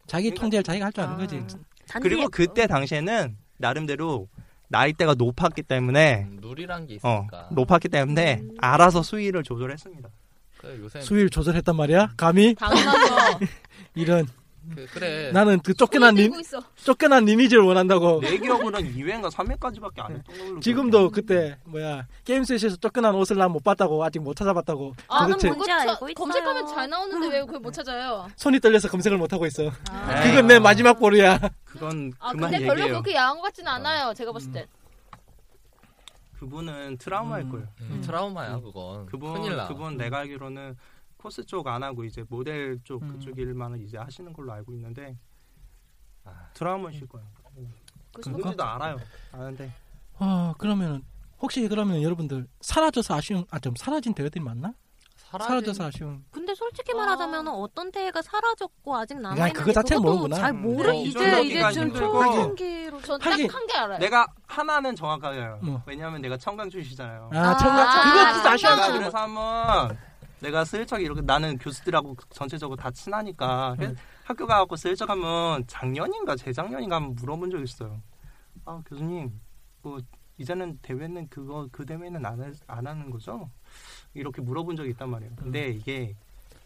Speaker 4: 자기
Speaker 9: 그러니까
Speaker 4: 통제를 자기가 할 줄 아는 거지
Speaker 6: 그리고 그때 당시에는 나름대로 나이대가 높았기 때문에
Speaker 5: 음, 룰이란 게
Speaker 6: 어,
Speaker 5: 있으니까.
Speaker 6: 높았기 때문에 알아서 수위를 조절했습니다.
Speaker 5: 그래, 요새
Speaker 4: 수위를 조절했단 말이야 감히 *laughs*
Speaker 9: 당연하죠.
Speaker 4: 이런
Speaker 5: 그, 그래.
Speaker 4: 나는 그 쫓겨난 리,
Speaker 6: 들고 있어.
Speaker 4: 쫓겨난 리니지를 원한다고
Speaker 6: 내 기억으로는 2회인가 3회까지밖에
Speaker 4: 네.
Speaker 6: 안 했던 걸로.
Speaker 4: 지금도 그때 뭐야 게임 스에서 쫓겨난 옷을 난 못 봤다고 아직 못 찾아봤다고
Speaker 9: 아,
Speaker 4: 도대체
Speaker 9: 그거 저- 검색하면 잘 나오는데 왜 그걸 못 찾아요?
Speaker 4: 손이 떨려서 검색을 못 하고 있어 그건 내 마지막 볼이야
Speaker 6: 그건
Speaker 9: 아,
Speaker 6: 그만
Speaker 9: 근데 별로
Speaker 6: 얘기해요.
Speaker 9: 그렇게 야한 것 같진 않아요. 제가 봤을 땐.
Speaker 6: 그분은 트라우마일 거예요.
Speaker 5: 음, 트라우마야 그건.
Speaker 6: 그분
Speaker 5: 큰일 나. 음.
Speaker 6: 그분 내가 알기로는 코스 쪽 안 하고 이제 모델 쪽
Speaker 4: 음.
Speaker 6: 그쪽 일만을 이제 하시는 걸로 알고 있는데
Speaker 5: 아.
Speaker 6: 드라마실 거예요.
Speaker 9: 음.
Speaker 4: 그래서
Speaker 6: 누군지도 알아요. 아는데
Speaker 4: 아 그러면 혹시 그러면 여러분들 사라져서 아쉬운 아 좀 사라진 대회들이 많나?
Speaker 8: 사라진-
Speaker 4: 사라져서 아쉬운
Speaker 8: 근데 솔직히 말하자면 어떤 대회가 사라졌고 아직 남아 있는지
Speaker 4: 그거 자체를 모르구나.
Speaker 8: 잘 모르.
Speaker 6: 음.
Speaker 8: 이제
Speaker 6: 이제-
Speaker 8: 이제 좀
Speaker 6: 힘들고.
Speaker 8: 초창기로
Speaker 9: 전딱한 게 알아요.
Speaker 4: 네.
Speaker 6: 내가 하나는 정확하게 알아요. 왜냐하면 내가 청강 출시잖아요.
Speaker 4: 뭐? 아, 청강- 아, 그거 진짜 아쉬운
Speaker 6: 내가
Speaker 4: 거지.
Speaker 6: 그래서 한번 내가 슬쩍 이렇게 나는 교수들하고 전체적으로 다 친하니까
Speaker 4: 네.
Speaker 6: 그래서 학교 가갖고 슬쩍 한번 작년인가 재작년인가 한번 물어본 적 있어요. 아 교수님 뭐 이제는 대회는 그거 그 대회는 안, 할- 안 하는 거죠? 이렇게 물어본 적이 있단
Speaker 4: 음.
Speaker 6: 말이에요. 근데 이게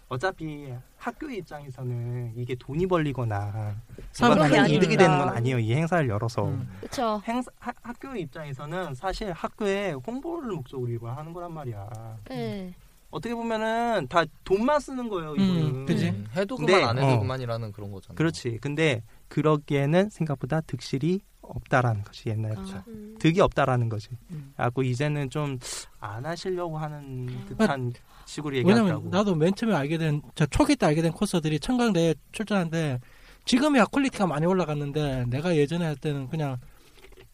Speaker 6: 어차피 학교 입장에서는 이게 돈이 벌리거나
Speaker 4: 사업이
Speaker 6: 뭔가 큰
Speaker 4: 아니니까.
Speaker 6: 이득이 되는 건 아니에요. 이 행사를 열어서
Speaker 4: 음.
Speaker 9: 그렇죠.
Speaker 6: 행사 하- 학교 입장에서는 사실 학교에 홍보를 목적으로 이걸 하는 거란 말이야.
Speaker 9: 네.
Speaker 6: 어떻게 보면은 다 돈만 쓰는 거예요. 이거는.
Speaker 5: 음,
Speaker 6: 어.
Speaker 5: 해도 그만 안 해도 그만이라는 그런 거잖아.
Speaker 6: 그렇지. 근데 그러기에는 생각보다 득실이 없다라는 거지 옛날부터
Speaker 8: 아, 음.
Speaker 6: 득이 없다라는 거지. 하고 이제는 좀 안 하시려고 하는
Speaker 8: 음.
Speaker 6: 듯한 식으로 얘기하더라고.
Speaker 4: 왜냐면 나도 맨 처음에 알게 된, 저 초기 때 알게 된 코스들이 청강대에 출전하는데 지금이야 퀄리티가 많이 올라갔는데 내가 예전에 할 때는 그냥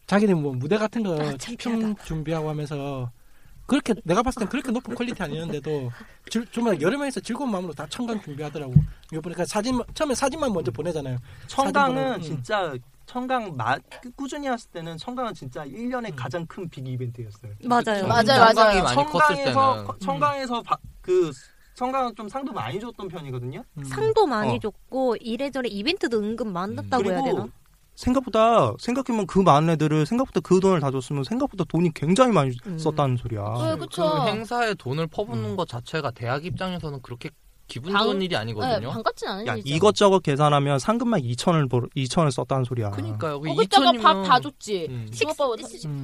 Speaker 4: 자기네 뭐 무대 같은 거 춤 준비하고 하면서 그렇게 내가 봤을 땐 그렇게 높은 퀄리티 아니었는데도 질- 정말 여러 명이서 즐거운 마음으로 다 청강 준비하더라고. 이거 보니까 사진 처음에 사진만 먼저 보내잖아요.
Speaker 6: 청강은
Speaker 4: 사진 보내- 음.
Speaker 6: 진짜 청강 마- 아, 그 꾸- 꾸준히 했을 때는 청강은 진짜 1년에 가장 큰 빅 이벤트였어요.
Speaker 8: 음. 맞아요.
Speaker 6: 그쵸?
Speaker 8: 맞아요,
Speaker 6: 청강이
Speaker 8: 맞아요.
Speaker 6: 많이
Speaker 8: 청강에서
Speaker 6: 컸을 때는. 거- 청강에서 바- 그 청강은 좀 상도 많이 줬던 편이거든요.
Speaker 8: 음.
Speaker 4: 음.
Speaker 8: 상도 많이
Speaker 6: 어.
Speaker 8: 줬고 이래저래 이벤트도 은근 많았다고
Speaker 4: 음.
Speaker 8: 해야 되나?
Speaker 6: 생각보다 생각해보면 그 많은 애들을 생각보다 그 돈을 다 줬으면 생각보다 돈이 굉장히 많이 썼다는 소리야.
Speaker 5: 그 행사에 돈을
Speaker 6: 음.
Speaker 5: 퍼붓는 것 자체가 대학 입장에서는 그렇게 기분
Speaker 7: 방-
Speaker 5: 좋은 음. 일이 아니거든요.
Speaker 7: 네, 반갑진 않은
Speaker 6: 야
Speaker 7: 일이죠.
Speaker 6: 이것저것 계산하면 상금만 2천을 벌 2천을 썼다는 소리야.
Speaker 5: 그러니까요. 그
Speaker 8: 거기다가
Speaker 5: 2,000이면 음.
Speaker 8: 밥다
Speaker 7: 줬지. 음.
Speaker 8: 식,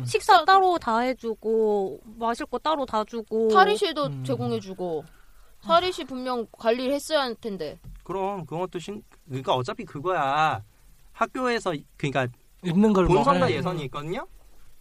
Speaker 8: 식사 따로 다 해주고 마실 거 따로 다 주고
Speaker 7: 탈의실도
Speaker 5: 음.
Speaker 7: 제공해주고 탈의실 분명 관리를 했어야 할 텐데.
Speaker 6: 그럼 그것도 신 그러니까 어차피 그거야 학교에서 이- 그러니까
Speaker 4: 입는 걸
Speaker 6: 본선과
Speaker 4: 먹어야-
Speaker 6: 예선이 있거든요.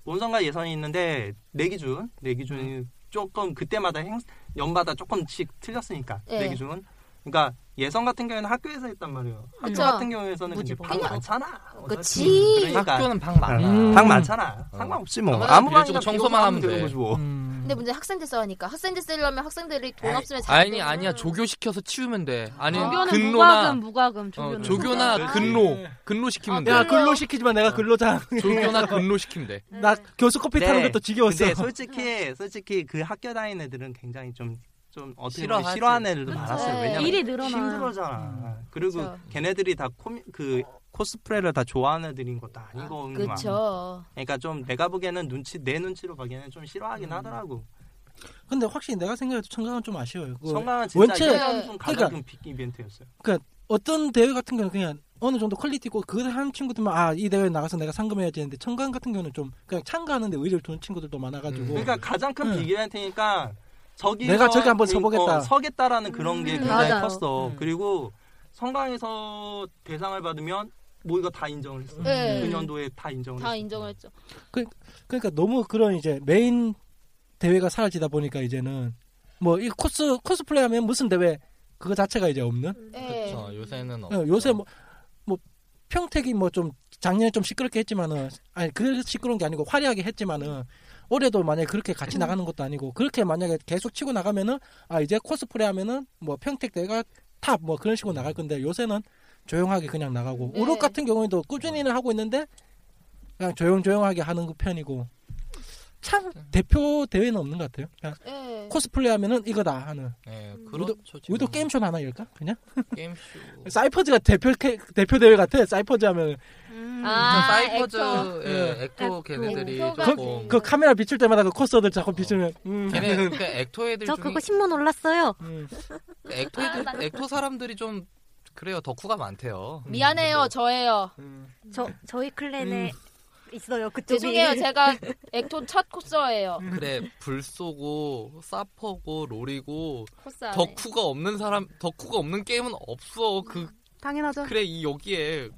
Speaker 6: 본선과 예선이 있는데 내 기준 내 기준이 조금 그때마다 행, 연마다 조금씩 틀렸으니까
Speaker 7: 예.
Speaker 6: 내 기준은 그러니까 예선 같은 경우에는 학교에서 했단 말이에요. 학교
Speaker 7: 그쵸.
Speaker 6: 같은 경우에서는 근데
Speaker 4: 뭐.
Speaker 6: 방 많잖아.
Speaker 7: 그치.
Speaker 6: 그러니까
Speaker 5: 학교는 방 많아.
Speaker 6: 방 많잖아.
Speaker 5: 어.
Speaker 6: 상관없지 뭐.
Speaker 5: 아무나
Speaker 6: 아무 방이나
Speaker 5: 빌려주고 청소만
Speaker 6: 비워서
Speaker 5: 하면
Speaker 6: 되는
Speaker 5: 돼.
Speaker 6: 거지 뭐.
Speaker 5: 음.
Speaker 7: 근데 문제 학생들 써니까 학생들 쓰려면 학생들이 돈 없으면 네, 잘 어.
Speaker 5: 아니 아니야 조교 시켜서 치우면 돼. 아니
Speaker 7: 조교는 뭐,
Speaker 5: 근로나
Speaker 7: 무과금,
Speaker 11: 무과금
Speaker 5: 조교는, 어, 조교나 근로
Speaker 4: 네.
Speaker 5: 근로 시키면 돼.
Speaker 4: 야 근로 시키지 마. 내가 근로자.
Speaker 5: 조교나 근로 시키면 돼.
Speaker 4: 나 교수 커피 타는 것도 지겨웠어.
Speaker 6: 네. 근데 솔직히 솔직히 그 학교 다니는 애들은 굉장히 좀 좀 어떻게 보면
Speaker 5: 싫어하지.
Speaker 6: 싫어하는 애들도
Speaker 5: 그치.
Speaker 6: 많았어요. 왜냐면
Speaker 8: 일이 늘어나.
Speaker 6: 힘들어잖아. 그리고 걔네들이 다 코미, 그 코스프레를 다 좋아하는 애들인 것도 아니고 아,
Speaker 7: 그쵸.
Speaker 6: 그러니까 좀 내가 보기에는 눈치 내 눈치로 보기에는 좀 싫어하긴 하더라고.
Speaker 4: 근데 확실히 내가 생각해도 청강은 좀 아쉬워요. 그거
Speaker 6: 청강은 진짜 일년분 가장
Speaker 4: 뭐, 그러니까
Speaker 6: 큰 빅 이벤트였어요.
Speaker 4: 그러니까 어떤 대회 같은 경우는 그냥 어느 정도 퀄리티 있고 그걸 하는 친구들만 아 이 대회 에 나가서 내가 상금해야지 했는데 청강 같은 경우는 좀 그냥 참가하는데 의리를 두는 친구들도 많아가지고
Speaker 6: 그러니까 가장 큰
Speaker 4: 응.
Speaker 6: 빅 이벤트니까 저기
Speaker 4: 내가 저기 한번 서보겠다.
Speaker 6: 서겠다라는 그런 게
Speaker 4: 음,
Speaker 6: 굉장히
Speaker 4: 맞아요.
Speaker 6: 컸어. 그리고 성강에서 대상을 받으면 모의가 다 인정을 했어.
Speaker 7: 네.
Speaker 6: 그 년도에 다 인정을
Speaker 7: 다
Speaker 6: 했어.
Speaker 7: 인정을 했죠.
Speaker 4: 그, 그러니까 너무 그런 이제 메인 대회가 사라지다 보니까 이제는 뭐 이 코스 코스플레이하면 무슨 대회 그거 자체가 이제 없는
Speaker 5: 그렇죠. 요새는 없.
Speaker 4: 어, 요새 뭐, 뭐 평택이 뭐 좀 작년에 좀 시끄럽게 했지만은 아니 그 시끄러운 게 아니고 화려하게 했지만은 올해도 만약에 그렇게 같이 나가는 것도 아니고 그렇게 만약에 계속 치고 나가면은 아 이제 코스프레 하면은 뭐 평택 대가 탑 뭐 그런 식으로 나갈 건데 요새는 조용하게 그냥 나가고 우럭 같은 경우에도 꾸준히는 하고 있는데 그냥 조용조용하게 하는 그 편이고 참 대표 대회는 없는 것 같아요. 그냥
Speaker 7: 예.
Speaker 4: 코스플레이 하면은 이거다 하는. 음.
Speaker 5: 예,
Speaker 4: 우리도, 우리도 게임쇼 하나 열까 그냥?
Speaker 5: 게임쇼.
Speaker 4: 사이퍼즈가 대표 캐- 대표 대회 같아. 사이퍼즈 하면
Speaker 5: 아, 사이퍼즈 예, 액토 걔네들이 뭐
Speaker 4: 그,
Speaker 5: 조금
Speaker 4: 그 카메라 비출 때마다 그 코스들 자꾸 비추면 음.
Speaker 5: 어.
Speaker 4: *laughs*
Speaker 5: 걔네 그러니까 액토 애들
Speaker 8: 저
Speaker 5: 중에
Speaker 8: 그거 신문 올랐어요.
Speaker 5: 액토 애들 액토 사람들이 좀 그래요 덕후가 많대요. 음.
Speaker 7: 미안해요, 저예요. 음.
Speaker 8: 저 저희 클랜에 네. 있어요. 그쪽이.
Speaker 7: 죄송해요,
Speaker 8: *laughs*
Speaker 7: 제가 액톤 첫 코스예요.
Speaker 5: 그래 불쏘고 사퍼고 롤이고
Speaker 7: 코스 안 해.
Speaker 5: 덕후가 없는 사람 덕후가 없는 게임은 없어 그
Speaker 11: 당연하죠.
Speaker 5: 그래 이 여기에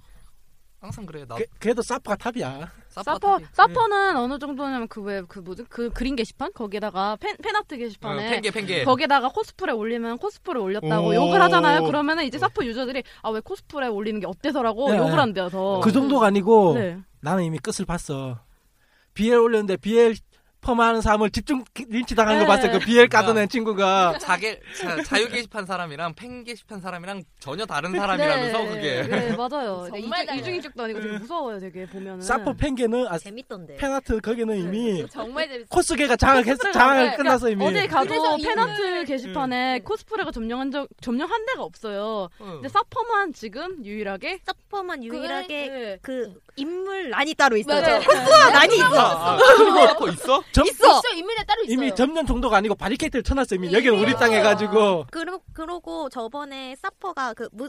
Speaker 5: 항상 그래 나
Speaker 4: 그래도 사퍼가 탑이야.
Speaker 11: 사퍼 사퍼는 어느 정도냐면 그 왜 그 뭐지 그 그린 게시판 거기다가 팬 팬아트 게시판에
Speaker 5: 어, 팬게, 팬게.
Speaker 11: 거기다가 코스프레 올리면 코스프레 올렸다고
Speaker 4: 오. 어.
Speaker 11: 욕을 하잖아요. 그러면은 이제 사퍼 유저들이 아 왜 코스프레 올리는 게 어때서라고
Speaker 4: 네.
Speaker 11: 욕을 한대요. 더.
Speaker 4: 그 정도가 아니고
Speaker 11: 네.
Speaker 4: 나는 이미 끝을 봤어. BL 올렸는데 BL 펌하는 사람을 집중 린치 당하는 거
Speaker 5: 네.
Speaker 4: 봤어. 그 BL 까던 애 친구가
Speaker 5: 자기 *laughs* 자, 자유 게시판 사람이랑 팬 게시판 사람이랑 전혀 다른 사람이라면서
Speaker 11: 네,
Speaker 5: 그게
Speaker 11: 네, 맞아요.
Speaker 8: 정말
Speaker 11: 이중, 이중 이중도 아니고 되게 무서워요. 되게 보면은.
Speaker 4: 사퍼 팽개는 아,
Speaker 8: 재밌던데.
Speaker 4: 팬아트 거기는 이미
Speaker 7: 정말 재밌어.
Speaker 4: 코스계가 장악 했, 장악 끝났어 이미.
Speaker 11: 네. 그러니까 어딜
Speaker 7: 그래서
Speaker 11: 가도
Speaker 7: 이분을-
Speaker 11: 팬아트 게시판에
Speaker 5: 음.
Speaker 11: 코스프레가 점령한 적 점령한 데가 없어요. 근데 사퍼만 지금 유일하게
Speaker 8: 사퍼만 유일하게 그 인물 난이 따로 있어요.
Speaker 11: 맞아요.
Speaker 8: 코스와 난이
Speaker 11: 맞아요.
Speaker 8: 있어.
Speaker 4: 그리고
Speaker 5: 있어?
Speaker 8: 네, 있어.
Speaker 7: 이민에 따로
Speaker 4: 이미 점령 정도가 아니고 바리케이트를 쳐놨어 이미. 여기는 우리 땅 해가지고.
Speaker 8: 그러, 그러고 저번에 사퍼가 그 무,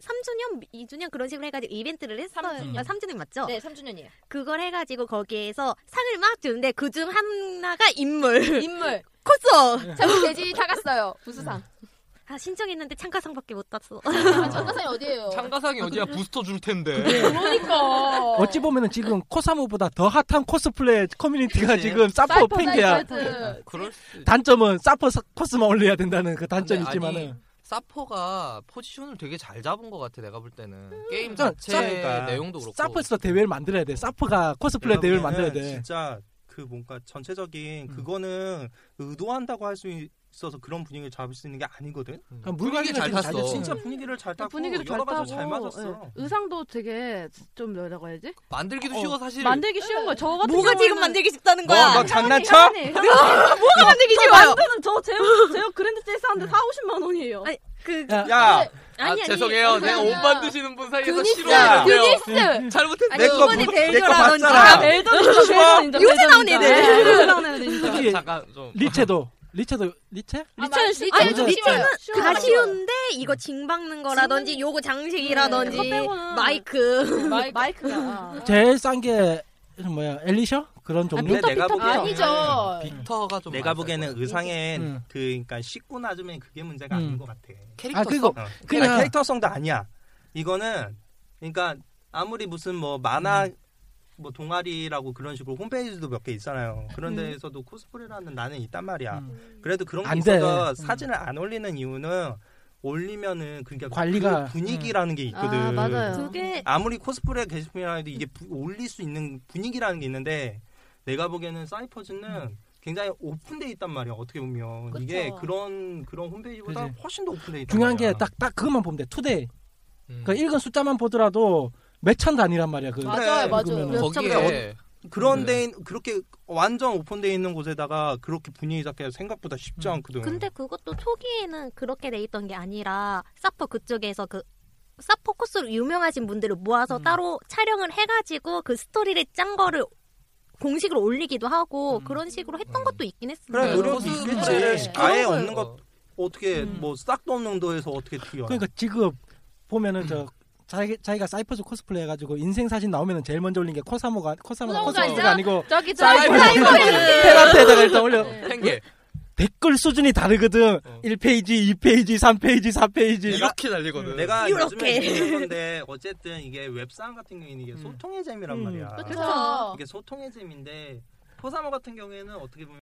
Speaker 8: 3주년, 2주년 그런 식으로 해가지고 이벤트를 했어요. 3주년, 아, 3주년 맞죠?
Speaker 7: 네, 3주년이에요.
Speaker 8: 그걸 해가지고 거기에서 상을 막 주는데 그중 하나가 인물.
Speaker 7: 인물.
Speaker 8: *laughs* 코스.
Speaker 7: 참 돼지 타갔어요. 부수상.
Speaker 8: 아, 신청했는데 참가상밖에 못 땄어.
Speaker 7: 참가상이 어디예요? 아,
Speaker 5: 참가상이 어디야? 부스터 줄 텐데.
Speaker 7: 그러니까.
Speaker 4: 어찌 보면은 지금 코사모보다 더 핫한 코스프레 커뮤니티가
Speaker 5: 그치.
Speaker 4: 지금 사퍼
Speaker 5: 사이퍼
Speaker 4: 팬게야.
Speaker 11: 네.
Speaker 5: 나이트. 아, 그럴 수-
Speaker 4: 단점은 사퍼 사- 코스만 올려야 된다는 그 단점이
Speaker 5: 근데 아니,
Speaker 4: 있지만은
Speaker 5: 사포가 포지션을 되게 잘 잡은 것 같아. 내가 볼 때는 게임
Speaker 4: 자,
Speaker 5: 자체
Speaker 6: 그러니까.
Speaker 5: 내용도 그렇고. 네,
Speaker 4: 사퍼에서 대회를 만들어야 돼. 사퍼가 코스프레 대회를
Speaker 6: 왜냐면은
Speaker 4: 만들어야 돼. 음.
Speaker 6: 진짜 그 뭔가 전체적인 그거는 의도한다고 할 수 있어서 그런 분위기를 잡을 수 있는 게 아니거든.
Speaker 4: 그냥 물갈기가 지금 잘 탔어.
Speaker 6: 진짜 분위기를 잘 탔고
Speaker 11: 아, 분위기도 잘
Speaker 6: 여러 가지
Speaker 11: 따고
Speaker 6: 잘 맞았어.
Speaker 11: 예. 의상도 되게 좀 뭐라고 해야지? 어.
Speaker 5: 만들기도 쉬워, 사실.
Speaker 11: 만들기 쉬운 거야. 저 같은
Speaker 8: 어. 뭐가 지금 만들기 쉽다는 거야?
Speaker 4: 뭐,
Speaker 11: 너, 너
Speaker 8: 장난쳐?
Speaker 5: *laughs*
Speaker 8: 뭐가 만들기
Speaker 11: 저
Speaker 8: 싫어요?
Speaker 11: 완전은 저 제형 제형 그랜드 제스 하는데 4, 50만 원이에요.
Speaker 8: 아니 그
Speaker 5: 야.
Speaker 6: 야.
Speaker 5: 아, 죄송해요. 내가 옷 만드시는 분 사이에서
Speaker 11: 드니스,
Speaker 5: 싫어하는
Speaker 11: 드니스.
Speaker 5: 잘못했네.
Speaker 11: 아니, 이번에 벨조라든지.
Speaker 5: 뭐, 봤잖아.
Speaker 11: 아, 벨조는
Speaker 4: 네,
Speaker 11: 인정,
Speaker 5: 요새 네.
Speaker 11: 벨조는 인정,
Speaker 8: 요새 나온
Speaker 11: 벨조는
Speaker 8: 애들.
Speaker 11: 인정.
Speaker 8: 요새
Speaker 11: 나온 애들 인정.
Speaker 4: 저기
Speaker 5: 잠깐 좀.
Speaker 4: 리체도 리체도 리체?
Speaker 8: 리체는
Speaker 11: 쉽-
Speaker 8: 아니,
Speaker 4: 리체는 좀
Speaker 8: 리체는
Speaker 4: 쉬워요.
Speaker 8: 다 쉬운데 이거 징 박는 거라든지 요거 장식이라든지
Speaker 11: 네, 그거 빼고는
Speaker 7: 네,
Speaker 8: 마이크
Speaker 11: 마이크. 마이크가.
Speaker 4: 제일 싼 게 뭐야 엘리셔 그런 종류?
Speaker 5: 빅터가 좀
Speaker 6: 내가
Speaker 5: 많았을
Speaker 6: 보기에는 의상엔
Speaker 4: 음.
Speaker 6: 그 그러니까 씻고 나주면 그게 문제가 아닌
Speaker 4: 음.
Speaker 6: 것 같아.
Speaker 4: 캐릭터성. 그리고
Speaker 6: 어.
Speaker 4: 그냥-
Speaker 6: 아니, 캐릭터성도 아니야. 이거는 그러니까 아무리 무슨 뭐 만화
Speaker 4: 음.
Speaker 6: 뭐 동아리라고 그런 식으로 홈페이지도 몇 개 있잖아요. 그런
Speaker 4: 음.
Speaker 6: 데에서도 코스프레라는 나는 있단 말이야. 그래도 그런 게
Speaker 4: 안 돼.
Speaker 6: 있어서
Speaker 4: 음.
Speaker 6: 사진을 안 올리는 이유는 올리면은 그러니까
Speaker 4: 관리가- 음.
Speaker 6: 그 분위기라는 게 있거든.
Speaker 11: 아, 맞아요.
Speaker 8: 그게-
Speaker 6: 아무리 코스프레 게시판이라 해도 이게 부- 올릴 수 있는 분위기라는 게 있는데 내가 보기에는 사이퍼즈는
Speaker 4: 음.
Speaker 6: 굉장히 오픈돼 있단 말이야. 어떻게 보면 이게 그런 그런 홈페이지보다
Speaker 4: 그치.
Speaker 6: 훨씬 더 오픈돼 있단
Speaker 4: 중요한
Speaker 6: 말이야.
Speaker 4: 게
Speaker 5: 아.
Speaker 4: 딱 딱 그것만 보면 돼. 투데이.
Speaker 5: 음.
Speaker 4: 그 읽은 숫자만 보더라도 몇 천 단위란 말이야. 그 읽으면은. 네.
Speaker 6: 거기에 어-
Speaker 5: 네.
Speaker 6: 그런 데 있- 그렇게 완전 오픈돼 있는 곳에다가 그렇게 분위기 잡기가 생각보다 쉽지
Speaker 4: 음.
Speaker 6: 않거든.
Speaker 8: 근데 그것도 초기에는 그렇게 돼 있던 게 아니라 사포 그쪽에서 그 사포 코스로 유명하신 분들을 모아서 따로 촬영을 해가지고 그 스토리를 짠 거를 공식으로 올리기도 하고 그런 식으로 했던 것도 있긴 했어요.
Speaker 6: 네.
Speaker 4: 네,
Speaker 6: 그래 노력이 있겠지. 아예 없는 것 어떻게 뭐 싹도 없는 도에서 어떻게 튀어?
Speaker 4: 음. 그러니까 지금 보면은 저 자기, 자기가 사이퍼즈 코스플레 해가지고 인생 사진 나오면은 제일 먼저 올린 게 코사모가 코사모가
Speaker 11: 코사모가
Speaker 4: 코스프레가
Speaker 11: 있죠?
Speaker 4: 아니고
Speaker 11: 저기 저
Speaker 4: 사이퍼즈
Speaker 11: 사이퍼즈.
Speaker 4: 코스프레. 네. 페라테에다가 일단 올려
Speaker 5: 팽개. 어.
Speaker 4: 댓글 수준이 다르거든 1페이지 2페이지 3페이지 4페이지
Speaker 5: 이렇게 달리거든.
Speaker 6: 내가 요즘에
Speaker 4: 이렇게.
Speaker 6: 느끼는 건데 어쨌든 이게 웹상 같은 경우에는 이게 소통의 재미란 말이야.
Speaker 4: 음. 그쵸.
Speaker 6: 이게 소통의 재미인데 포사모 같은 경우에는 어떻게 보면